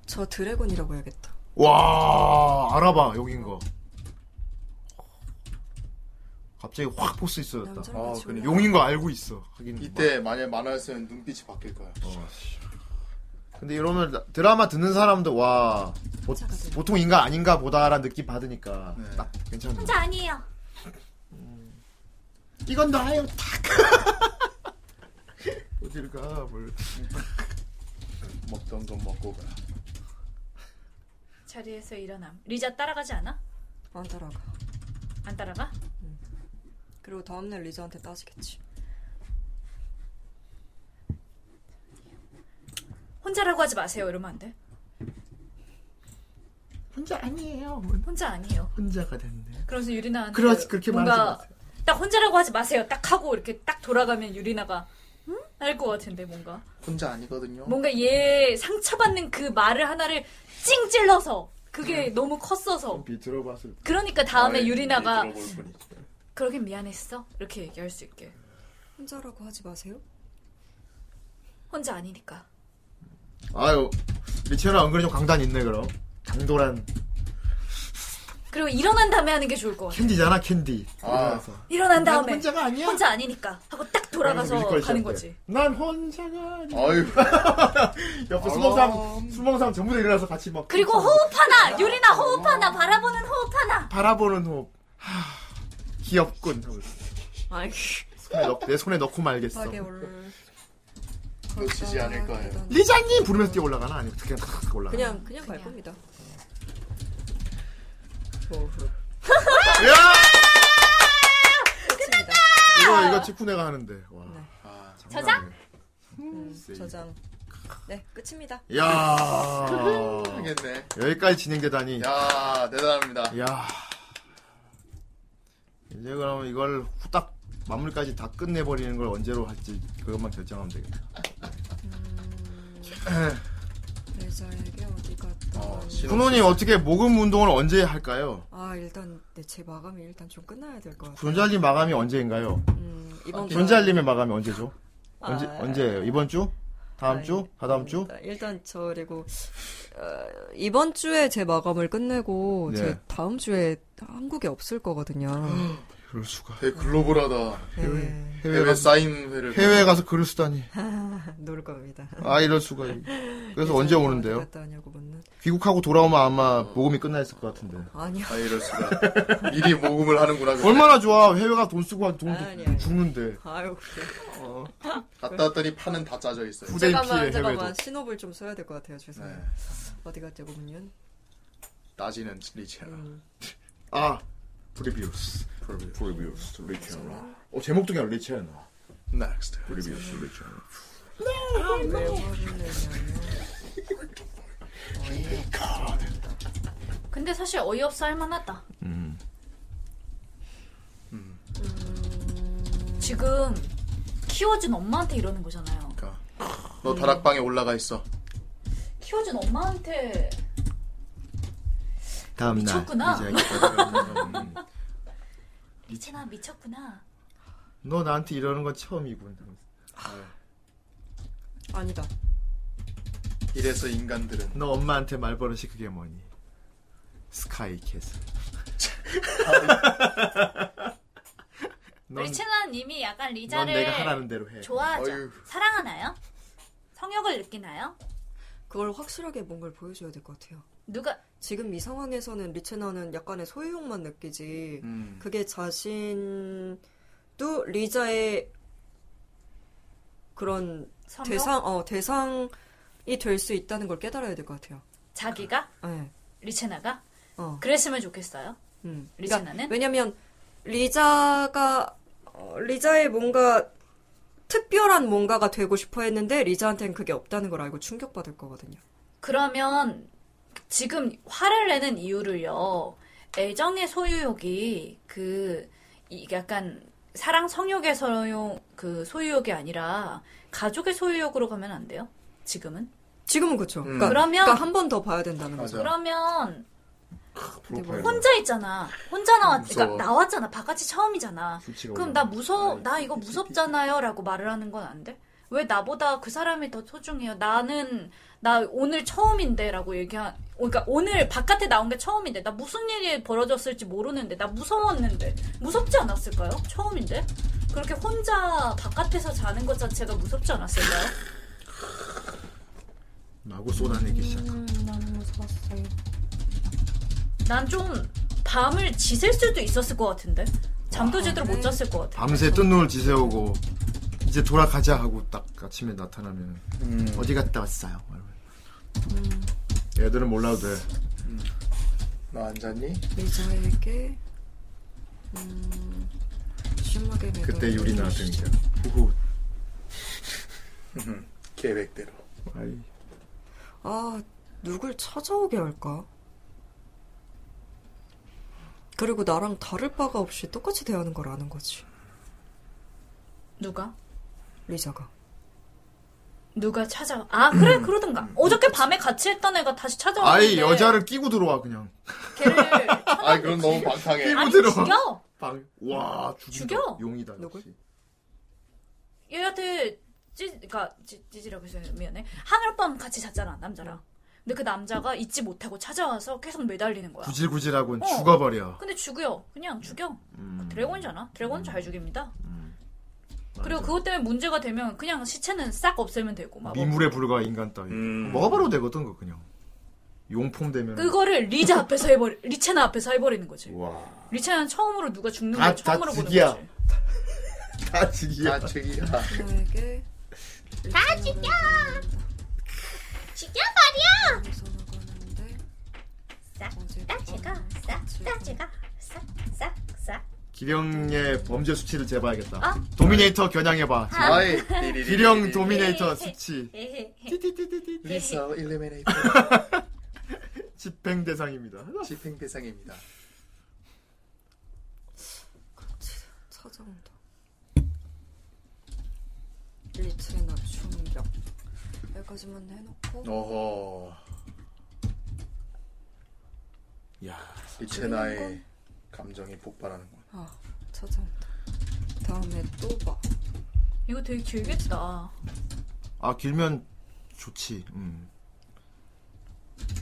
C: 저 드래곤이라고 해야겠다.
A: 와, 알아봐, 여긴 거. 갑자기 확 포스 있어졌다.
C: 남자랑
B: 아,
C: 같이
B: 그래.
C: 올라가.
A: 용인 거 알고 있어. 하긴. 뭐. 어,
B: 이때 만약 만화였으면 눈빛이 바뀔 거야.
A: 근데 이러면 나- 드라마 듣는 사람도 와 보,
C: 혼자가 되네.
A: 보통 인간 아닌가 보다라는 느낌 받으니까
B: 네.
A: 딱 괜찮네.
D: 혼자 아니에요.
A: 이건 나예요. 탁. 어딜 가 뭘.
B: 먹던 건 먹고 가.
D: 자리에서 일어남. 리자 따라가지 않아?
C: 안 따라가.
D: 안 따라가?
C: 그리고 다음날 리자한테 따지겠지.
D: 혼자라고 하지 마세요. 이러면 안 돼.
A: 혼자 아니에요.
D: 혼자 아니에요.
A: 혼자가 됐네.
D: 그러면서 유리나한테
A: 그렇지, 그렇게 말하지
D: 뭔가
A: 마세요.
D: 딱 혼자라고 하지 마세요. 딱 하고 이렇게 딱 돌아가면 유리나가 응? 알 것 같은데 뭔가
B: 혼자
A: 어.
B: 아니거든요.
D: 뭔가 얘 상처받는 그 말을 하나를 찡 찔러서
A: 네.
D: 그게 너무 컸어서
A: 비틀어봤을 때.
D: 그러니까 다음에
B: 아이,
D: 유리나가
B: 들어볼 뿐이지.
D: 그러긴 미안했어 이렇게 얘기할 수 있게
C: 혼자라고 하지 마세요.
D: 혼자 아니니까
A: 아유 리치나 은근히 좀 강단 있네 그럼. 강도란
D: 그리고 일어난 다음에 하는 게 좋을 것 같아
A: 캔디잖아 캔디.
B: 아.
A: 그래서.
D: 일어난 다음에
A: 혼자가 아니야.
D: 혼자 아니니까 하고 딱
A: 그래서
D: 돌아가서
A: 뮤지컬
D: 가는
A: 시작
D: 거지
A: 때. 난 혼자가 아니야.
B: 아유,
A: 옆에
B: 아.
A: 수멍상 수멍상 전부 다 일어나서 같이 막.
D: 그리고 호흡 하나 유리나 호흡 하나 바라보는 호흡 하나
A: 바라보는 호흡. 하, 귀엽군. 하고 있어.
C: 아이,
A: 손에 넣, 내 손에 넣고 말겠어.
C: 급하게 올.
B: 놓치지 않을 거예요.
A: 리장님 부르면서 뛰어 올라가나 아니면 그냥 탁 올라가.
C: 네. 그냥 그냥 갈 겁니다. 호흡.
A: 야!
C: 끝났다.
A: 이거 이거 치쿠네가 하는데. 와.
C: 네.
B: 아, 참.
A: 장난 아니네.
C: 음, 저장. 네, 끝입니다.
A: 야.
B: 하겠네.
A: 여기까지 진행되다니. 야.
B: 야, 대단합니다.
A: 이제 그럼 이걸 후딱 마무리까지 다 끝내버리는 걸 언제로 할지 그것만 결정하면 되겠다.
B: 음.
C: 레자에게 어디 갔다
B: 어,
C: 왔니?
B: 실험-
A: 쿠노님 어떻게 모금 운동을 언제 할까요?
C: 아, 일단 네, 제 마감이 일단 좀 끝나야 될 것 같아요.
A: 존잘님 마감이 언제인가요?
C: 음, 이번 주-
A: 존잘님의 마감이 언제죠? 언제
C: 아,
A: 언제예요? 이번 주? 다음
C: 아이,
A: 주? 다다음 주?
C: 일단- 일단 저 그리고 어, 이번 주에 제 마감을 끝내고
A: 네. 음.
C: 제 다음 주에 한국에 없을 거거든요.
A: 그럴 수가.
B: 되게 글로벌하다.
C: 네,
A: 해외
B: 해외
A: 가서,
B: 사인회를.
A: 해외 가서 글을 쓰다니.
C: 놀 겁니다.
A: 아 이럴 수가. 그래서 언제
C: 어디
A: 오는데요?
C: 갔다 왔냐고 묻는.
A: 귀국하고 돌아오면 아마 모금이 끝나 있을 것 같은데.
C: 아니요.
B: 아, 이럴 수가. 미리 모금을 하는구나. 그래.
A: 얼마나 좋아. 해외가 돈 쓰고 한 돈도
C: 아니, 아니.
A: 죽는데.
C: 아유 그래.
B: 갔다 왔더니 판은 다 짜져 있어요.
A: 부대인 피해
C: 잠깐만
A: 해외도.
C: 잠깐만 신호를 좀 써야 될 것 같아요. 죄송해요.
B: 네.
C: 어디 갔냐고 묻는.
B: 따지는 리치아라.
C: 음.
A: 아 프리뷰스.
B: 프로뷰.
K: 프리뷰스 리치아나
A: 어 제목도 그냥 리치아나.
B: 넥스트.
K: 프리뷰스 리치아나
C: 왜 화를 내냐면
D: 근데 사실 어이없어 할 만하다
A: 음.
D: 음, 지금 키워준 엄마한테 이러는 거잖아요
B: 그러니까 너 다락방에 올라가 있어.
D: 키워준 엄마한테
A: 다음 날.
D: 미쳤구나.
A: 이제 알겠다. 음.
D: 리체나 미쳤구나
A: 너 나한테 이러는 건 처음이군.
C: 아니다.
B: 이래서 인간들은
A: 너 엄마한테 말버릇이 그게 뭐니? 스카이 캐슬. 넌,
D: 리첼라님이 약간
A: 넌
D: 리자를
A: 내가 하라는 대로 해.
D: 좋아하죠.
B: 어휴.
D: 사랑하나요? 성욕을 느끼나요?
C: 그걸 확실하게 뭔가를 보여줘야 될 것 같아요.
D: 누가
C: 지금 이 상황에서는 리체나는 약간의 소유욕만 느끼지.
B: 음.
C: 그게 자신도 리자의 그런
D: 성욕?
C: 대상, 어, 대상이 될 수 있다는 걸 깨달아야 될 것 같아요.
D: 자기가?
C: 네.
D: 리체나가?
C: 어.
D: 그랬으면 좋겠어요.
C: 음.
D: 리체나는?
C: 왜냐면 리자가 어, 리자의 뭔가 특별한 뭔가가 되고 싶어 했는데 리자한테는 그게 없다는 걸 알고 충격받을 거거든요.
D: 그러면 지금 화를 내는 이유를요. 애정의 소유욕이 그 이- 약간 사랑 성욕의 소유 그 소유욕이 아니라 가족의 소유욕으로 가면 안 돼요? 지금은?
C: 지금은 그렇죠.
B: 음.
C: 그러니까,
D: 그러면-
C: 한 번 더 봐야 된다는 거죠.
B: 맞아.
D: 그러면
B: 프로파일.
D: 혼자 있잖아. 혼자 나왔
B: 무서워.
D: 그러니까 나왔잖아. 바깥이 처음이잖아.
A: 수치가
D: 그럼
A: 올라가.
D: 나 무서워,
B: 아이,
D: 나 이거
B: 그치,
D: 무섭잖아요라고 말을 하는 건 안 돼? 왜 나보다 그 사람이 더 소중해요? 나는 나 오늘 처음인데라고 얘기한, 그러니까 오늘 바깥에 나온 게 처음인데 나 무슨 일이 벌어졌을지 모르는데 나 무서웠는데 무섭지 않았을까요? 처음인데 그렇게 혼자 바깥에서 자는 것 자체가 무섭지 않았을까요?
A: 라고 쏟아내기 시작한.
L: 나는 무서웠어요.
D: 난 좀 밤을 지샐 수도 있었을 것 같은데 잠도 제대로 못 잤을 것 같아.
A: 아, 네. 밤새 뜬 눈을 지새우고 이제 돌아가자 하고 딱 아침에 나타나면
B: 음.
A: 어디 갔다 왔어요? 이러면. 얘들은 음. 몰라도 돼.
B: 나안 잤니?
C: 리자에게 음, 심하게 매달려
A: 그때 유리나
C: 주시죠.
A: 등장. 후후.
B: 계획대로.
A: 아이.
C: 아, 누굴 찾아오게 할까? 그리고 나랑 다를 바가 없이 똑같이 대하는 걸 아는 거지.
D: 누가?
C: 리자가.
D: 누가 찾아? 아 그래 그러든가. 어저께 밤에 같이 했던 애가 다시
A: 음.
D: 찾아왔는데. 네.
A: 아이 여자를 끼고 들어와 그냥.
D: 걔를
B: 아, 그럼 너무 방탕해.
A: 끼고
D: 아니
A: 들어와.
D: 죽여
A: 방. 와 죽인다.
D: 죽여?
A: 용이다.
C: 누굴?
A: 역시.
D: 얘한테 찌 그러니까 찌, 찌질하고 해서 미안해 하룻밤 같이 잤잖아 남자랑 근데 그 남자가 잊지 못하고 찾아와서 계속 매달리는 거야
A: 구질구질하고는
D: 어.
A: 죽어버려.
D: 근데 죽여 그냥 죽여
A: 음.
D: 드래곤이잖아 드래곤 잘 죽입니다
A: 맞아.
D: 그리고 그것 때문에 문제가 되면 그냥 시체는 싹 없애면 되고 막
A: 미물에 불과한 인간 따위.
B: 음.
A: 먹어버려도 되거든 그거 그냥. 용품 되면.
D: 그거를 리자 앞에서 해버리 리체나 앞에서 해버리는 거지
A: 와.
D: 리체는 처음으로 누가 죽는
A: 다-
D: 걸 처음으로
A: 아, 다
D: 보는
A: 죽이야.
D: 거지
A: 다 지기야.
B: 아, 저기야.
C: 리자에게 네.
L: 다 죽여! 죽여버려!
C: 선하고 하는데
L: 싹,
C: 어제
L: 다 죽어. 싹, 다 죽어. 싹, 싹, 싹.
A: 기령의 범죄 수치를 재봐야겠다.
L: 아.
A: 도미네이터 겨냥해봐.
B: 아이.
A: 기령 도미네이터 수치.
L: 에헤헤.
A: 띠띠띠띠띠.
B: 리사 일레메네이터
A: 집행 대상입니다.
B: 집행 대상입니다.
C: 찾아온다. 리체나 충격. 여기까지만 해놓고
B: 어허.
A: 야.
B: 리체나의 감정이 폭발하는군.
C: 아, 찾아온다. 다음에 또 봐.
D: 이거 되게 길겠다
A: 아 길면 좋지. 음.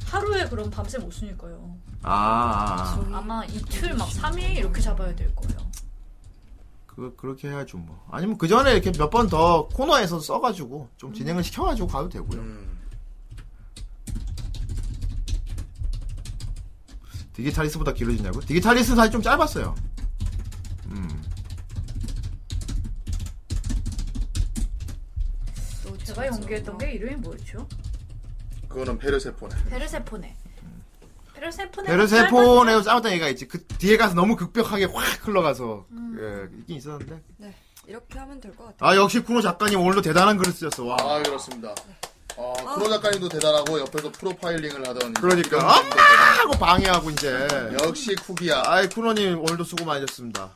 D: 하루에 그럼 밤새 못 쓰니까요
A: 아, 아, 아.
C: 저희
D: 아마 이틀 막 3일 이렇게 잡아야 될 거예요
A: 그 그렇게 해야죠 뭐. 아니면 그 전에 이렇게 몇 번 더 코너에서 써가지고 좀 진행을 시켜가지고 가도 되고요.
B: 음.
A: 디지탈리스보다 길어지냐고? 디지탈리스 사실 좀 짧았어요.
C: 네,
A: 음.
C: 또
D: 제가 연기했던 게 이름이 뭐였죠?
B: 그거는 페르세포네.
D: 베르세포네. 베르세포네.
A: 베르세폰에서 싸웠던 얘기가 있지. 그 뒤에 가서 너무 극벽하게 확 흘러가서
C: 음.
A: 예, 있긴 있었는데.
C: 네, 이렇게 하면 될 것 같아요.
A: 아 역시 쿠노 작가님 오늘도 대단한 글을 쓰셨어. 와.
B: 아, 그렇습니다. 어, 프로 작가님도 대단하고 옆에서 프로파일링을 하던
A: 그러니까
B: 이런 분도
A: 엄마 하고 방해하고 이제.
B: 대단하고. 역시 쿠기야.
A: 아이 쿠노님 오늘도 수고 많으셨습니다.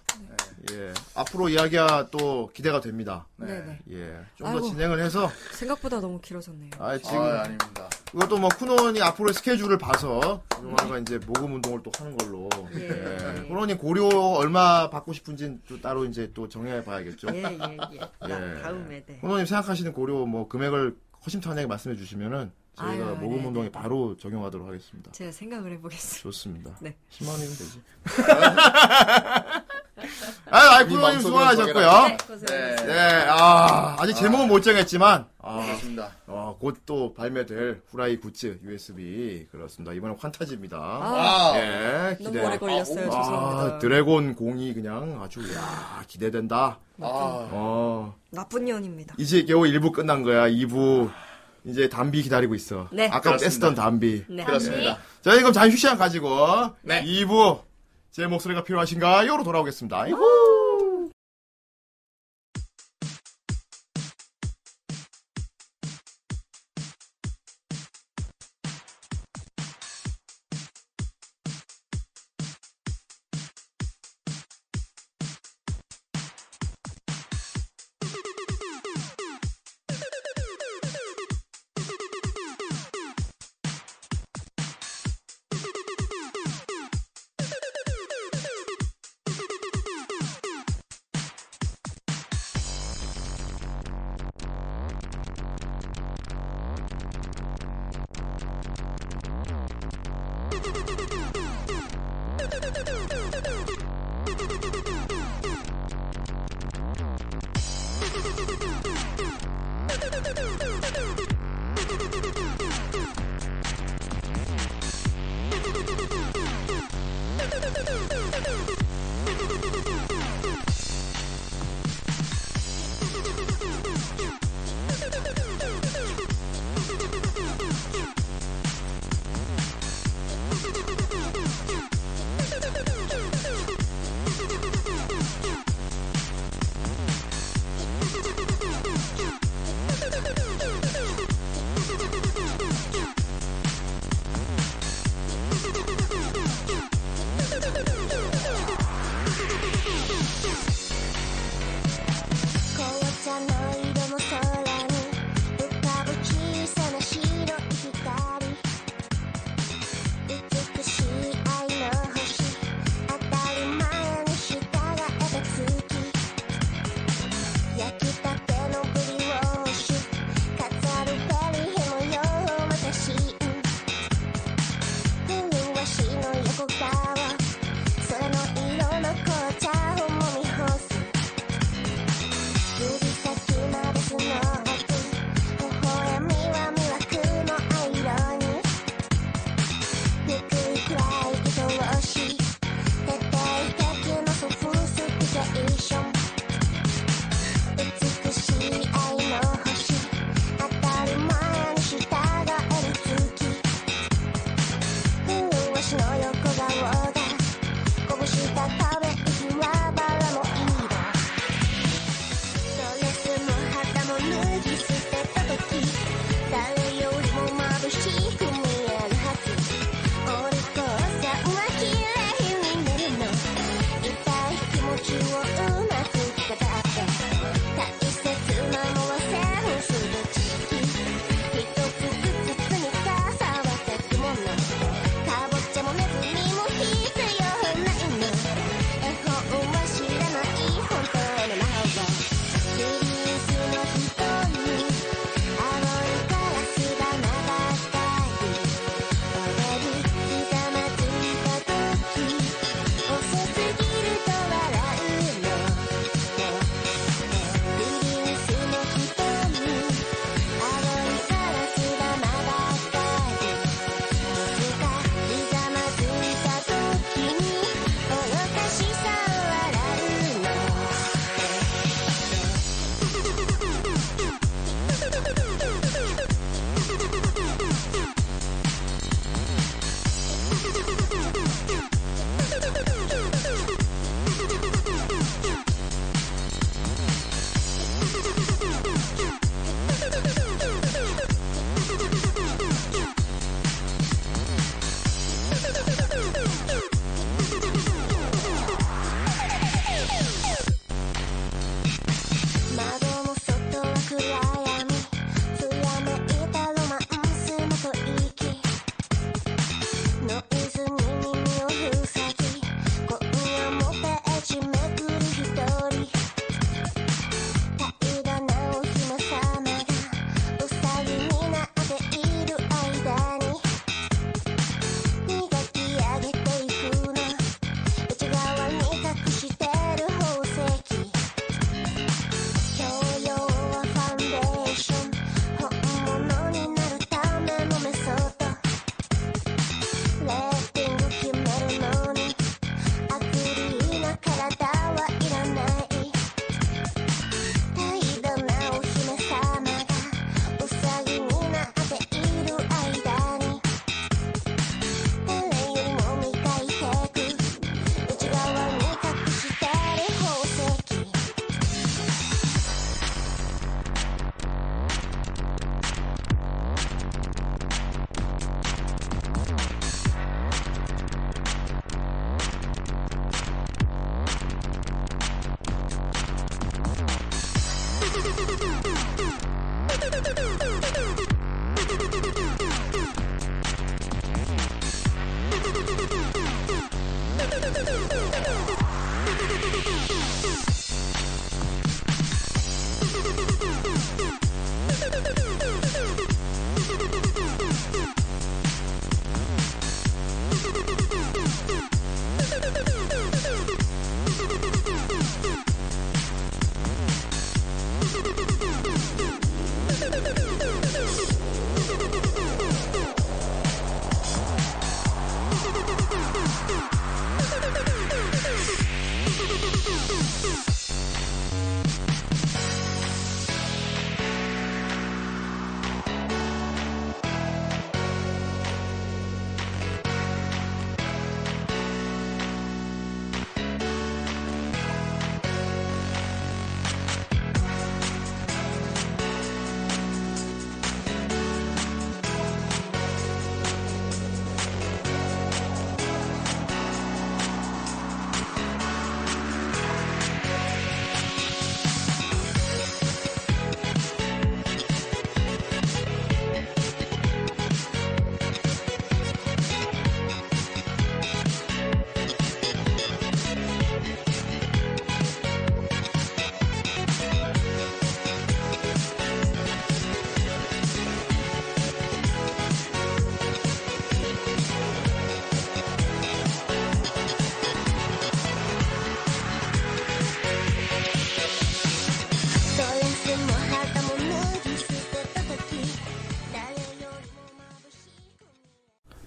A: 예. 앞으로 이야기가 또 기대가 됩니다.
C: 네, 네.
A: 예. 좀 더
C: 아이고.
A: 진행을 해서
C: 생각보다 너무 길어졌네요.
A: 아 지금
B: 아, 아닙니다.
A: 이것도 뭐 쿠노니 앞으로 스케줄을 봐서
C: 음.
A: 쿠노가 이제 모금 운동을 또 하는 걸로. 예. 쿠노니 고려 얼마 받고 싶은지 또 따로 이제 또 정해 봐야겠죠.
C: 예, 예, 예. 나 다음에 네.
A: 쿠노님 생각하시는 고려 뭐 금액을 허심탄회하게 말씀해 주시면은 저희가
C: 아유,
A: 모금
C: 네,
A: 운동에
C: 네.
A: 바로 적용하도록 하겠습니다.
C: 제가 생각을 해보겠습니다.
A: 좋습니다.
C: 네.
A: 10만 원이면 되지. 아,
B: 우리
A: 아이쿠로님
B: 마음속으로
A: 수고하셨고요.
B: 네.
A: 네, 아, 아직 제목은 못 정했지만, 아,
B: 그렇습니다.
A: 어, 곧 또 발매될 후라이 굿즈 USB. 그렇습니다. 이번엔 환타지입니다. 아.
B: 와.
A: 예,
C: 아, 너무
A: 기대.
C: 오래 걸렸어요.
B: 아,
A: 아,
C: 죄송합니다.
A: 드래곤 공이 그냥 아주, 야 기대된다.
B: 아,
A: 어,
C: 나쁜 년입니다.
A: 이제 겨우 1부 끝난 거야. 2부. 이제 담비 기다리고 있어.
C: 네.
A: 아까
B: 그렇습니다.
A: 뺐던 담비.
C: 네.
B: 그렇습니다.
A: 저희 그럼 잠시 휴식 시간 가지고
B: 네.
A: 2부 제 목소리가 필요하신가요?로 돌아오겠습니다. 이후.
M: 아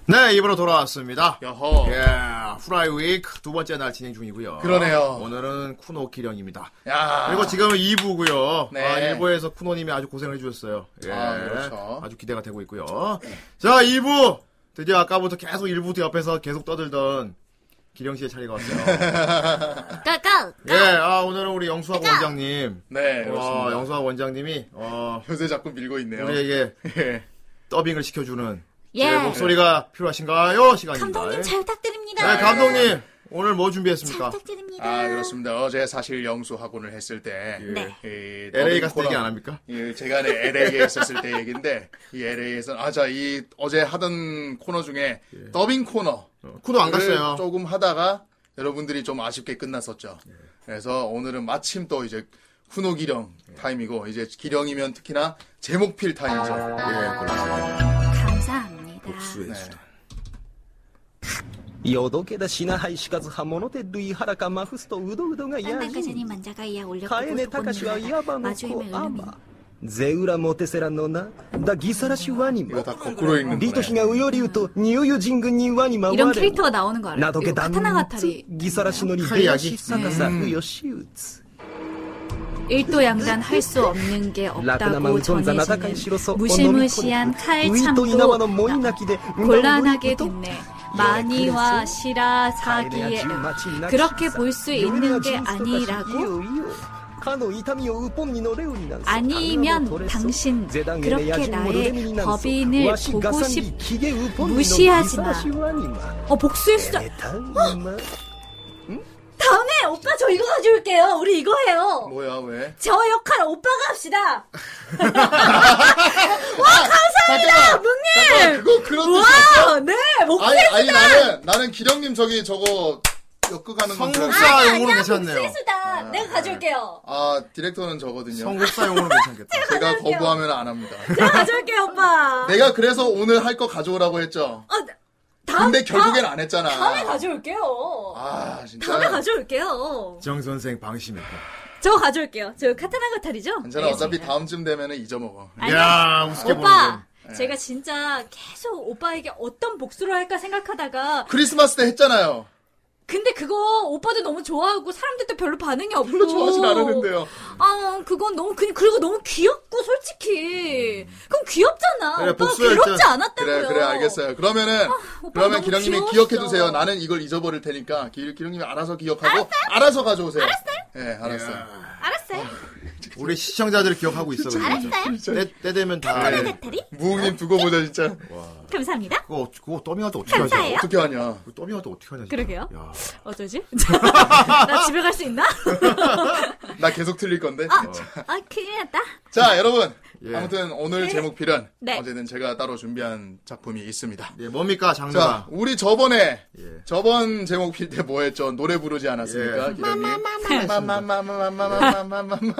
A: 네, 입으로 돌아왔습니다.
B: 여허.
A: 예, 후라이 위크 두 번째 날 진행 중이고요.
B: 그러네요.
A: 오늘은 쿠노 기령입니다.
B: 야.
A: 그리고 지금은 2부고요.
B: 네.
A: 아, 1부에서 쿠노님이 아주 고생을 해주셨어요. 예,
B: 아, 그렇죠.
A: 아주 기대가 되고 있고요. 자, 2부 드디어 아까부터 계속 1부부터 옆에서 계속 떠들던 기령 씨의 차례가 왔어요.
F: 까까!
A: 예, 아, 오늘은 우리 영수학 원장님.
B: 네,
A: 와,
B: 그렇습니다.
A: 영수학 원장님이 어,
B: 요새 자꾸 밀고 있네요.
A: 우리에게
B: 예.
A: 더빙을 시켜주는
F: 예!
A: 제 목소리가 필요하신가요? 시간입니다.
F: 감독님 잘 부탁드립니다.
A: 네, 감독님 오늘 뭐 준비했습니까?
F: 잘 부탁드립니다.
B: 아, 그렇습니다. 어제 사실 영수 학원을 했을 때.
F: 네.
B: 이
A: LA
B: 더빙
A: 가서
B: 코너-
A: 얘기 안 합니까?
B: 예, 제가 네, LA에 있었을 때 얘기인데, 이 LA에서, 아, 자, 이 어제 하던 코너 중에 더빙 코너.
A: 쿠노 안 예. 갔어요.
B: 조금 하다가 여러분들이 좀 아쉽게 끝났었죠.
A: 예.
B: 그래서 오늘은 마침 또 이제 훈호 기령
A: 예.
B: 타임이고, 이제 기령이면 특히나 제목필
A: 아,
B: 타임이죠. 예, 그렇습니다.
F: 감사합니다.
M: 夜けだしなはいしかず刃物で類腹かまふすとうどうどがやじ
F: 안단가자니 만자가 이야
M: カエネ
F: 올렸고 그
M: タカシはいわばの
F: 마주임에
M: 子ア
F: 의미
M: マゼウラモテセラのなだギサラシワニ
B: 이거
M: マ
B: 다 거꾸로 읽는
M: リト
B: 거네.
M: ヒがうよりうとニューユ人軍にワニマ
D: 이런
M: ワレ
D: 캐릭터가 나오는 거 알아요?
M: などけだん
D: 카타나 가타리
M: ギサラシのり
A: はい
M: べ
A: や
M: や
A: ぎ
M: しさかさうよしうつ
D: 일도 양단 할 수 없는 게
M: ラクナマ
D: 없다고
M: ウトンザナタカイ
D: 전해지는
M: シロソおのみこで
D: 무시무시한
M: ウ
D: 칼
M: イトイナワのモイ
D: 참고
M: ナキで
D: 곤란하게 됐네.
F: 예,
D: 마니와 시라
M: カエネや
D: 사기에
M: じ町になき
D: 그렇게 볼 수
M: より
D: 있는
M: が
D: 게
M: 人生とかし
D: 아니라고
M: いいよいいよかの痛みをウポンにのれうになんせ
D: 아니면 당신 그렇게 나의 법인을 보고 싶... 무시하지
M: 무시하지
D: 마.
M: 마.
D: 어 복수의 수다
E: 다음에 오빠 저 이거 가져올게요. 우리 이거 해요.
B: 뭐야, 왜?
E: 저 역할 오빠가 합시다.
B: 감사합니다! 님 그거 그런 뜻이
E: 와, 네,
D: 어,
E: 목
B: 아니, 아니, 나는, 나는 기령님 저기 저거 엮어가는 건 줄-
A: 성국사 용어로 괜찮네요.
E: 수다. 내가 가져올게요.
B: 아, 디렉터는
E: 네.
B: 저거든요.
A: 성국사 용어로 괜찮겠다.
B: 제가 거부하면 안 합니다.
E: 내가 가져올게요, 오빠.
B: 내가 그래서 오늘 할 거 가져오라고 했죠.
E: 아, 다음,
B: 근데 결국엔 안 했잖아.
E: 다음에 가져올게요.
B: 아, 진짜.
E: 다음에 가져올게요.
A: 정 선생 방심했다.
E: 저 가져올게요. 저 카타나 가탈이죠? 네.
B: 괜찮아. 어차피 다음쯤 되면은 잊어먹어.
A: 야, 우습게
E: 오빠, 제가 진짜 계속 오빠에게 어떤 복수를 할까 생각하다가
B: 크리스마스 때 했잖아요.
E: 근데 그거 오빠도 너무 좋아하고 사람들도 별로 반응이 없고
B: 별로 좋아하진 않았는데요.
E: 아, 그건 너무 그냥 그리고 너무 귀엽고 솔직히 그럼 귀엽잖아.
A: 그래,
E: 오빠가
A: 복수야,
E: 괴롭지
A: 일단.
E: 않았다고요. 아,
B: 그래, 그래, 알겠어요. 그러면은, 그러면
E: 너무
B: 기령님이
E: 귀여우시죠?
B: 기억해두세요. 나는 이걸 잊어버릴 테니까, 기, 기령님이 알아서 기억하고, 알아서 가져오세요. 알았어요? 예, 알았어요.
A: 보는데. 우리 시청자들이 기억하고 있어. 알았어요. 때, 때 되면 다.
E: 네.
B: 예.
F: 배터리?
B: 무국님 두고 보자, 진짜.
E: 감사합니다.
A: 그거, 그거 더빙할 때 어떻게 하냐?
B: 어떻게 하냐.
A: 그거 더빙할 때 어떻게 하냐? 진짜.
E: 그러게요.
A: 야.
E: 어쩌지? 나 집에 갈 수 있나?
B: 나 계속 틀릴 건데.
E: 아, 큰일 났다.
B: 자, 여러분.
A: 예.
B: 아무튼 오늘 제목필은
D: 네.
B: 어제는 제가 따로 준비한 작품이 있습니다.
A: 예, 뭡니까 장르가?
B: 자, 우리 저번에
A: 예.
B: 저번 제목필 때 뭐 했죠? 노래 부르지 않았습니까?
A: 예.
B: 기령님? 마마마마마마마마마마마마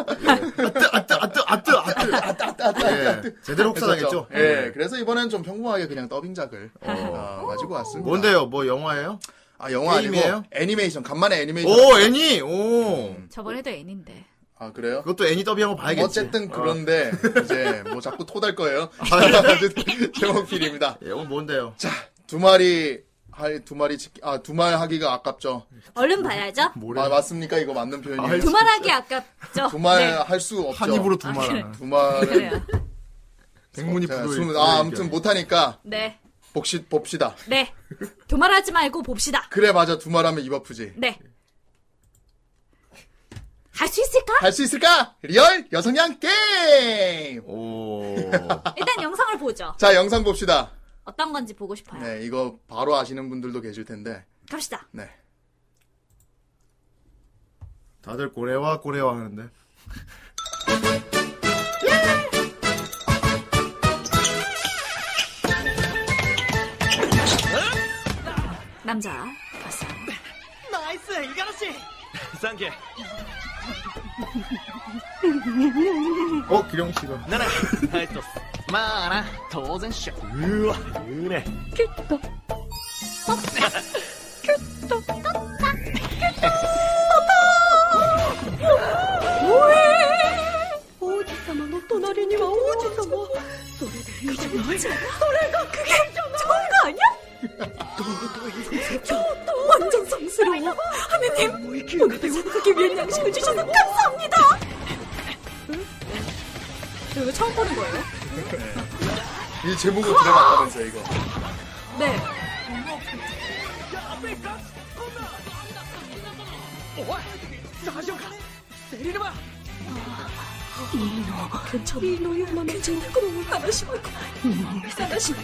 A: 아뜨 아뜨 아뜨 아뜨 아뜨 아뜨 예. 제대로 혹사당했죠.
B: 예, 그래서 이번엔 좀 평범하게 그냥 더빙작을 어, 가지고 왔습니다.
A: 뭔데요? 뭐 영화예요?
B: 아, 영화
A: 게임이에요?
B: 아니고 애니메이션. 간만에 애니메이션.
A: 오 애니. 오.
D: 저번에도
E: 뭐.
D: 애인데.
B: 아, 그래요?
A: 그것도 애니 더빙하고 봐야겠지.
B: 어쨌든 그런데 이제 뭐 자꾸 토달 거예요.
A: 아,
B: 제목필입니다.
A: 예, 이건 뭔데요?
B: 자, 두 마리 할 두 마리 치킨 아두 마리 하기가 아깝죠.
D: 얼른 봐야죠.
B: 마, 맞습니까? 이거 맞는 표현이에요.
A: 아,
D: 두말하기 아깝죠.
B: 뭐. 두 말
D: 네.
B: 할 수 없죠.
A: 한 입으로
E: 아,
A: 두 말.
B: 두 말은
D: 그래요.
A: 백문이
B: 어, 자,
A: 불여.
B: 스무- 아, 아무튼 못 하니까
D: 네.
B: 복시 봅시다.
D: 네. 두말하지 말고 봅시다.
B: 그래 맞아. 두 말하면 입 아프지.
D: 네. 할 수 있을까?
B: 할 수 있을까? 리얼 여성향 게임.
A: 오.
D: 일단 영상을 보죠.
B: 자, 영상 봅시다.
D: 어떤 건지 보고 싶어요.
B: 네, 이거 바로 아시는 분들도 계실 텐데.
D: 갑시다.
B: 네.
A: 다들 고래와 고래와 하는데.
D: 남자. 봤어.
M: 쌍계
A: 어 기령 씨가.
M: 7えっとまあな当然っしょうわ言うね
D: 저 이거 처음 보는 거예요?
B: 이 제목을 들어봤다면서 이거.
D: 네.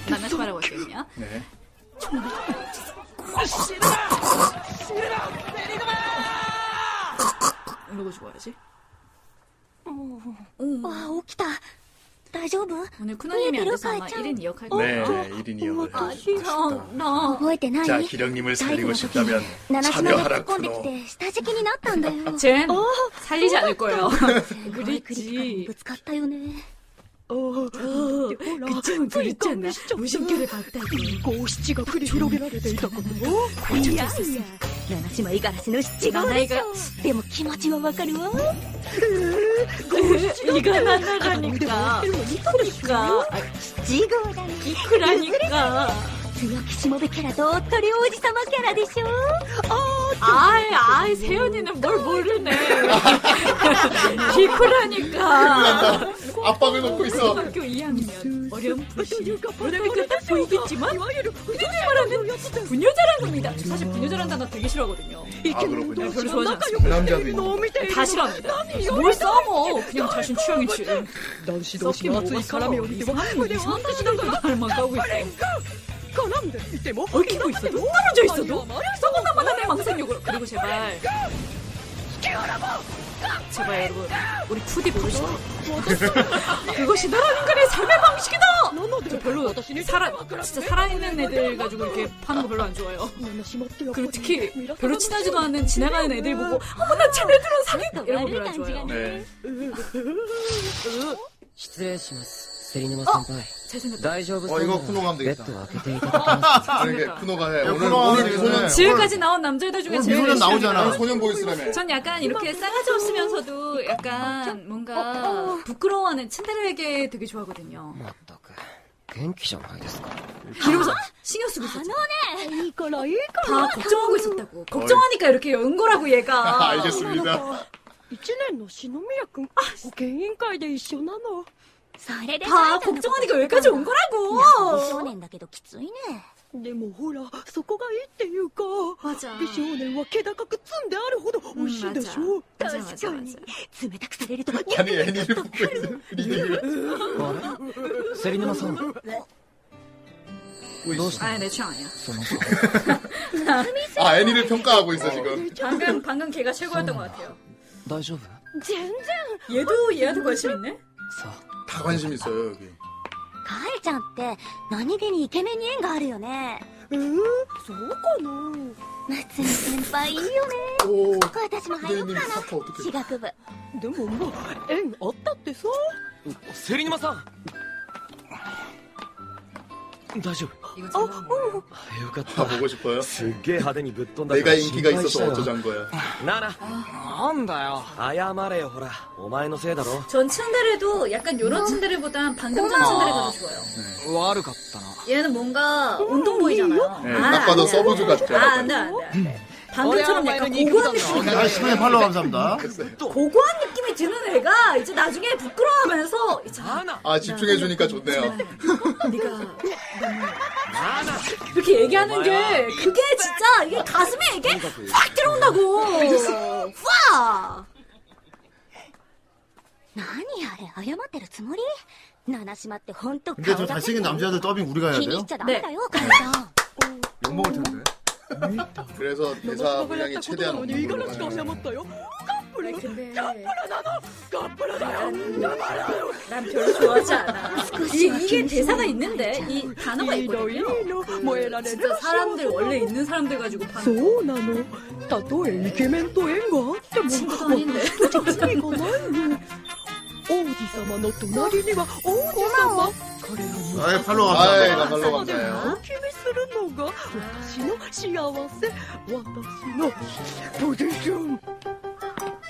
D: 나나시 말하고 있거든요.
B: 네.
D: 이러고 죽어야지.
F: わあ、起きた。大丈夫
D: 오늘 쿠노님이 안 돼서 아마 1인 2역 할 거예요.
B: 네, 1인이요.
D: 참, 나.
F: 覚えてない
B: 자 기령님을 살리고 싶다면
F: 七島が突
B: 참여하라
F: っ込んでき
B: 쿠노
F: て、下敷きになった んだよ。
D: 쟨 살리지 않을 거예요.
F: グリクリカにぶつかったよね。
D: 그쯤은 그랬잖아. 무심결에 봤다니. 고시치가 그리 조롱이 되더라고. 어,
F: いやいや、七島五十嵐の七がないが、でも気持ちはわかるわ。
D: 이가 날아가니까. 그러니까.
F: 七号だね。
D: 그러니까.
F: 強きしもべキャラとおっとり王子様キャラでしょ
D: 아이, 아이, 세연이는 뭘 모르네. 비쿠라니까.
B: 아, 압박을 먹고 있어.
D: 초등학교 2학년. 어렴풋이. 그러니까 딱 보이겠지만, 흔히 말하는 분유자라는 니다 사실 분유자라는 단어 되게 싫어하거든요. 네,
B: 아 그렇군요.
D: 별로 좋아하지 않습니다.
B: 그 남자도
A: 어,
B: 있네.
D: 다 싫어합니다. 뭘 써먹어. 뭐? 그냥 자신 취향이지. 썩긴 아, 뭐가 사람이 뭐 아, 어디 이상한 이상한 뜻이던가 말만 가고 있어. 아. 얽히고 있어도 떨어져 있어도 썩어나마다 그러니까. 내 망상력으로. 그리고 제발. 제발 여러분 우리 푸디 부르시죠. 그것이 나라는 간의 삶의 방식이다. 저 별로 살아 진짜 살아있는 애들 가지고 이렇게 파는 거 별로 안 좋아요. 그리고 특히 별로 친하지도 않은 지나가는 애들 보고 어머나 쟤네들은 사귀다 이런 거 별로 안 좋아요.
B: 네.
N: 失礼します。セリヌマ先輩。大丈夫そう
A: 어
N: なら
A: 이거 쿠노
N: ベッ
A: 감독이다.
N: ドを開けていただけます。
B: 아니 이게 쿠노가 해.
A: 야,
B: 오늘
A: 쿠노
B: 오늘
A: 하네.
B: 소년
D: 지금까지 나온 남자애들 중에
A: 오늘
D: 제일
A: 미소년
D: 열심히
A: 나오잖아.
D: 나와요.
B: 오늘 소년 보이스라며.
D: 전 약간 이렇게 싸가지 없으면서도
B: 어?
D: 약간 뭔가 부끄러워하는 츤데레에게 되게 좋아하거든요.
B: 음.
N: まったく、元気じゃないですか。
D: 이러면서 신경 쓰고 있었죠.
F: いい頃、いい頃。
D: 다 아, 걱정하고 있었다고. 걱정하니까 이렇게 연 거라고
B: 아,
D: 얘가.
B: 알겠습니다.
F: 一年の篠宮くん、保健委員会で一緒なの。それで、
D: 다 아, 걱정하니까 여기까지 온
F: 少
D: 거라고.
F: 年だけどきついね。
D: 맞아.
N: 美味しいでしょ
D: 맞아 맞아 맞아.
F: 冷たくされると、
B: 아니 애니를 보고 있는 리딩을.
N: セリヌマさん。どうした
D: 아내 네, 취향이야.
N: その顔。
B: 아 애니를 평가하고 있어 지금.
D: 방금 방금 걔가 최고였던 것 같아요.
N: 大丈夫
F: 全然。
D: 얘도 얘한테 관심 있네.
N: さあ、
B: 다 관심 있어요 여기.
F: カエルちゃんって何気にイケメンに縁があるよねうーんそうかな夏美先輩いいよね
B: おー
F: ここ私も入ろうかな
B: ねえねえサッカー追ってくる
F: 私学部でももう縁あったってさ
N: セリヌマさん大丈
F: あ
D: 어?
N: 夫
F: うん
N: よかっ
B: 다
N: た
B: 보고 싶어요.
N: すっげえ派手
B: 그
N: にぶっ飛んだ
B: 내가
N: から心
B: 인기가
N: 配した
B: 있어서
N: よ
B: 어쩌잔 거야.
N: なあな
D: 아,
N: んだよ謝れよほらお前のせいだろ
D: 전 츤데레도 약간 요런 츤데레보단 방금 전 츤데레가 더 좋아요.
N: 悪かったな
D: 얘는 뭔가 음, 운동보이잖아요.
B: 네, 딱 봐도
D: 아니야.
B: 서브주 같아.
D: 아, 안 돼, 안 돼, 안 돼. 방금처럼
N: 어려운 말은
D: 약간
N: 이기잖아.
D: 고고한 느낌이
A: 아,
D: 드는
A: 시간에 팔로 감사합니다.
D: 고고한 느낌이 드는 애가 이제 나중에 부끄러워하면서 이제 아,
B: 아 집중해 주니까 좋네요.
D: 네가 음.
N: なあなあ
D: 이렇게 얘기하는 게
N: 뭐야.
D: 그게 진짜 이게 가슴에 이게 확 들어온다고. 와.
F: 何あれ謝ってるつもり七島って本当
A: 근데 저 잘생긴 남자들 더빙 우리가 해야
F: 気に
A: 돼요?
F: 入っちゃダメだよカエルちゃん
A: 욕먹을 텐데.
B: 그래서 대사 분량이 최대한 없는 걸로 가요.
D: 아니, 네, 근데 네, 난 별로 좋아하지 않아. 이, 이게 대사가 있는데 이 단어가 있거든요. 그 진짜 사람들 원래 있는 사람들 가지고 파는.
O: そうなのたとえイケメンと縁があっても
D: そうなんだ
O: 全く実味がないの王子様の隣には王子様彼らには
A: 아이, 예, 팔로우
B: 아이
A: 감사합니다.
B: 나 팔로
O: でお
B: 감사해요.
O: 気にするのが私の幸せ私のポジション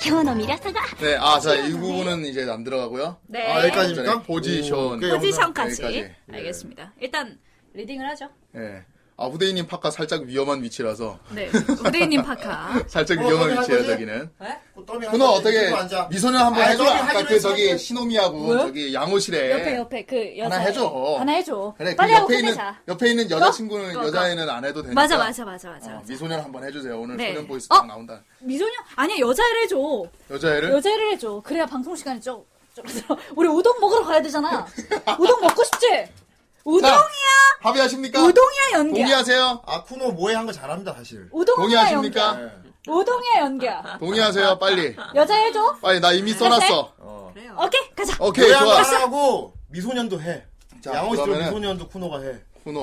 F: 今日のミラサが
B: 네, 아, 자, 이 부분은 이제 안 들어가고요.
D: 네.
A: 아, 여기까지입니까?
B: 네, 포지션.
A: 오, 꽤
D: 포지션까지.
B: 여기까지. 예.
D: 알겠습니다. 일단 리딩을 하죠.
B: 예. 아, 후대인님 파카 살짝 위험한 위치라서.
D: 네. 우대인님 파카.
B: 살짝
A: 어,
B: 위험한
A: 어디
B: 위치예요,
A: 앉아지?
B: 저기는.
D: 네?
A: 더빙
B: 훈호 어떻게
A: 앉아.
B: 미소녀 한번
A: 아이,
B: 해줘.
A: 저기
B: 아까
A: 하기로
B: 그
A: 했어,
B: 저기
A: 했어.
B: 신호미하고 저기 양호실에.
D: 옆에 옆에 그 여자.
B: 하나 해줘.
D: 하나 해줘.
B: 그래, 그
D: 빨리 하고
B: 옆에 있는, 네.
D: 끝내자.
B: 옆에 있는 여자친구는,
D: 꺼, 꺼.
B: 여자애는 안 해도 되니까.
D: 맞아 맞아 맞아 맞아.
B: 어, 미소녀를 한번 해주세요. 오늘
D: 네.
B: 소년 보이스
D: 어?
B: 딱 나온다.
D: 미소녀 아니야 여자애를 해줘.
B: 여자애를?
D: 여자애를 해줘. 그래야 방송 시간이 좀, 좀 우리 우동 먹으러 가야 되잖아. 우동 먹고 싶지? 우동이야.
B: 합의하십니까?
D: 우동이야 연기야.
B: 그러니까 동의하세요?
A: 아, 쿠노 모해 한 거 잘합니다, 사실.
D: 우동이야 연기야.
B: 동의하십니까? 네.
D: 우동이야 연기야.
B: 동의하세요, 빨리.
D: 여자 해줘.
B: 빨리, 나 이미 써놨어.
D: 오케이 가자.
B: 오케이,
A: 모해
B: 좋아.
A: 하고 미소년도 해.
B: 자,
A: 양호씨도
B: 그러면은-
A: 미소년도 쿠노가 해.
B: 훈호.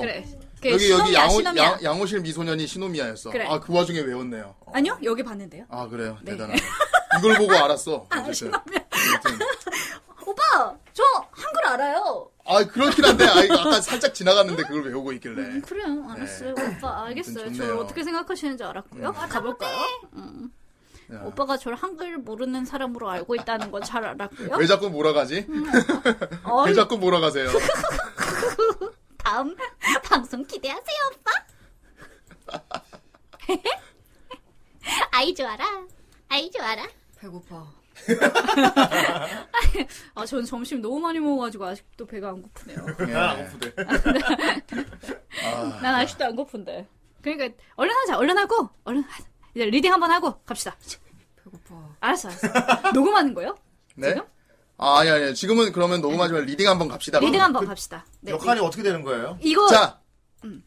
B: 여기
D: 그
B: 여기
D: 신혼이야,
B: 양호
D: 신혼이야.
B: 양, 양호실 미소년이 신호미야였어.
D: 그래.
B: 아 그 와중에 외웠네요.
D: 아니요 여기 봤는데요.
B: 아 그래요 대단하네. 이걸 보고 알았어.
D: 아,
B: 어쨌든. 아무튼.
D: 오빠 저 한글 알아요.
B: 아 그렇긴 한데 아, 이거 아까 살짝 지나갔는데 그걸 외우고 있길래.
D: 음, 그래요 알았어요 오빠 알겠어요.
B: 네. 아무튼
D: 저
B: 좋네요.
D: 어떻게 생각하시는지 알았고요. 가볼까요? 음.
B: 야.
D: 오빠가 저를 한글 모르는 사람으로 알고 있다는 건 잘 알았고요. 음,
B: 왜 자꾸 몰아가지?
D: 어이,
B: 왜 자꾸 몰아가세요?
D: 다음 방송 기대하세요, 오빠.
F: 아이 좋아라 아이 좋아라
E: 배고파.
D: 아, 전 점심 너무 많이 먹어가지고 아직도 배가 안 고프네요.
B: 예. 아,
D: 난 아직도 안 고픈데. 그러니까 얼른 하자, 얼른 하고, 얼른 하 이제 리딩 한번 하고 갑시다.
E: 배고파.
D: 알았어, 알았어. 녹음하는 거예요?
B: 네?
D: 지금?
B: 아 아니 아니 지금은 그러면 너무 마지막 리딩 한번 갑시다.
D: 리딩 한번 갑시다. 네.
A: 역할이 어떻게 되는 거예요?
D: 이거
B: 그 자
D: 음.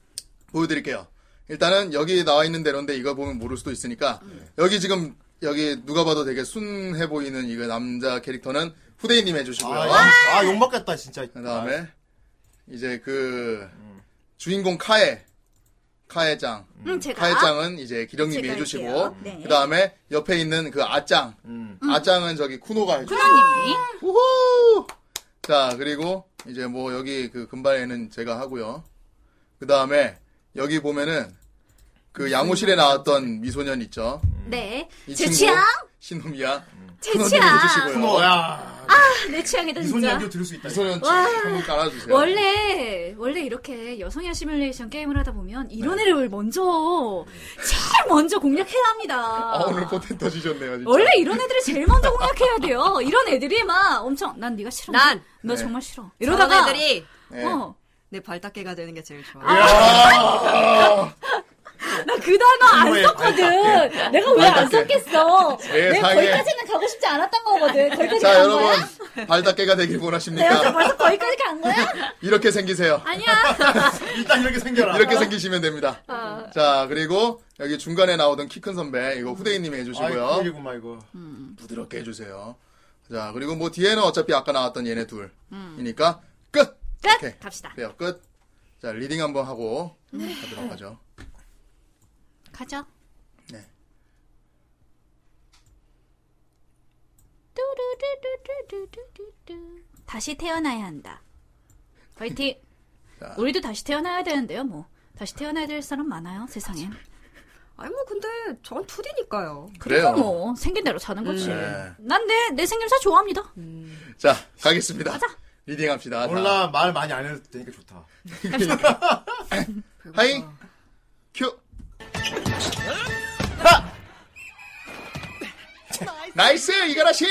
B: 보여드릴게요. 일단은 여기 나와 있는 대로인데 이거 보면 모를 수도 있으니까
D: 음.
B: 여기 지금 여기 누가 봐도 되게 순해 보이는 이거 남자 캐릭터는 후대인님 해주시고요.
A: 아,
D: 예.
A: 아, 아, 욕먹겠다, 진짜.
B: 그 다음에 이제 그 주인공 카에 카에짱
D: 음, 제가
B: 카에짱은 이제 기령님이
D: 제가
B: 해주시고
D: 할게요. 네. 음.
B: 그 다음에 옆에 있는 그 아짱
A: 음.
B: 아짱은 저기 쿠노가 해주시고
D: 쿠나님이
B: 음, 우후! 자, 그리고 이제 뭐 여기 그 금발에는 제가 하고요. 그 다음에 여기 보면은 그 양호실에 나왔던 미소년 있죠.
D: 네,
B: 이
D: 제
B: 친구
D: 취향,
B: 신놈이야.
D: 제
B: 쿠노님
D: 취향,
A: 쿠노,
B: 해주시고요.
A: 뭐, 야.
D: 내 취향이다 아, 진짜.
A: 미소년도 들을 수 있다.
B: 미소년 치- 한번 깔아주세요.
D: 원래 원래 이렇게 여성의 시뮬레이션 게임을 하다 보면
B: 네.
D: 이론을 먼저 제일 먼저 공략해야 합니다.
B: 아, 오늘 포텐 터지셨네요, 진짜.
D: 원래 이런 애들을 제일 먼저 공략해야 돼요. 이런 애들이 막 엄청 난 네가 싫어.
E: 난!
D: 너
B: 네.
D: 정말 싫어.
E: 이러다가
D: 이러다가
E: 애들이
B: 네.
D: 어.
E: 내 발닦개가 되는 게 제일 좋아.
D: 나 그 단어 안
A: 부모의
D: 썼거든. 내가 왜 안
B: 발닦개.
D: 썼겠어. 내가
B: 세상에.
D: 거기까지는 가고 싶지 않았던 거거든. 거기까지
B: 자,
D: 간
B: 여러분.
D: 거야?
B: 발닦개가 되길
D: 내가
B: 원하십니까?
D: 벌써 거기까지 간 거야?
B: 이렇게 생기세요.
D: 아니야.
A: 일단 이렇게 생겨라.
B: 이렇게 생기시면 됩니다.
D: 어.
B: 자, 그리고 여기
A: 그
B: 중간에 나오던 키 큰 선배, 이거 후대인님이 해주시고요.
A: 아이고, 이거, 이거.
B: 부드럽게 해주세요. 자, 그리고 뭐 뒤에는 어차피 아까 나왔던 얘네 둘이니까 끝! 오케이.
P: 갑시다.
B: 그래요, 끝. 자, 리딩 한번 하고 가도록 하죠.
P: 가죠.
B: 네.
P: 뚜루루루루루루루. 다시 태어나야 한다. 파이팅.
B: 자.
P: 우리도 다시 태어나야 되는데요, 뭐. 다시 태어나야 될 사람 많아요, 세상엔.
Q: 아니 뭐 근데 전 2D니까요.
B: 그래요.
P: 그래요. 뭐 생긴 대로 사는 거지.
B: 네.
P: 난 내 내 생김새 좋아합니다.
B: 자, 가겠습니다. 리딩 합시다.
A: 몰라 말 많이 안 해도 되니까 좋다.
B: 하이! 큐! 나이스! 이가라 씨!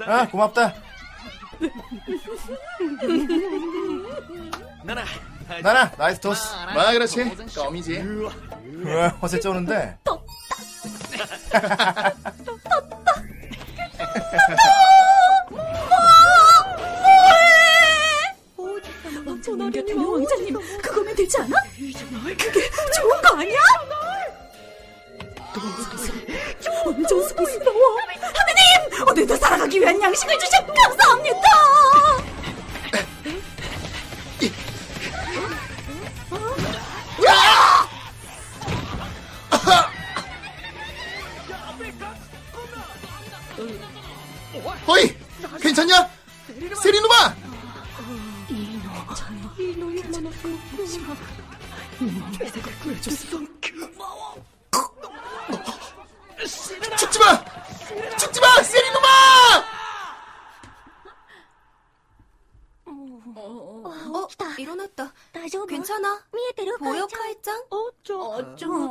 A: 아 고맙다.
O: 나나.
A: 나나 나이스 토스.
B: 마, 그렇지. 껌이지.
A: 음. 왜 허세 쩌는데?
D: 엄청 어린이 왕자님 그거면 되지 않아? 그게 좋은 거 아니야? 엄청 스포스러워 하느님 오늘도 살아가기 위한 양식을 주셔 감사합니다
B: 허이! 괜찮냐? 세리누마! 죽지 마! 죽지 마! 세리누마!
Q: 어, 일어났다. 괜찮아? 보여 카이짱?
F: 어쩜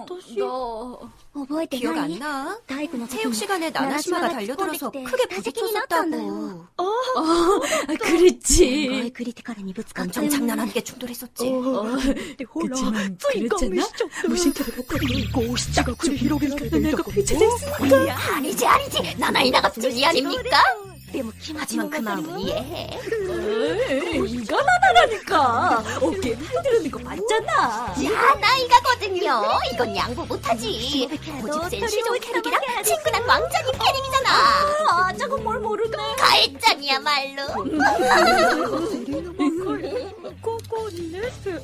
F: 어떠시? 覚えて
Q: 기억
F: な
Q: 안
F: い
Q: 나?
F: 体育の時
Q: 체육
F: に
Q: 시간에 나나시마가 달려들어서 크게 부딪혔었다고.
D: 어,
Q: 그랬지.
F: クリティカルにぶつかったよ
Q: 엄청
F: ね
Q: 장난한 게 충돌했었지.
D: 그치만 그랬잖아 무심결에 복권이 고시자가 그 비록일 그 내가 피치됐으니까
F: 아니지 아니지 나나이나가 수지 아닙니까?
Q: 뭐
F: 하지만 그 마음은 이해해
D: 이가 나나라니까 어깨 흔들리는 거 봤잖아
F: 야 나이가거든요 이건 양보 못하지 고집센 시종 캐릭이랑 친근한 왕자님 캐릭이잖아 아 저건 뭘 모르네 가해짱이야말로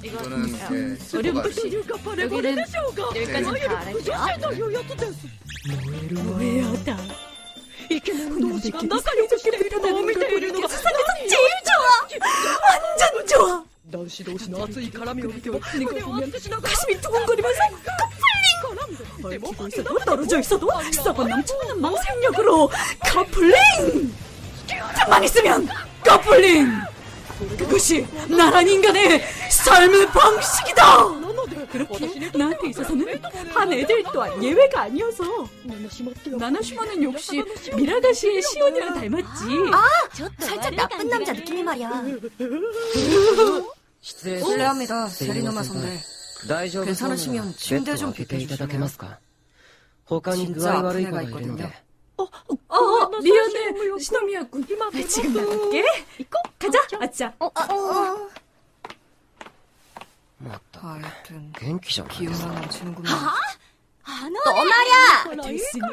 B: 이거는 예, 실버가 알
D: 私
B: 수 있-
D: にかパレゴレでしょうが
B: 여기까지는
D: 네. 燃えあたイケメン同士が仲良くしているのを見ているのが세상에서제일좋아완전좋아男子同士の熱い絡みを見ては胸を合わせしながら가슴이두근거리면서커플링 얽히고 있어도 떨어져 있어도 썩은 넘치는 망상력으로 커플링 좀만 있으면 커플링 그것이 나란 인간의 삶의 방식이다 그렇게 나한테 있어서는 반 애들 또한 예외가 아니어서 나나시마는 역시 미라가시의 시온이랑 닮았지
F: 아 살짝
Q: 뭐
F: 나쁜 남자 느낌이 말이야
Q: 음,
D: 네.
Q: 실례합니다, 세리노마 선배.
O: 大丈夫そうなら
Q: 괜찮으시면침대좀
O: ベッドを開けていただけますか他に具合悪い子がいるので
D: 어, 어 미안해 시노미야군 나 지금 나갈게 가자 아짜 어,
O: ま
C: 아,
O: ったく
Q: 하여튼
O: 元気じゃないで
Q: 기운
O: すか
Q: 나 넘치는구만.
F: 너 말이야
D: 아, 됐으니까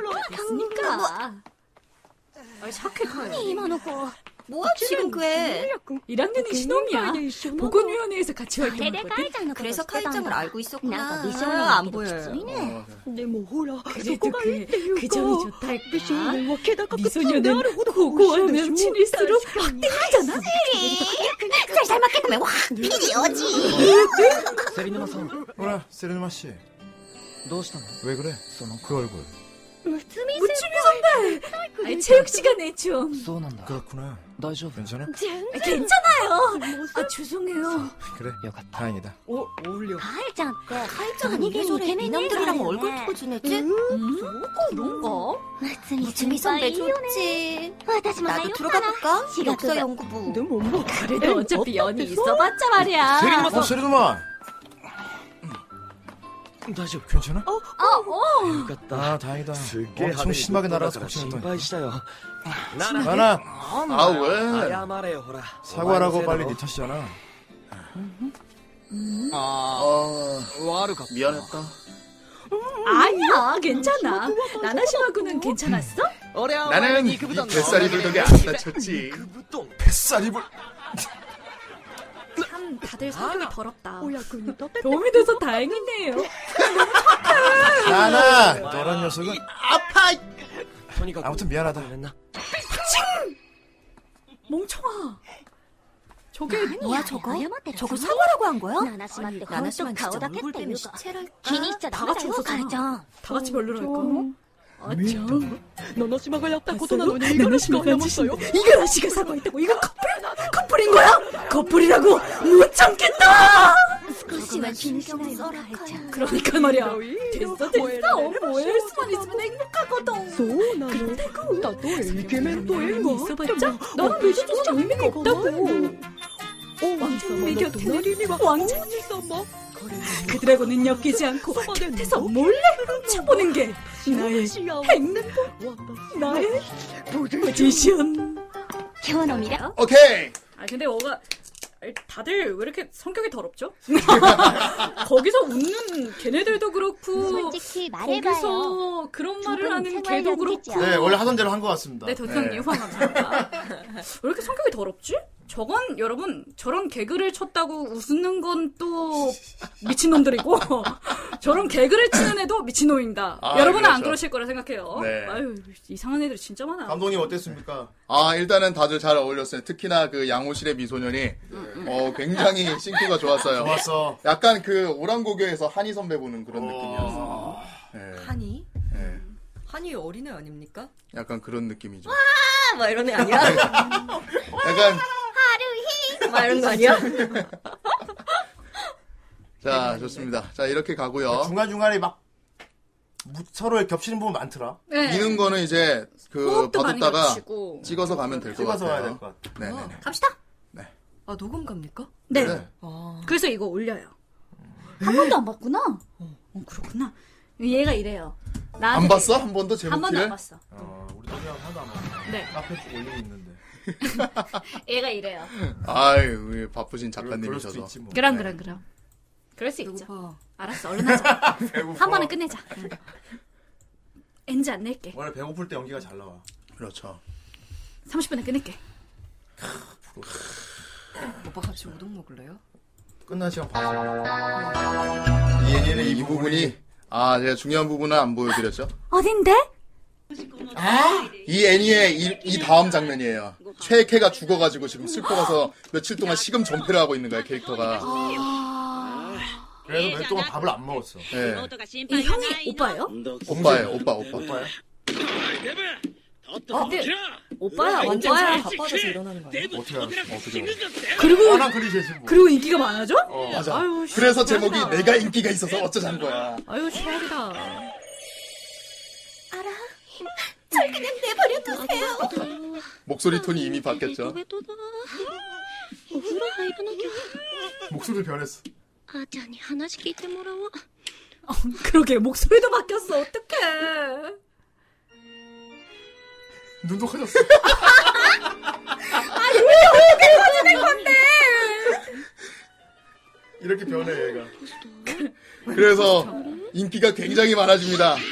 Q: 아니 착해
F: 아니
Q: 카이.
F: 이만호 거
D: 아,
F: 뭐야 지금 그래
D: 1학년이 시노미야 보건위원회에서 같이 활동하거든
Q: 그래서 카이짱을 알고 있었구나.
F: 나도 미션을
Q: 아, 안
F: 이렇게
Q: 보여요.
B: 어,
D: 그래도 그게 그뭐 점이 좋달까 미소녀는 고고하면 친일수록 학대하잖아
F: 잘 삶았게 꾸면 확 필이어지
O: セリヌマさん
A: 뭐라 세르마 씨.
O: どうしたの
A: 왜 그래? 그 얼굴.
F: 무츠미
D: 무츠미 선배 아, 체육 시간에 좀
O: そうなんだ
A: 그렇구나.
O: 大丈夫
A: 괜찮아?
D: 아, 괜찮아요 아 죄송해요
A: 그래.
O: よかった
A: 다행이다.
O: 아.
D: 어, 어울려
F: 가을장 때
Q: 아, 그 카이짱은 이게 저래 이남들이랑 뭐 음? 얼굴 타고 지냈지?
D: 어, 그런가?
F: 무츠미
Q: 무츠미 선배 좋지. 나도
F: 私も
Q: 아, 들어가 볼까? 역사 연구부.
D: 너무 그래도 어차피 연이 있어봤자 말이야
A: 어 세르마.
O: 大丈
A: 괜찮아?
O: 夫よかった
A: 아 다행이다.
O: すっげえ
A: 청
O: 派手
A: 심하게
O: だ
A: 날아서
O: から心
A: 걱정했더니.
O: 配したよなな
A: 나나
O: なんだよ
B: あうえ
O: 謝れよほら
A: 사과라고
O: お前
A: 빨리
O: の
A: 니
O: せい
A: 탓이잖아.
O: だろあ
B: 어,
O: ー悪かった
B: 미안했다.
D: 어, 아니야 괜찮아 나나시마군은 괜찮았어?
B: 나는 이 뱃살이 불독에 안 다쳤지.
A: 뱃살 입을
R: 참 다들 성격이 더럽다.
D: 도움이 돼서 다행이네요.
A: 나나 너란 녀석은 아파. 아무튼 미안하다.
D: 멍청아. 저게
Q: 뭐야 저거? 저거 사과라고 한 거야? 나나씨만 나나씨만 진짜 아, 얼굴 때문에 시체랄까? 기니 진짜
D: 다 같이
Q: 나가자고
D: 웃었잖아.
Q: 가자
D: ただちばるらいかあちゃんののしまがやったことなのに、
Q: 나나씨가
D: 남았어요. 이건 씨가 사고 있다고. 이건 커플, 커플인 거야? 커플이라고? 못 참겠다!
Q: 그것만 신경 써라 가자
D: 그러니까 말이야. 됐어, 됐어. 뭐할 수만 있으면 행복하거든. 소나 그렇다고. 나도 이게맨 또 일과. 있어봤자 너랑 매주조차 의미가 없다고. 어, 왕자님 내 곁에 내리니가 왕자님 뭐 그들하고는 엮이지 않고 곁에서 몰래 훔쳐보는 게
Q: 네.
D: 나의 행복 나의 포지션
Q: 경험이라
F: 어?
B: 오케이.
D: 아 근데 뭐가 다들 왜 이렇게 성격이 더럽죠? 거기서 웃는 걔네들도 그렇고
F: 솔직히 말해봐요.
D: 거기서 그런 말을
F: 조금
D: 하는
F: 생활
D: 걔도
F: 연기죠.
D: 그렇고
A: 네, 원래 하던 대로 한 것 같습니다.
D: 네, 도전님
A: 네.
D: 환합니다. 왜 이렇게 성격이 더럽지? 저건 여러분 저런 개그를 쳤다고 웃는 건 또 미친놈들이고 저런 개그를 치는 애도 미친놈입니다.
B: 아,
D: 여러분은 안
B: 그렇죠.
D: 그러실 거라 생각해요.
B: 네.
D: 아유 이상한 애들 진짜 많아.
A: 감독님 어땠습니까?
B: 아 일단은 다들 잘 어울렸어요. 특히나 그 양호실의 미소년이 어 굉장히 싱크가 좋았어요.
A: 좋았어.
B: 약간 그 오랑고교에서 한희 선배 보는 그런 네, 느낌이었어. 예,
C: 한이?
B: 예.
C: 한이 어린애 아닙니까?
B: 약간 그런 느낌이죠.
C: 아! 막 이런 애 아니야?
B: 약간
Q: 하루히
C: 막 이런 거 아니야?
B: 자 좋습니다. 자 이렇게 가고요.
A: 중간 중간에 막 무- 서로의 겹치는 부분 많더라.
D: 네.
B: 미는 거는 이제 그
D: 호흡도 많이
B: 바둑다가
D: 맞추고. 어.
B: 찍어서 가면 될 것
A: 찍어서 와야
B: 같아요.
A: 될그 것 같아.
B: 네.
D: 갑시다.
C: 아 녹음 갑니까?
D: 네.
B: 네.
D: 그래서 이거 올려요.
R: 한 번도 안 봤구나.
D: 어, 그렇구나.
R: 얘가 이래요. 나한테
B: 안 봤어? 한 번도
R: 한 번도 안
B: 제목을?
R: 봤어.
A: 어, 우리 동이랑 하도 안 맞아.
R: 네.
A: 카페 올리고 있는데.
R: 얘가 이래요.
B: 아유 우리
A: 그럴
B: 바쁘신
A: 수도
B: 작가님이셔서.
A: 있지 뭐.
R: 그럼 그럼 그럼. 그럴 수 있죠.
C: 배고파.
R: 알았어 얼른 하자.
A: 배고파.
R: 한 번에 끝내자. 엔지 안 낼게.
A: 원래 배고플 때 연기가 잘 나와.
B: 그렇죠.
R: 30분에 끝낼게.
C: 오빠 같이 우동 먹을래요?
A: 끝난 시간 봐서.
B: 얘네는 이 부분이 아 제가 중요한 부분은 안 보여드렸죠.
R: 어딘데?
B: 이 애니의 이, 이 다음 장면이에요. 최애캐가 죽어가지고 지금 슬퍼가서 며칠 동안 식음 전폐를 하고
D: 아,
B: 있는 거야 캐릭터가.
A: 그래도 몇 동안 밥을 안 먹었어.
B: 예.
D: 이 형이 오빠예요?
B: 오빠예요, 오빠, 오빠.
A: 오빠야?
D: 근데 어, 오빠야,
R: 네.
D: 오빠야.
C: 바빠져서 일어나는 거 아니야?
A: 어떻게 알았어? 어떻게 알았어?
D: 그리고
A: 뻔한 클리셰지 뭐.
D: 그리고 인기가 많아져?
B: 어, 맞아.
D: 아유,
B: 그래서
D: 씨,
B: 제목이
D: 짜증나.
B: 내가 인기가 있어서 어쩌자는 거야.
D: 아유 최악이다.
Q: 절 그냥 내버려 두세요
B: 목소리 톤이 이미
F: 어?
B: 바뀌었죠.
Q: とだお風呂入らなきゃ
A: 목소리 변했어.
F: 아,
Q: あーちゃんに話聞いてもらおう
D: 그러게 목소리도 바뀌었어. 어떡해.
A: 눈도 커졌어. 이렇게 변해 얘가.
B: 그래서 인기가 굉장히 많아집니다.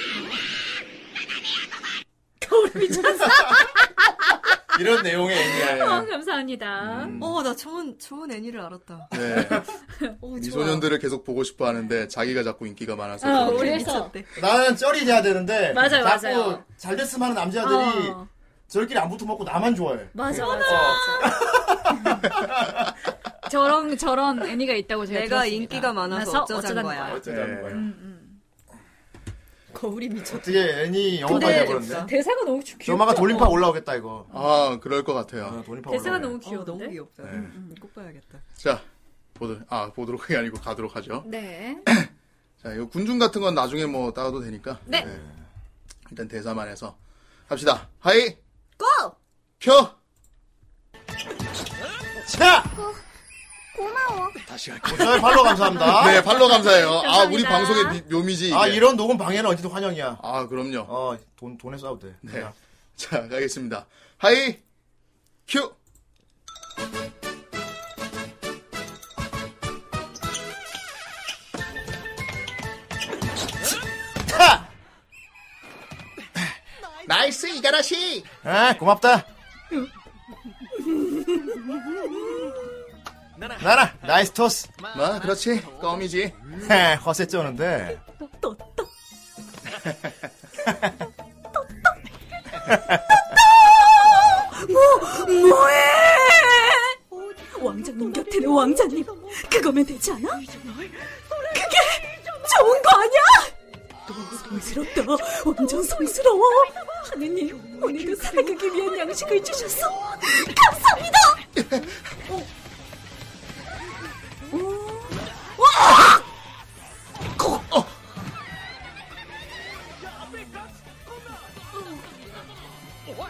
A: 이런 내용의
R: 네.
A: 애니야.
D: 어, 감사합니다.
C: 어 나 좋은 좋은 애니를 알았다.
B: 네.
C: 어,
B: 미소년들을 계속 보고 싶어 하는데 자기가 자꾸 인기가 많아서.
D: 어,
B: 그런 거예요.
D: 그래서
A: 나는 쩔이 돼야 되는데
D: 맞아요,
A: 자꾸
D: 맞아요.
A: 잘 됐으면 하는 남자들이
D: 어.
A: 저희끼리 안 붙어 먹고 나만 좋아해.
D: 맞아
R: 어,
D: 맞아. 맞아. 저런 저런 애니가 있다고 제가
C: 내가
D: 들었습니다.
C: 인기가 많아서
D: 그래서
C: 어쩌자는
D: 어쩌자는
C: 거야.
A: 어쩌자는 거야.
C: 거울이 미쳤.
A: 음. 어떻게 애니 영화가
D: 근데
A: 돼버렸네.
D: 대사가 너무 귀- 귀엽죠?
A: 조마가 돌림판 올라오겠다 이거.
B: 아, 그럴 것 같아요.
A: 아, 어. 돌림판
D: 대사가
A: 올라오네.
D: 너무
C: 어, 너무
D: 귀여운데?
B: 네.
C: 귀엽다. 음, 음, 꼭 봐야겠다.
B: 자, 보도, 아, 보도록 하게 아니고 가도록 하죠.
D: 네.
B: 자, 이거 군중 같은 건 나중에 뭐 따도 되니까.
D: 네.
B: 일단 대사만 해서 합시다. 하이,
C: 고!
B: 펴!
A: 자,
Q: 고마워
A: 저희 팔로 감사합니다.
B: 네, 팔로 감사해요. 아,
D: 감사합니다.
B: 우리 방송의 미- 묘미지. 이게.
A: 아 이런 녹음 방해는 언제든 환영이야.
B: 아, 그럼요.
A: 어, 돈 돈에 싸도 돼.
B: 네.
A: 그냥.
B: 자, 가겠습니다. 하이, 큐!
A: 차!
B: 나이스 이가라시.
A: 아 고맙다. 나라 나이스 토스.
B: 뭐 그렇지 껌이지.
A: 헤, 허세 쩌는데.
D: 뭐, 뭐해! 왕자님 곁에는 왕자님. 그거면 되지 않아? 그게 좋은 거 아니야? 성스럽다. 완전 성스러워. 하느님, 오늘도 살아가기 위한 양식을 주셔서 감사합니다.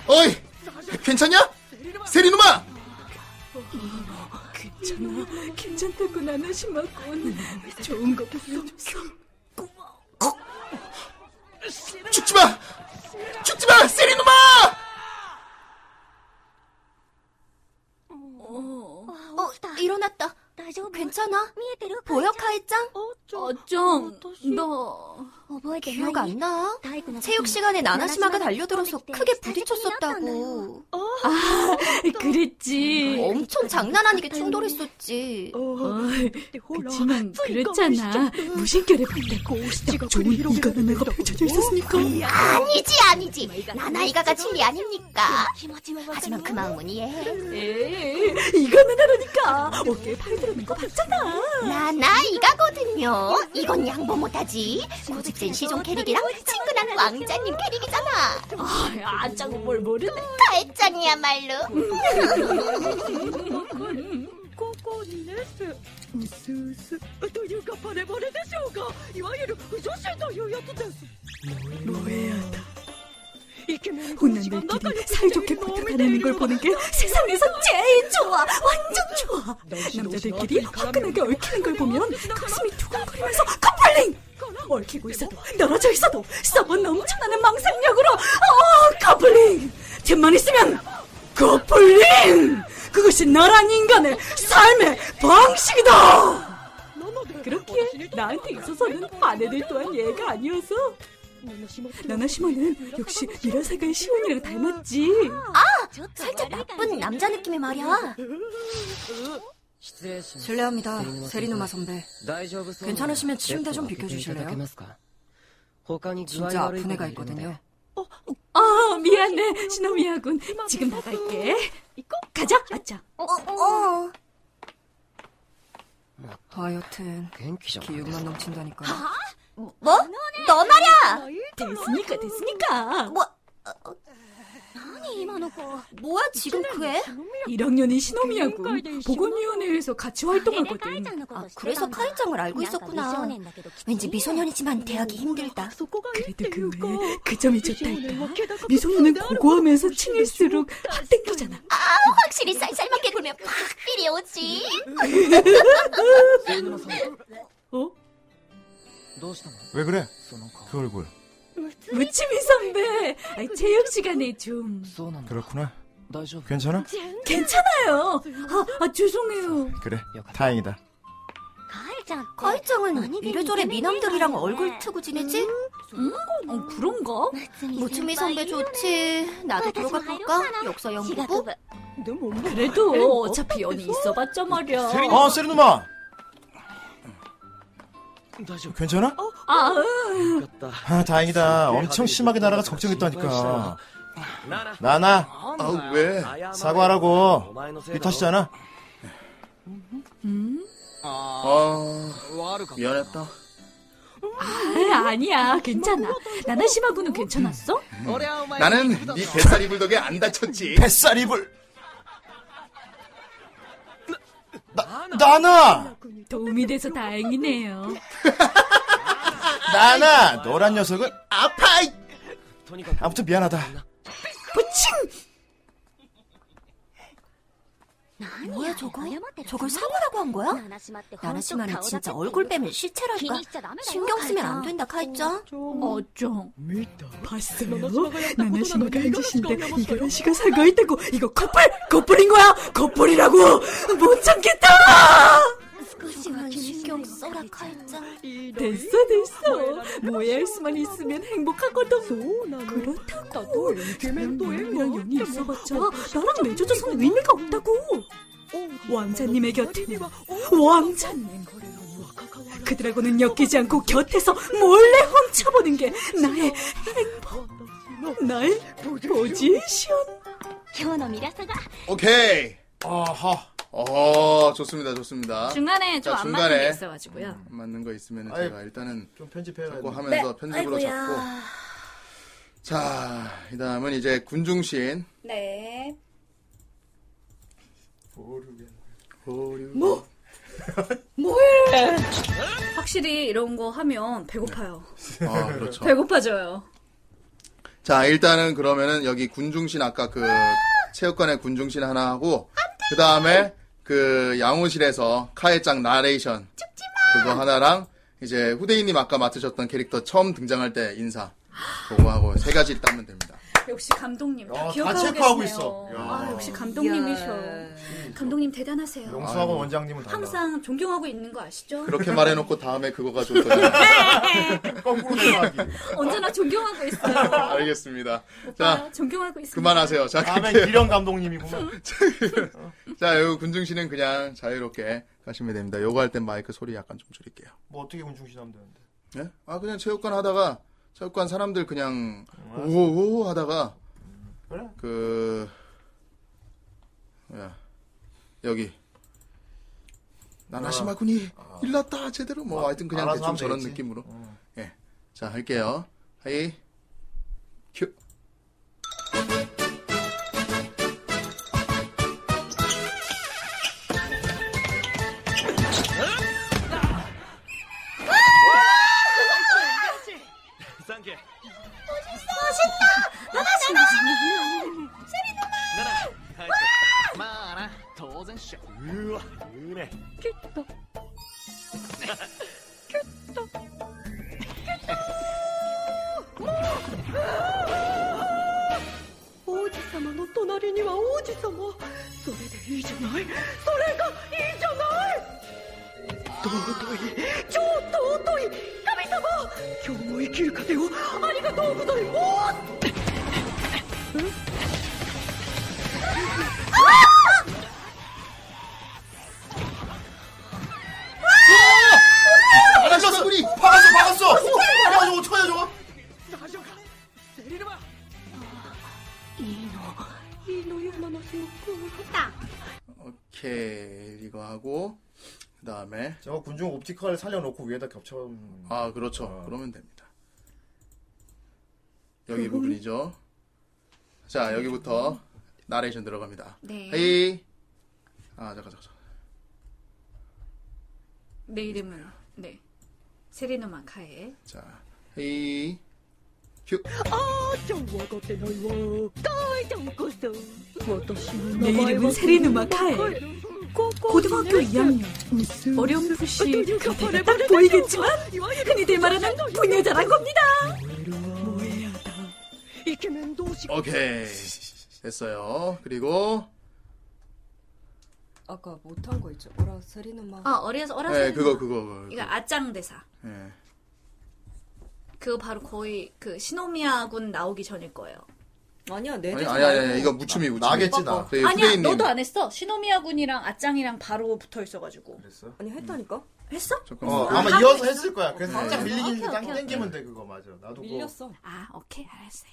B: 어이 괜찮냐? 세리누마.
D: 괜찮아. 괜찮다고 나나시마군. 좋은 거 빌려줬어.
B: 죽지 마. 죽지 마 세리누마.
Q: 아,
F: 어, 일어났다. 괜찮아? 보여, 카이짱?
S: 어쩜 너
F: 기억 안 나? 체육 시간에 나나시마가 달려들어서 크게 부딪혔었다고. 뭐
D: 아, 그랬지.
Q: 어, 그러니까
F: 엄청 장난 아니게 충돌했었지.
D: 그치만 그랬잖아. 무심결에 봤다고. 딱 좋은 이거는 내가 펼쳐져 있었으니까.
F: 아니지, 아니지. 나나이가 같은 게 아닙니까? 하지만 그 마음은 이해해.
D: 이거는 하라니까. 어깨에 팔 들어는 거 봤잖아.
F: 나나이가거든요. 이건 양보 못하지. 고집센 시종 캐릭이랑 친근한 왕자님 캐릭이잖아.
D: 아, 아짜고 뭘 모르네.
F: 가해짱이야말로.
D: 스스というかバレバレでしょうかいわゆる不女子というやつです萌えやだイケメン혼난들끼리사이좋게부탁하는걸보는게세상에서제일좋아완전좋아남자들끼리화끈하게얽히는걸보면가슴이두근거리면서커플링얽히고있어도떨어져있어도썩은넘쳐나는망상력으로어커플링틈만있으면 커플링! 그것이 나란 인간의 삶의 방식이다! 그렇게 나한테 있어서는 아내들 또한 얘가 아니어서 나나시모는 역시 미라사가의 시온이랑 닮았지
F: 아! 살짝 나쁜 남자 느낌의 말이야.
C: 실례합니다. 세리누마 선배.
D: 어.
C: 괜찮으시면 침대 좀
B: 네,
C: 비켜주실래요? 진짜 아픈 애가 있거든요.
D: 아 미안해 시노미야군 지금 나갈게 가자 아짜
F: 어, 어.
C: 어, 하여튼 기운만 넘친다니까.
D: 아,
F: 뭐? 너 말야!
D: 됐으니까 됐으니까
F: 뭐? 뭐야, 지금 그 애?
D: 1학년이 시노미야군 보건위원회에서 같이 활동하거든
F: 아, 그래서 카이짱을 알고 있었구나. 왠지 미소년이지만 대하기 힘들다.
D: 그래도 그 외에 그 점이 좋다니까 미소녀는 고고하면서 층일수록 핫땡기잖아
F: 아, 확실히 쌀쌀맞게 굴면 팍 삘이 오지.
A: 왜 그래? 그 얼굴.
D: 우치미 선배 아이, 체육 시간에 좀
A: 그렇구나. 괜찮아?
D: 괜찮아요 아, 아, 죄송해요
A: 그래. 다행이다.
F: 카이짱은 이래저래 미남들이랑 얼굴 트고 지내지?
D: 음, 어, 그런가?
F: 무츠미 선배 좋지. 나도 들어가 볼까? 역사 연구부?
D: 그래도 어차피 연이 있어봤자 말이야
A: 어, 세리누마! 괜찮아?
D: 아,
A: 아, 다행이다. 엄청 심하게 어? 나라가 걱정했다니까. 나나,
B: 아 왜?
A: 사과하라고. 이 탓이잖아.
B: 아 미안했다.
D: 아, 아니야 괜찮아 나나시마군은 괜찮았어?
B: 나는 네 뱃살 이불 덕에 안 다쳤지.
A: 뱃살 이불. 나, 나나!
D: 도움이 돼서 다행이네요
A: 나나! 너란 녀석은 아파! 아무튼 미안하다.
D: 부칭!
F: 뭐야 저거? 저걸 사과라고 한 거야? 나나시마는 진짜 얼굴 빼면 시체랄까? 신경 쓰면 안 된다 카이짱.
D: 어쩜 봤어요? 나나시마가 한짓인데 이가라시가 사과했다고 이거 커플! 커플인 거야! 커플이라고! 못 참겠다!
F: 조금씩만 아, 신경 써라 칼짱
T: 뭐
O: 됐어 됐어 모해할 수만 있으면 행복하거든 그렇다고 명령이 있어봤자 나랑 맺어져서는 의미가 없다고 왕자님의 곁에는 왕자님 그들하고는 엮이지 않고 곁에서 몰래 훔쳐보는 게 나의 행복 나의 포지션
F: 효놈이라서가
B: 오케이.
A: 아하.
B: 어, 좋습니다, 좋습니다.
D: 아, 중간에 좀
B: 자,
D: 안
B: 중간에
D: 맞는 게 있어가지고요.
B: 안 맞는 거 있으면
A: 아이,
B: 제가 일단은
A: 좀 편집해야
B: 자꾸
A: 돼.
B: 하면서
D: 네,
B: 편집으로
D: 아이고야.
B: 잡고. 자, 이 다음은 이제 군중시인.
D: 네.
B: 뭐?
D: 뭐해? 확실히 이런 거 하면 배고파요.
B: 아, 그렇죠.
D: 배고파져요.
B: 자, 일단은 그러면은 여기 군중신 아까 그 체육관의 군중신 하나 하고 그 다음에 그 양호실에서 카에짱 나레이션 그거 하나랑 이제 후대인님 아까 맡으셨던 캐릭터 처음 등장할 때 인사 그거 하고 세 가지 따면 됩니다.
D: 역시 감독님 다
A: 야, 다
D: 기억하고
A: 체크하고
D: 계시네요.
A: 있어. 야.
D: 아, 역시 감독님이셔. 감독님 대단하세요.
A: 용수하고 원장님은 달라.
D: 항상 존경하고 있는 거 아시죠?
B: 그렇게 말해놓고 다음에 그거가 좀 더.
A: 거꾸로 생각하기.
D: 언제나 존경하고 있어요.
B: 알겠습니다. 자,
D: 오빠요, 존경하고 있습니다.
B: 그만하세요. 자,
A: 다음엔
B: 그렇게-
A: 기령 감독님이구만.
B: 자, 요 군중신은 그냥 자유롭게 가시면 됩니다. 요거 할 땐 마이크 소리 약간 좀 줄일게요.
A: 뭐 어떻게 군중신하면 되는데.
B: 예? 아 그냥 체육관 하다가 체육관 사람들 그냥 오오오 하다가
A: 음, 그래.
B: 그 야, 여기 나나시마군이 일났다 제대로 뭐 하여튼 그냥
A: 어. 알아서
B: 대충
A: 하면
B: 저런
A: 되겠지. 어.
B: 느낌으로 예. 자 할게요 하이 큐
N: 쌍계
F: 멋있다 나나시마
N: 帰ってきたまあな当然っしょうわうめ
O: キュッと王子様の隣には王子様それでいいじゃないそれがいいじゃない尊い超尊い神様今日も生きる糧をありがとうございます
A: 안 하셨어! 박았어, 박았어! 야, 저거 어떡하냐, 저거?
O: 大丈夫かセリルマいいのいいのよナナシマ
B: 오케이 이거 하고 그 다음에
A: 저거 군중 옵티컬 살려놓고 위에다 겹쳐.
B: 아 그렇죠 그러면 됩니다 여기 부분이죠 자 여기부터 나레이션 들어갑니다
D: 네.
B: 헤이 아 잠깐 잠깐 잠깐.
D: 내 이름은 네 세리노마 카에.
B: 자 헤이 큐
O: あーちゃん分かってないわ母ちゃんこそ私
D: 내 이름은 세리누마 카에. 고등학교 2학년. 어렴풋이 겉에가 딱 보이겠지만 흔히들 말하는 부녀자란 겁니다.
B: 오케이 됐어요 그리고
E: 아까 못한 거 있죠. 오라 세리누마.
D: 아 어려서 어라서.
B: 네 그거 그거
D: 이거 아짱 대사.
B: 예.
D: 그거 바로 거의 그 시노미아 군 나오기 전일 거예요.
E: 아니야 내
B: 아니 아니 아니 이거 무춤이 무춤
A: 나겠지, 나.
B: 저희
D: 네, 아니야
B: 네, 후대인님.
D: 너도 안 했어. 시노미아 군이랑 아짱이랑 바로 붙어 있어가지고.
A: 그랬어?
E: 아니 했다니까?
B: 음,
D: 했어?
B: 잠깐만.
A: 어,
B: 아,
A: 아마
D: 아,
A: 이어서
D: 아,
A: 했을 거야. 그래서
D: 아,
A: 살짝
D: 아,
A: 밀리긴
D: 오케이,
A: 딱
D: 오케이,
A: 땡기면 돼, 그거 맞아. 나도 그거.
E: 밀렸어.
D: 아 오케이 알았어요.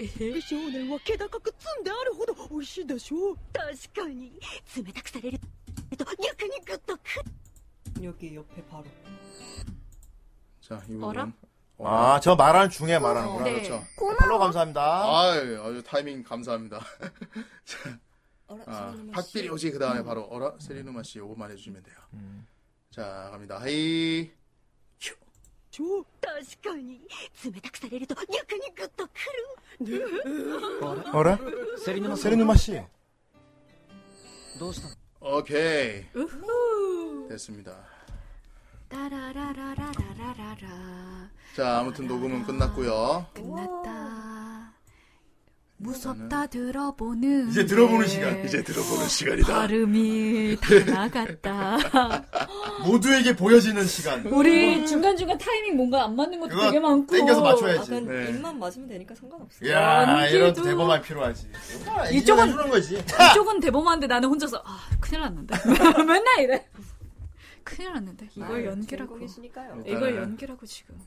O: えー、少年は気高く積んであるほど美味しいでしょう確かに冷たくされると逆にグッとく
E: 여기 옆에 바로.
B: 네. 자, 이
D: 어라?
B: 부분.
A: 아, 저 말하는 중에 말하는구나. 아,
D: 네.
B: 그렇죠.
A: 팔로우 감사합니다.
B: 아, 아주 타이밍 감사합니다.
E: 어라
B: 아,
E: 세리누마.
B: 박필이 오지 그 다음에 바로 어라 세리누마 씨 요거만 해주시면 돼요. 자, 갑니다. 하이.
O: 確かに冷たくされると逆にグッとくる
A: 어라?
N: セリヌマ
A: 세르누마 씨.
N: どうしたの
B: 오케이. 됐습니다.
D: 따라라라라라라라
B: 자, 아무튼 녹음은 끝났고요.
D: 끝났다.
T: 무섭다 들어보는
Q: 이제 들어보는
T: 게
Q: 시간. 이제 들어보는 시간이다.
T: 발음이 다 나갔다.
A: 모두에게 보여지는 시간.
D: 우리 중간중간 타이밍 뭔가 안 맞는 것도
A: 음. 그거
D: 되게 많고.
A: 땡겨서 맞춰야지.
C: 아, 그냥
A: 네.
C: 입만 맞으면 되니까 상관없어.
B: 예.
A: 야, 이런
T: 연기도.
A: 대범함 필요하지.
T: 이쪽은-
A: 주는 거지.
T: 이쪽은 대범한데 나는 혼자서 아 큰일 났는데 맨날 이래. 큰일 났는데 이걸
C: 아유,
T: 연기라고
C: 주인공이시니까요.
T: 이걸
C: 일단은.
T: 연기라고 지금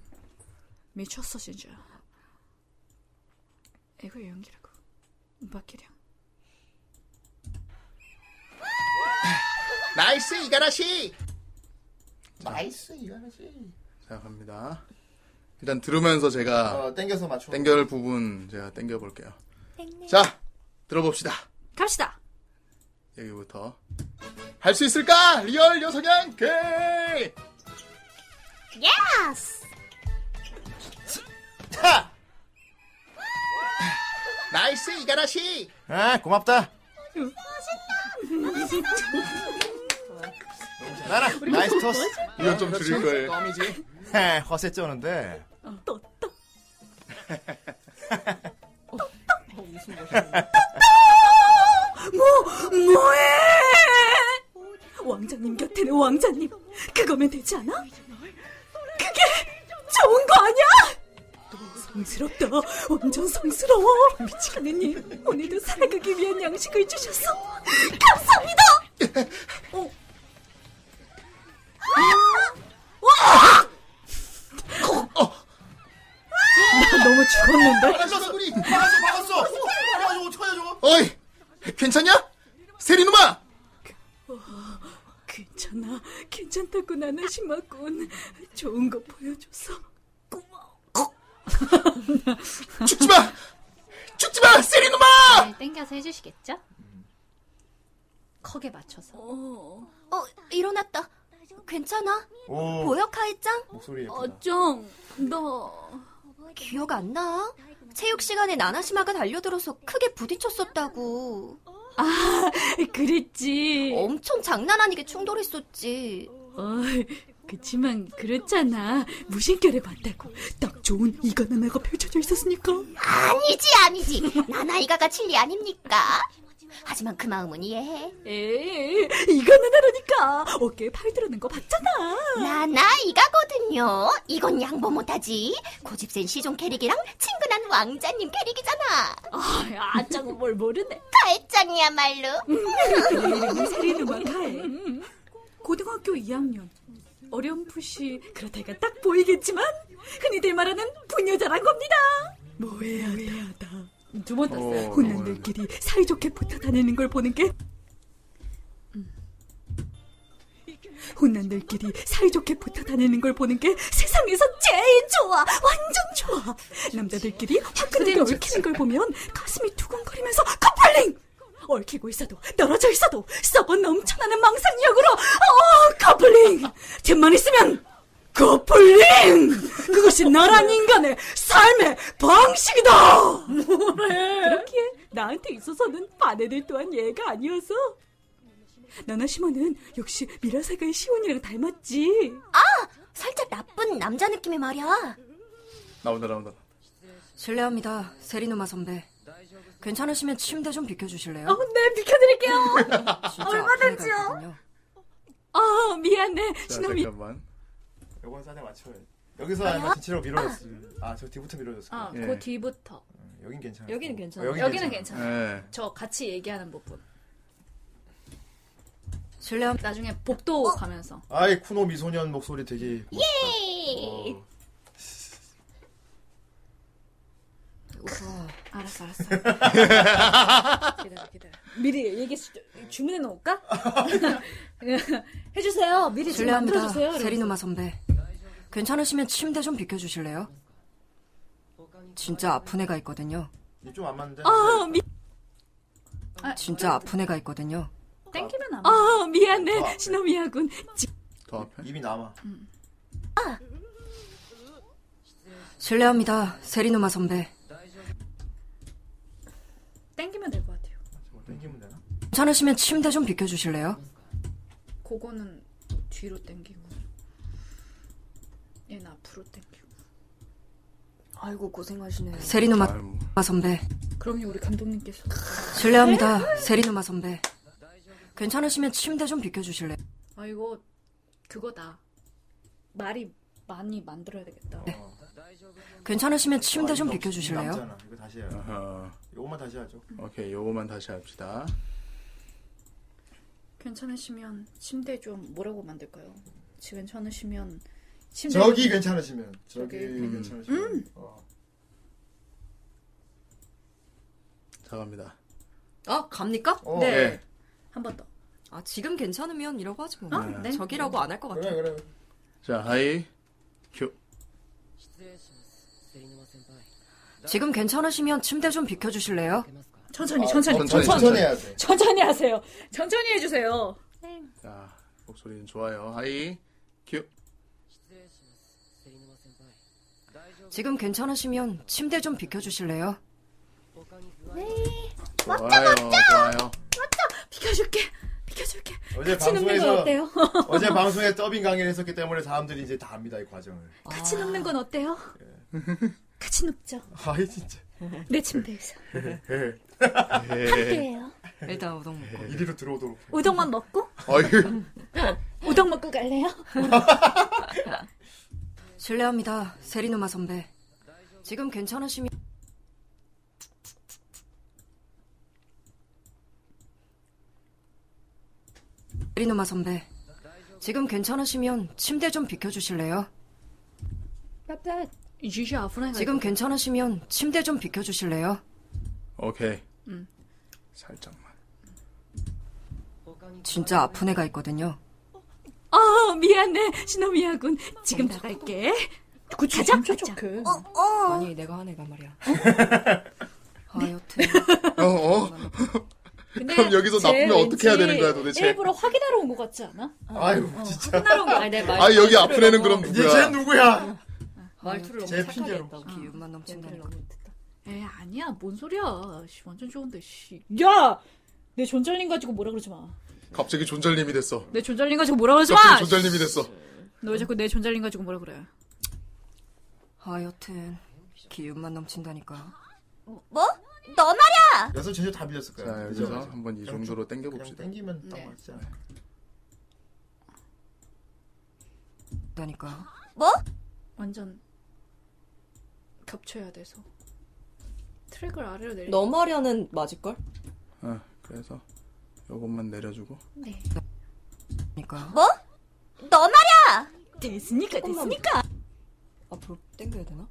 T: 미쳤어 진짜. 이걸 연기라고 박기량.
B: 나이스 이가라시. 나이스 이가라시. 자 갑니다. 일단 들으면서 제가
A: 어, 땡겨서 맞춰.
B: 땡겨올 부분 제가 땡겨 볼게요. 자 들어봅시다.
T: 갑시다.
B: 여기부터 할 수 있을까? 리얼 여성향 게이.
F: 예스!
B: 나이스 이가라시.
A: 아, 고맙다. 나라, 나이스
O: 뭐,
A: 토스.
B: 이건 좀
A: 아,
B: 줄일 거예요.
A: 껌이지? 헤, 허세 쩌는데.
O: 뭐 뭐해? 왕자님 곁에는 왕자님 그거면 되지 않아? 그게 좋은 거 아니야? 성스럽다 완전 성스러워 미치겠느님 오늘도 살아가기 위한 양식을 주셔서 감사합니다 어. 아! 와! 나 어? 너무 죽었는데
A: 막았어, 우리! 막았어, 막았어! 야, 저거 어떡하냐, 저거?
B: 어이 괜찮냐? 세리누마.
O: 괜찮아, 괜찮다고 나는 심하군. 좋은 거 보여줘서
B: 죽지 마! 죽지 마! 세리누마!
T: 잘 네, 땡겨서 해주시겠죠? 컥에 맞춰서.
F: 어, 일어났다. 괜찮아?
A: 오.
F: 보여, 카이짱?
A: 목소리 예쁘다.
F: 어쩜, 너. 기억 안 나? 체육 시간에 나나시마가 달려들어서 크게 부딪혔었다고. 아, 그랬지. 엄청 장난 아니게 충돌했었지.
T: 어, 그치만 그렇잖아. 무심결에 봤다고.
O: 딱 좋은 이건 하나가 펼쳐져 있었으니까.
F: 아니지, 아니지. 나나이가가 진리 아닙니까? 하지만 그 마음은 이해해.
O: 에이, 이건 하나라니까. 어깨에 팔 들어는 거 봤잖아.
F: 나나이가거든요. 이건 양보 못하지. 고집센 시종 캐릭이랑 친근한 왕자님 캐릭이잖아.
O: 아짜고 뭘 모르네.
F: 가해짱이야말로.
O: 이름은 세리누마카에. 고등학교 2학년. 어렴풋이 그렇다니까 딱 보이겠지만 흔히들 말하는 부녀자란 겁니다. 모해하다. 두번 땄어요.
T: 어,
O: 혼남들끼리 사이좋게 붙어 다니는 걸 보는 게 혼남들끼리 사이좋게 붙어 다니는 걸 보는 게 세상에서 제일 좋아. 완전 좋아. 남자들끼리 화끈하게
T: 그림 좋지.
O: 얽히는 걸 보면 가슴이 두근거리면서 커플링! 얽히고 있어도 떨어져 있어도 썩어 넘쳐나는 망상력으로 어 커플링! 틈만 있으면 커플링! 그것이 나란 인간의 삶의 방식이다! 뭐래? 그렇기에 나한테 있어서는 반애들 또한 얘가 아니어서 나나시마는 역시 미라사가의 시온이랑 닮았지.
F: 아, 살짝 나쁜 남자 느낌이 말이야.
B: 나온다, 나온다.
E: 실례합니다, 세리누마 선배. 괜찮으시면 침대 좀 비켜주실래요?
O: 어, 네, 비켜드릴게요.
E: 얼마든지요.
O: 아, 미안해.
B: 자,
O: 신호미.
B: 잠깐만.
A: 요건 사냥 맞춰야 돼. 여기서 아마 뒤치로 밀어줬어. 아, 저 뒤부터 밀어줬어.
D: 아,
B: 예.
D: 그 뒤부터.
A: 여긴 괜찮아.
D: 여기는 괜찮아.
A: 어, 여긴
D: 여기는
A: 괜찮아.
D: 괜찮아.
B: 예.
D: 저 같이 얘기하는 부분.
E: 실례함.
D: 나중에 복도
O: 어?
D: 가면서.
A: 아이, 쿠노 미소년 목소리 되게.
D: 예!
T: 알았어, 알았어.
D: 기다려, 기다려. 미리 얘기 수, 주문해 놓을까? 해주세요. 미리 좀
E: 실례합니다,
D: 만들어주세요. 이러면서.
E: 세리누마 선배. 괜찮으시면 침대 좀 비켜주실래요? 진짜 아픈 애가 있거든요.
A: 이좀 안 맞는데?
O: 아, 미,
E: 진짜 아픈 애가 있거든요.
D: 땡기면 안
O: 아,
A: 더
E: 네.
A: 앞에.
O: 미안해. 신호미야군. 지-
B: 더 앞에?
A: 입이 남아. 어,
E: 실례합니다, 세리누마 선배.
D: 땡기면 될 것 같아요.
A: 저거 땡기면 되나?
E: 괜찮으시면 침대 좀 비켜주실래요?
D: 그거는 뒤로 땡기고. 얘는 앞으로 땡기고.
O: 아,
E: 아이고 고생하시네. 세리누마 선배.
D: 그럼요 우리 감독님께서
C: 실례합니다. 세리누마 선배. 괜찮으시면 침대 좀 비켜주실래요?
D: 아 이거 그거다 말이 많이 만들어야 되겠다
C: 괜찮으시면 침대 좀
A: 이거
C: 비켜주실래요?
A: 남잖아. 이거 다시 해요.
B: 어,
A: 요것만 다시 하죠.
B: 오케이, 요거만 다시 합시다.
D: 괜찮으시면 침대 좀 뭐라고 만들까요? 지 괜찮으시면 침대
A: 저기 괜찮으시면. 저기
D: 음.
A: 괜찮으시면.
D: 음.
A: 어.
B: 들어갑니다.
C: 아, 갑니까?
B: 어, 네.
A: 예.
D: 한 번 더.
C: 아, 지금 괜찮으면 이라고 하지 뭐.
B: 어? 네.
C: 저기라고 안 할 것 같아요.
A: 아, 그래, 그래.
B: 자, 하이, 큐.
C: 지금 괜찮으시면 침대 좀 비켜주실래요?
D: 천천히
B: 아,
D: 천천히
B: 천천히, 천천히 해야 돼.
D: 천천히 하세요 천천히 해주세요
B: 자, 목소리는 좋아요. 하이, 큐.
C: 지금 괜찮으시면 침대 좀 비켜주실래요?
B: 좋아요, 좋아요.
D: 비켜줄게 비켜줄게
A: 어제
D: 같이 눕는
A: 방송에서-
D: 건 어때요?
A: 어제 방송에 더빙 강의를 했었기 때문에 사람들이 이제 다 압니다, 이 과정을.
D: 같이 눕는 건 어때요? 같이 눕죠
A: 아이, 진짜.
D: 내 침대에서 함께해요
C: 일단 우동 먹고.
A: 이리로 들어오도록.
D: 우동만 먹고
B: 어휴.
D: 우동 먹고 갈래요?
C: 실례합니다. 세리누마 선배. 지금 괜찮으시면 세리누마 선배. 지금 괜찮으시면 침대 좀 비켜주실래요?
D: 지시 아프나
C: 지금 괜찮으시면 침대 좀 비켜주실래요?
B: 오케이.
D: 음.
B: 살짝만.
C: 진짜 아픈 애가 있거든요.
D: 어 미안해 시노미야군 지금 나갈게 그치, 가자 가자
C: 아니 내가 한 애가 말이야. 아 여튼
B: 어, 어? 그럼 여기서
D: 쟤
B: 나쁘면 어떻게 해야 되는 거야,
D: 왠지
B: 도대체?
D: 일부러 확인하러 온 것 같지 않아?
A: 아유,
D: 진짜 확인하러 온거 아니 내 말.
B: 아, 여기 앞에 내는 그럼
A: 이제
B: 누구야?
A: 쟤 누구야?
C: 말투를
A: 제 핑계로.
C: 기운만 넘친다니까.
D: 에 아니야 뭔 소리야 씨, 완전 좋은데 씨야내 존잘님 가지고 뭐라 그러지 마내
B: 갑자기 존잘님이 됐어.
D: 존잘님 가지고 뭐라 그러지
B: 갑자기
D: 마
B: 존잘님이 됐어.
D: 너 왜 자꾸 내 존잘님 가지고 뭐라 그래
C: 아 여튼 기운만 넘친다니까.
F: 뭐? 너 말야!
A: 여섯 제주 다 빌렸을 거야.
B: 자,
A: 그죠?
B: 여기서 한번 이 정도로
A: 그냥
B: 땡겨봅시다.
A: 땡기면 딱 맞지 않아요?
C: 다니까.
F: 뭐?
D: 완전 겹쳐야 돼서 트랙을 아래로 내리
C: 넘어려는 맞을걸?
B: 어, 그래서 요것만 내려주고.
D: 네.
C: 그러니까.
F: 뭐? 너 말야!
D: 됐으니까
C: 됐으니까. 앞으로 땡겨야 되나?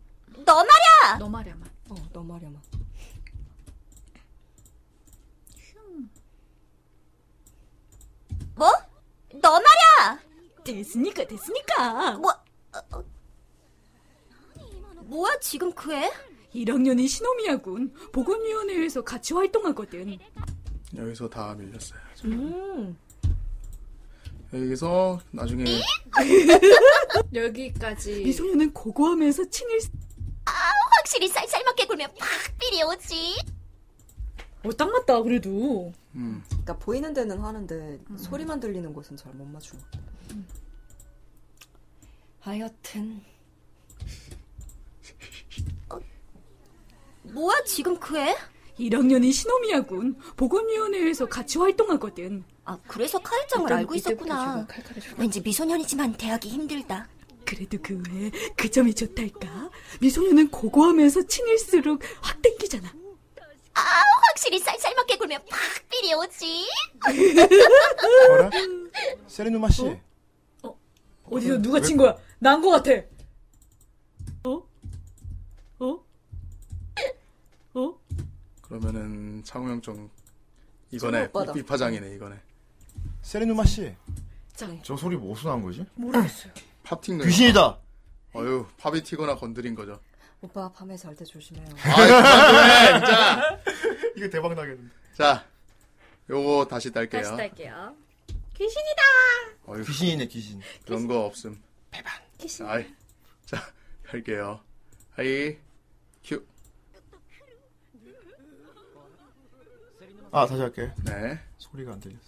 F: 너 말야!
D: 너 말야만
C: 어, 너 말이야만.
F: 뭐? 너 말야!
D: 됐으니까 됐으니까
F: 뭐? 어, 어. 뭐야 지금 그 애?
D: 1학년이 신호미야군 보건위원회에서 같이 활동하거든
B: 여기서 다 밀렸어요.
C: 음.
B: 여기서 나중에
D: 여기까지 이 소녀는 고고하면서 친일
F: 아 확실히 쌀쌀맞게 굴면 팍 삐리 오지
D: 어딱 맞다 그래도
B: 음.
C: 그러니까 보이는 데는 하는데
D: 음.
C: 소리만 들리는 곳은 잘 못 맞추고. 하여튼
F: 뭐야 지금 그 애?
D: 1학년이 신호미야군 보건위원회에서 같이 활동하거든
F: 아 그래서 카이짱을 알고 있었구나 왠지 미소년이지만 대하기 힘들다
D: 그래도 그 외에 그 점이 좋달까 미소녀는 고고하면서 친일수록 확 땡기잖아
F: 아 확실히 쌀쌀맞게 굴면 팍 삐리 오지
A: 뭐라? 세리누마 씨.
D: 어디서
A: 왜-
D: 누가 친 거야 난 거 같아 어? 어? 어?
B: 그러면은 창호 형좀 이거네
C: 오빠다.
B: 비파장이네 이거네.
A: 세리누마 씨.
D: 짱.
A: 저 소리 뭐서 난 거지?
B: 네.
D: 모르겠어요
B: 팝팅 거죠.
A: 귀신이다.
B: 어유 팝이 튀거나 건드린 거죠.
C: 오빠 밤에 잘 때 조심해요.
B: 아 그만해 진짜.
A: 이거 대박 나겠는데.
B: 자 요거 다시 딸게요.
D: 다시 딸게요 귀신이다
B: 어유
A: 귀신이네 귀신.
B: 그런 거 없음.
D: 귀신
B: 아이 자 갈게요. 하이 큐.
A: 아 다시 할게.
B: 네.
A: 소리가 안 들렸어.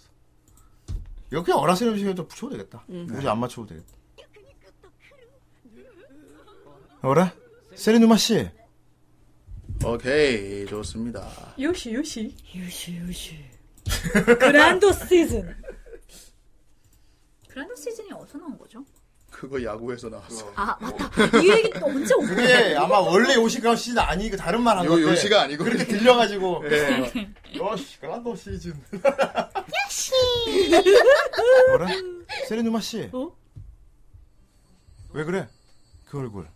A: 이거 그냥 어라세 음식에 좀 붙여도 되겠다. 굳이 안 맞춰도 되겠다. 어라? 세리누마 씨.
B: 오케이 좋습니다.
D: 요시 요시
U: 요시 요시
D: 그란도 시즌 그란도 시즌이 어디서 나온 거죠?
B: 그거 야구에서 나왔어.
D: 아 맞다 이 얘기 또 언제 오고
A: 그게 아마 원래 요시가 시즌 아니고 그 다른 말 한
B: 요-
A: 건데
B: 요시가 아니고.
A: 그렇게 들려가지고
B: 예.
A: 요시 그란도 시즌
F: 씨.
A: 뭐라? 세레누마 씨. 왜 그래? 그 얼굴.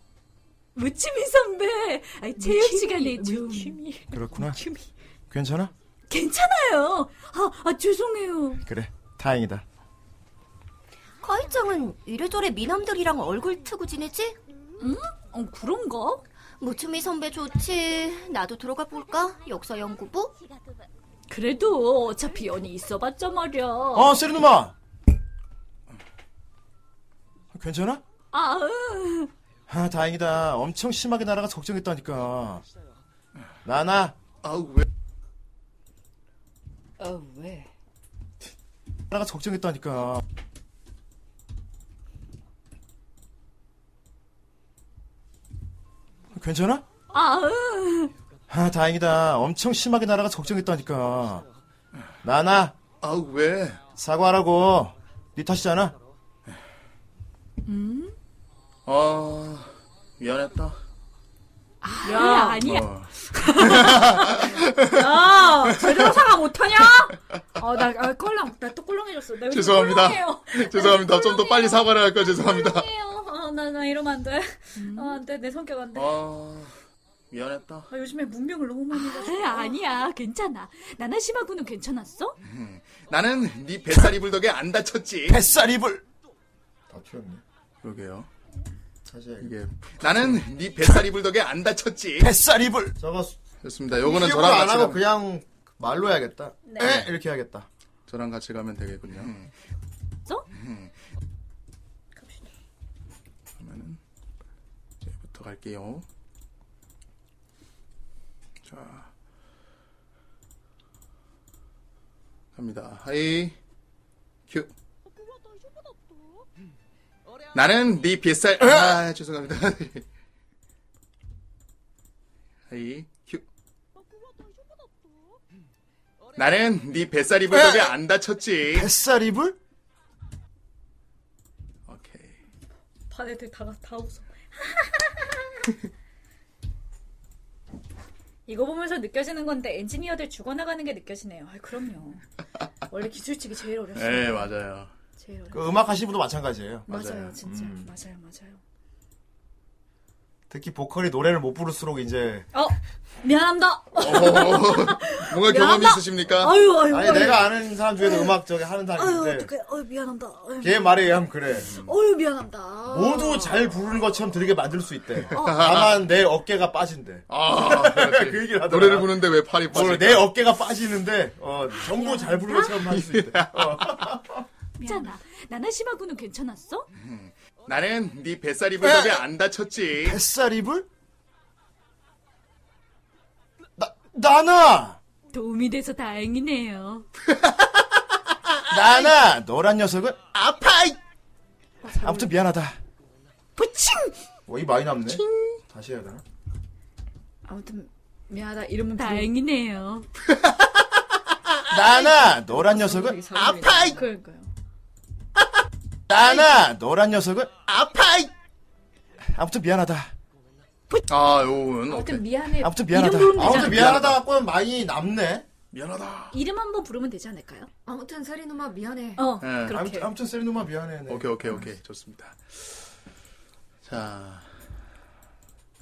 U: 무치미 선배 아이, 체육 시간에 좀
A: 그렇구나. 괜찮아?
U: 괜찮아요 아, 아 죄송해요
A: 그래. 다행이다.
F: 가이짱은 이래저래 미남들이랑 얼굴 트고 지내지? 응? 어, 그런가? 무추미 선배 좋지. 나도 들어가 볼까? 역사 연구부?
D: 그래도 어차피 연이 있어봤자 말이야
A: 어, 세레누마. 괜찮아?
D: 아 으.
A: 아, 다행이다. 엄청 심하게 날아가 걱정했다니까. 나나.
B: 아우 왜?
U: 어, 왜?
A: 나가 걱정했다니까. 괜찮아?
D: 아 으.
A: 아, 다행이다. 엄청 심하게 날아가 걱정했다니까. 나나.
B: 아우 왜?
A: 사과하라고. 네 탓이잖아.
D: 음?
B: 아 미안했다.
D: 야 아니야
B: 어.
D: 야 제대로 사과 못하냐? 어나 아, 꼴랑 나또 꼴랑해졌어 나 요즘
B: 죄송합니다.
D: 꼴랑해요.
B: 죄송합니다. 좀 더 빨리 사과를 할 걸 죄송합니다.
D: 아나 나 이러면 안 돼. 아, 안 돼. 내 성격 안 돼.
B: 아 미안했다.
D: 아, 요즘에 문명을 너무 많이 가지고. 아, 아니야. 괜찮아. 나나시마구는 괜찮았어?
B: 음, 나는 네 뱃살 이불 덕에 안 다쳤지.
A: 뱃살 이불. 다 튀었네.
B: 그러게요.
A: 사실
B: 이게 나는 네 뱃살 이불 덕에 안 다쳤지.
A: 뱃살 이불. 저거
B: 좋습니다. 요거는
A: 기억을
B: 저랑
A: 안
B: 같이
A: 하고
B: 가면,
A: 그냥 말로 해야겠다.
D: 네.
A: 에? 이렇게 해야겠다.
B: 저랑 같이 가면 되겠군요.
D: 저?
B: 음. 그러면은 이제부터 갈게요. 자 갑니다. 하이 큐. 나는 네 뱃살 아 죄송합니다. 하이 큐. 나는 네 뱃살 입을 덕에 안 다쳤지.
A: 뱃살 이불?
B: 오케이.
D: 반 애들 다, 다 웃어. 이거 보면서 느껴지는 건데 엔지니어들 죽어나가는 게 느껴지네요. 아, 그럼요. 원래 기술직이 제일 어렵어요.
B: 네 맞아요.
D: 제일 어려워.
A: 그 음악 하시는 분도 마찬가지예요.
D: 맞아요,
B: 맞아요.
D: 진짜.
A: 음.
D: 맞아요, 맞아요.
A: 특히 보컬이 노래를 못 부를수록 이제
D: 어, 미안합니다.
B: 뭔가 경험이
D: 미안합니다.
B: 있으십니까?
D: 아유, 아유.
A: 아니
D: 아유.
A: 내가 아는 사람 중에도 음악 저기 하는 사람이
D: 아유,
A: 있는데
D: 그러니까 네. 어떡해. 아유, 미안합니다. 아유,
A: 걔 말에 의하면 그래.
D: 어유 미안합니다.
A: 모두 잘 부르는 것처럼 들리게 만들 수 있대.
D: 어.
A: 다만 내 어깨가 빠진대.
B: 아, 그렇지.
A: 그 얘기를 하더라.
B: 노래를 부는데 왜 팔이
A: 어,
B: 빠질까?
A: 내 어깨가 빠지는데 어, 전부 잘 부르는 것처럼 할 수 있대. 어,
D: 괜찮아. 나나시마구는 괜찮았어?
B: 나는 네 뱃살 입을 덕에 안 다쳤지.
A: 뱃살 이불? 나 나나
D: 도움이 돼서 다행이네요.
A: 나나 너란 녀석은 아파. 아무튼 미안하다.
D: 부칭!
A: 이 많이 남네. 다시 해야 되나?
D: 아무튼 미안하다. 이름은 다행이네요.
A: 나나 너란 녀석은 아파.
D: 그러니까요.
A: 나나 너란 녀석은 아파. 아무튼 미안하다.
B: 아, 요건 오케이.
D: 아무튼 미안해.
A: 아무튼 미안하다.
D: 이름 부르면
A: 아무튼
D: 되잖아.
A: 미안하다 건 많이 남네.
B: 미안하다.
D: 이름 한번 부르면 되지 않을까요?
C: 아무튼 세리누마 미안해.
D: 어.
B: 예.
D: 그렇게.
A: 아무튼, 아무튼 세리누마 미안해. 네.
B: 오케이, 오케이, 오케이. 좋습니다. 자,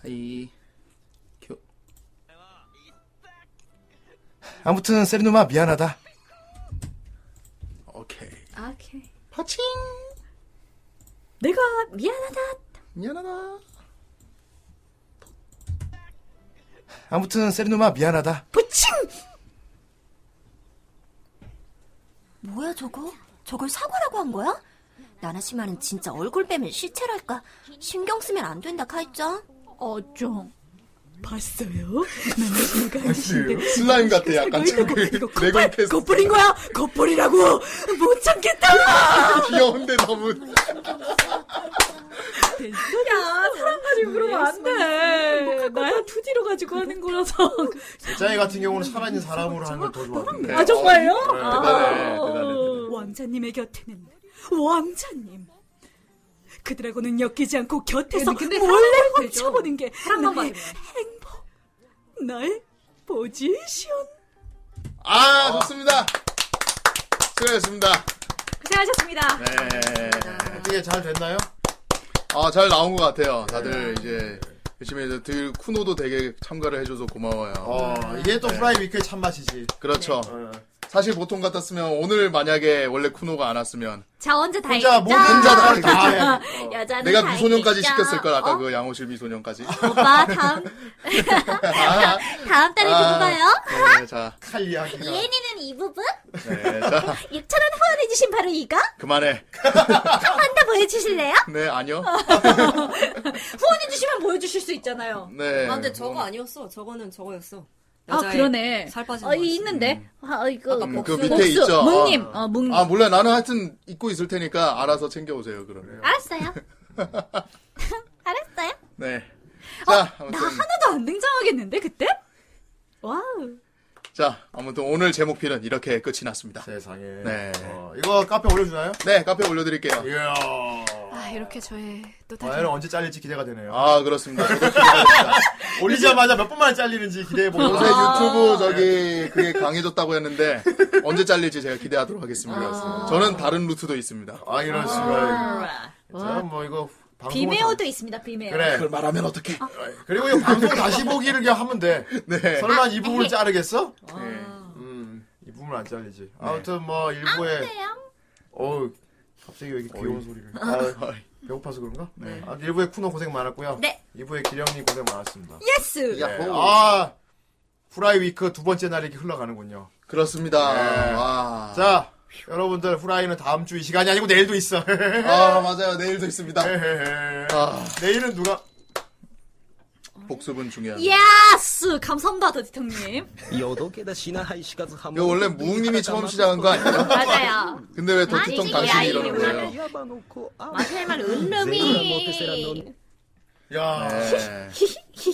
B: 하이, 큐.
A: 아무튼 세리누마 미안하다.
B: 오케이.
D: 아, 오케이.
B: 파칭!
D: 내가 미안하다.
B: 미안하다.
A: 아무튼 세리누마 미안하다.
D: 부칭!
F: 뭐야 저거? 저걸 사과라고 한 거야? 나나시마는 진짜 얼굴 빼면 시체랄까. 신경 쓰면 안 된다 카이짱.
D: 어쩜. 봤어요? 나나시마가 앉으신데
B: 슬라임 같아, 약간.
A: 그
D: 이거
B: 레고
D: 겉벌, 겉벌인 거야! 겉벌이라고! 못 참겠다!
B: 귀여운데 너무.
D: 야, 네, 사람 가지고 그러면 안 돼!
T: 나, 나야 2D로 가지고 하는 거라서.
A: 대장이 같은 경우는 살아있는 사람으로 하는 걸더 좋아하는데.
T: 아, 정말요?
A: 어, 네,
D: 아.
A: 대단해, 대단해.
O: 왕자님의 곁에는 왕자님. 그들하고는 엮이지 않고 곁에서
T: 네, 근데
O: 몰래
T: 사랑만 되죠.
O: 훔쳐보는 게
T: 사랑만
O: 나의
T: 받으면.
O: 행복, 나의 포지션.
B: 아, 좋습니다. 수고하셨습니다.
T: 고생하셨습니다.
B: 네.
A: 어떻게 잘 됐나요?
B: 아, 잘 나온 것 같아요. 다들
A: 네.
B: 이제 열심히 이제 들 쿠노도 되게 참가를 해줘서 고마워요.
D: 음.
A: 어, 네. 이게
D: 네.
A: 또 후라이 위크의 참맛이지.
B: 그렇죠.
D: 어.
B: 사실 보통 같았으면 오늘 만약에 원래 쿠노가 안 왔으면
D: 자 언제 다
A: 혼자
D: 했죠?
A: 모든 아,
B: 혼자 다 했겠죠. 다
D: 여자는
B: 내가
D: 다
B: 미소년까지
D: 했겠죠?
B: 시켰을 걸
E: 어?
B: 아까 그 양호실 미소년까지.
D: 오빠 다음 다음 달에
B: 아,
D: 누구 봐요?
B: 네, 자,
A: 칼 이야기가.
D: 예니는 이 부분?
B: 네, 자
D: 6천원 후원해주신 바로 이거?
B: 그만해.
D: 한 번 더 보여주실래요?
B: 네, 아니요.
T: 후원해주시면 보여주실 수 있잖아요.
B: 네.
E: 아, 근데 저거 아니었어. 저거는 저거였어.
T: 아, 그러네.
E: 살 빠진
T: 어,
E: 거.
T: 이 있는데. 아, 이거.
B: 음, 그
T: 복수.
B: 밑에
T: 복수.
B: 있죠.
T: 묵님.
B: 아.
T: 어, 묵님.
B: 아 몰라 나는 하여튼 입고 있을 테니까 알아서 챙겨 오세요 그러면.
D: 알았어요. 알았어요.
B: 네.
E: 어,
B: 자
T: 나
B: 아무튼
T: 하나도 안 등장하겠는데, 그때? 와우.
B: 자 아무튼 오늘 제목필은 이렇게 끝이 났습니다.
A: 세상에. 어,
B: 네.
A: 이거 카페 올려주나요?
B: 네 카페 올려드릴게요.
A: 이야.
T: 아, 이렇게 저의 또 다른.
A: 과연 언제 잘릴지 기대가 되네요.
B: 아 그렇습니다. 저도
A: 올리자마자 몇 분 만에 잘리는지 기대해보고.
B: 요새 유튜브 저기 그게 강해졌다고 했는데 언제 잘릴지 제가 기대하도록 하겠습니다.
E: 아.
B: 저는 다른 루트도 있습니다.
A: 아 이런 식으로. 자, 뭐 이거 방송
D: 비메오도 있습니다. 비메오.
A: 그래.
B: 그걸 말하면 어떡해.
A: 그리고 이 방송 다시 보기를 그냥 하면 돼.
B: 네.
A: 설마 이 부분을 자르겠어?
B: 네.
E: 아.
A: 음, 이 부분은 안 잘리지. 아무튼 뭐 일부에 어우 갑자기 왜 이렇게 귀여운 소리를? 아, 배고파서 그런가? 네. 아, 일부에 쿠노 고생 많았고요.
D: 네.
A: 2부에 기령님 고생 많았습니다.
D: 예스.
A: 네.
B: 어,
A: 아 후라이 위크 두 번째 날이 이렇게 흘러가는군요.
B: 그렇습니다.
A: 네.
B: 와.
A: 자 여러분들 후라이는 다음 주 이 시간이 아니고 내일도 있어.
B: 아 맞아요 내일도 있습니다.
A: 네.
B: 아.
A: 내일은 누가?
B: 복습은 중요합니다.
T: 예스! 감사합니다, 더디통님.
M: 余計だ死なはいしかずはも
B: 거
M: の
B: 원래 무웅님이 처음 시작한 거 아니에요?
D: 맞아요.
B: 근데 왜 도티통
D: 아니지,
B: 당신이
D: 야이,
B: 이러는 거예요?
D: 마지막 말
M: 세라노니.
D: 은름이.
A: 야
B: 네.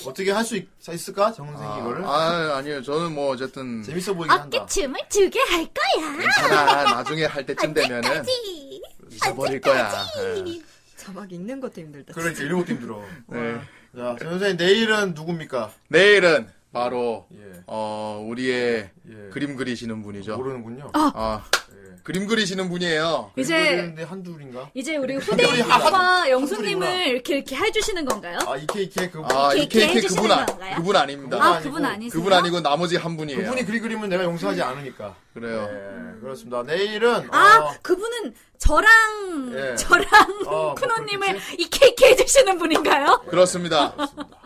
A: 어떻게 할 수 있을까 정 선생이 이거를?
B: 아, 아니에요. 저는 뭐 어쨌든
A: 재밌어 보이긴 한다.
D: 어깨춤을 두게 할 거야.
B: 괜찮아. 나중에 할 때쯤 되면은
D: 지
B: 잊어버릴 거야. 네.
E: 자막 읽는 것도 힘들다.
A: 그러니까 이런 것도 힘들어.
B: 네.
A: 자, 정 선생님 내일은 누굽니까?
B: 내일은 바로
A: 예.
B: 어, 우리의
A: 예.
B: 그림 그리시는 분이죠.
A: 모르는군요.
B: 아, 그림 그리시는 분이에요.
T: 이제,
A: 근데 한 줄인가?
T: 이제 우리
A: 우리 한-
T: 후대인과
A: 한둘이구나.
T: 영수님을 이렇게, 이렇게 해주시는 건가요?
A: 아 이케 이케 그분.
B: 아,
T: 이렇게
B: 이케 이케
T: 해주시는
B: 그분 아,
T: 건가요?
B: 그분 아닙니다.
T: 아, 그분 아니세요?
B: 그분 아니고 나머지 한 분이에요.
A: 그분이 그리 그리면 내가 용서하지 않으니까.
B: 그래요.
A: 네, 그렇습니다. 내일은
T: 아,
A: 어,
T: 그분은 저랑,
A: 예.
T: 저랑
A: 어, 뭐
T: 쿠노님을
A: 그렇겠지?
T: 이 케이크 해주시는 분인가요?
B: 그렇습니다.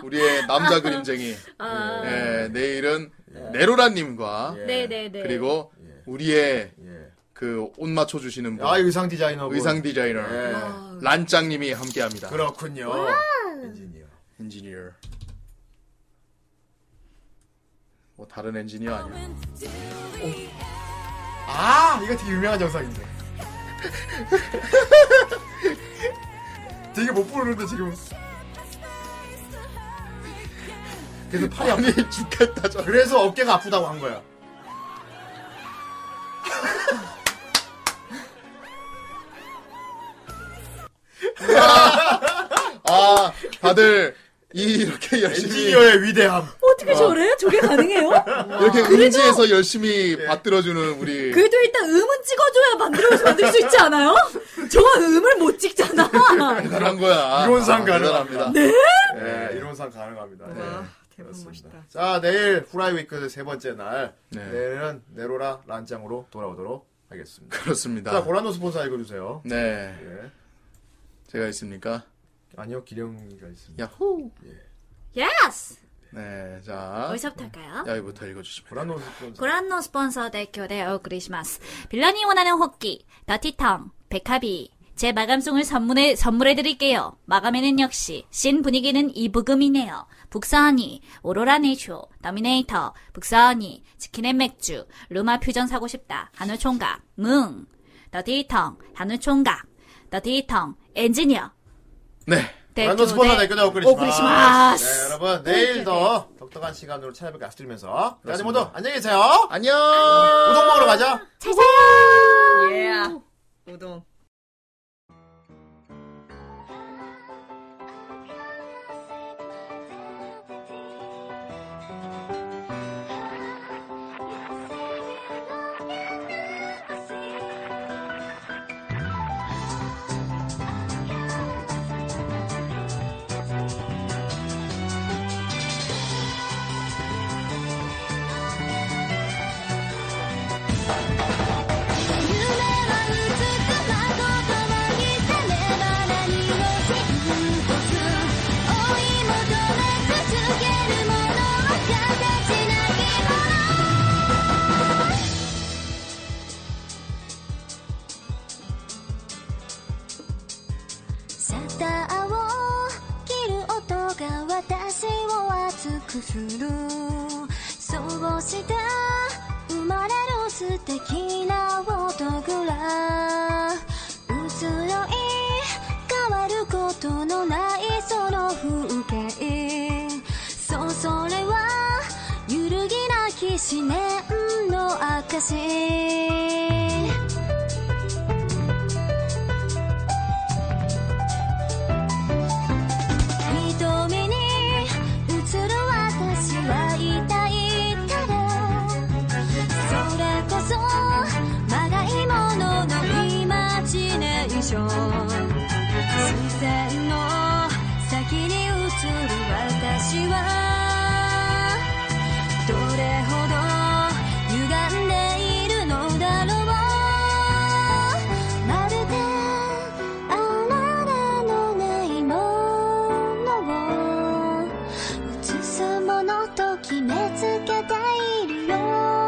B: 우리의 남자 그림쟁이.
T: 아,
B: 예, 내일은 네로라님과
T: 네네네.
B: 예. 그리고 우리의
A: 예.
B: 그 옷 맞춰 주시는 분,
A: 아 의상 디자이너.
B: 의상 디자이너
A: 예.
B: 아. 란짱님이 함께합니다.
A: 그렇군요. 엔지니어.
B: 엔지니어. 뭐 다른 엔지니어 아니에요?
A: 아 이거 되게 유명한 영상인데. 되게 못 부르는데 지금. 그래서 팔이 아프.
B: 아니 죽겠다 저.
A: 그래서 어깨가 아프다고 한 거야.
B: 아 다들 이- 이렇게 열심히
A: 엔지니어의 위대함.
T: 어떻게 저래? 저게 가능해요?
E: 아,
B: 이렇게
A: 아,
B: 음지에서 열심히
A: 예.
B: 받들어주는 우리
T: 그래도 일단 음은 찍어줘야 만들어 만들 수 있지 않아요? 저건 음을 못 찍잖아.
B: 대단한 거야.
A: 이론상
B: 아,
A: 가능합니다.
B: 대단합니다.
A: 네, 이론상 가능합니다. 네.
E: 와, 대박
A: 그렇습니다.
E: 멋있다.
A: 자, 내일 후라이 위크 세 번째 날.
B: 네.
A: 내일은 네로라 란짱으로 돌아오도록 하겠습니다.
B: 그렇습니다.
A: 자, 고란노 스폰서 읽어주세요.
B: 네,
A: 예.
B: 제가 있습니까?
A: 아니요, 기령이가 있습니다.
B: 야호.
D: 예스.
B: 네, 자
D: 어디서부터 할까요?
B: 여기부터 읽어주시면.
A: 고란노 스폰서.
D: ご覧のスポンサーで今日でお送りします。 어, 빌런이 원하는 호끼, 더티텅, 백합이. 제 마감송을 선물해, 선물해드릴게요. 마감에는 역시, 신 분위기는 이부금이네요. 북사하니, 오로라 네쇼, 너미네이터, 북사하니, 치킨앤 맥주, 루마 퓨전 사고 싶다, 한우 총각, 뭉, 더티텅, 한우 총각, 더티텅, 엔지니어,
B: 네,
A: 고란노 아, 스폰서 댓글
D: 네. 어, 오크리시마스.
A: 오크리시마스. 네, 여러분 내일 더 독특한 시간으로 찾아뵙게 약속드리면서 다들 모두 안녕히 계세요.
B: 안녕.
A: 우동 먹으러 가자.
F: 잘 자요.
C: 예. 우동.
Q: シャッターを切る音が私を熱くするそうして生まれる素敵な音ぐら移ろい変わることのないその風景そうそれは揺るぎなき思念の証瞳に映る私は痛いただそれこそまがいもののイマジネーション視線の先に映る私はどれほど歪んでいるのだろうまるであなたのないものを映すものと決めつけているよ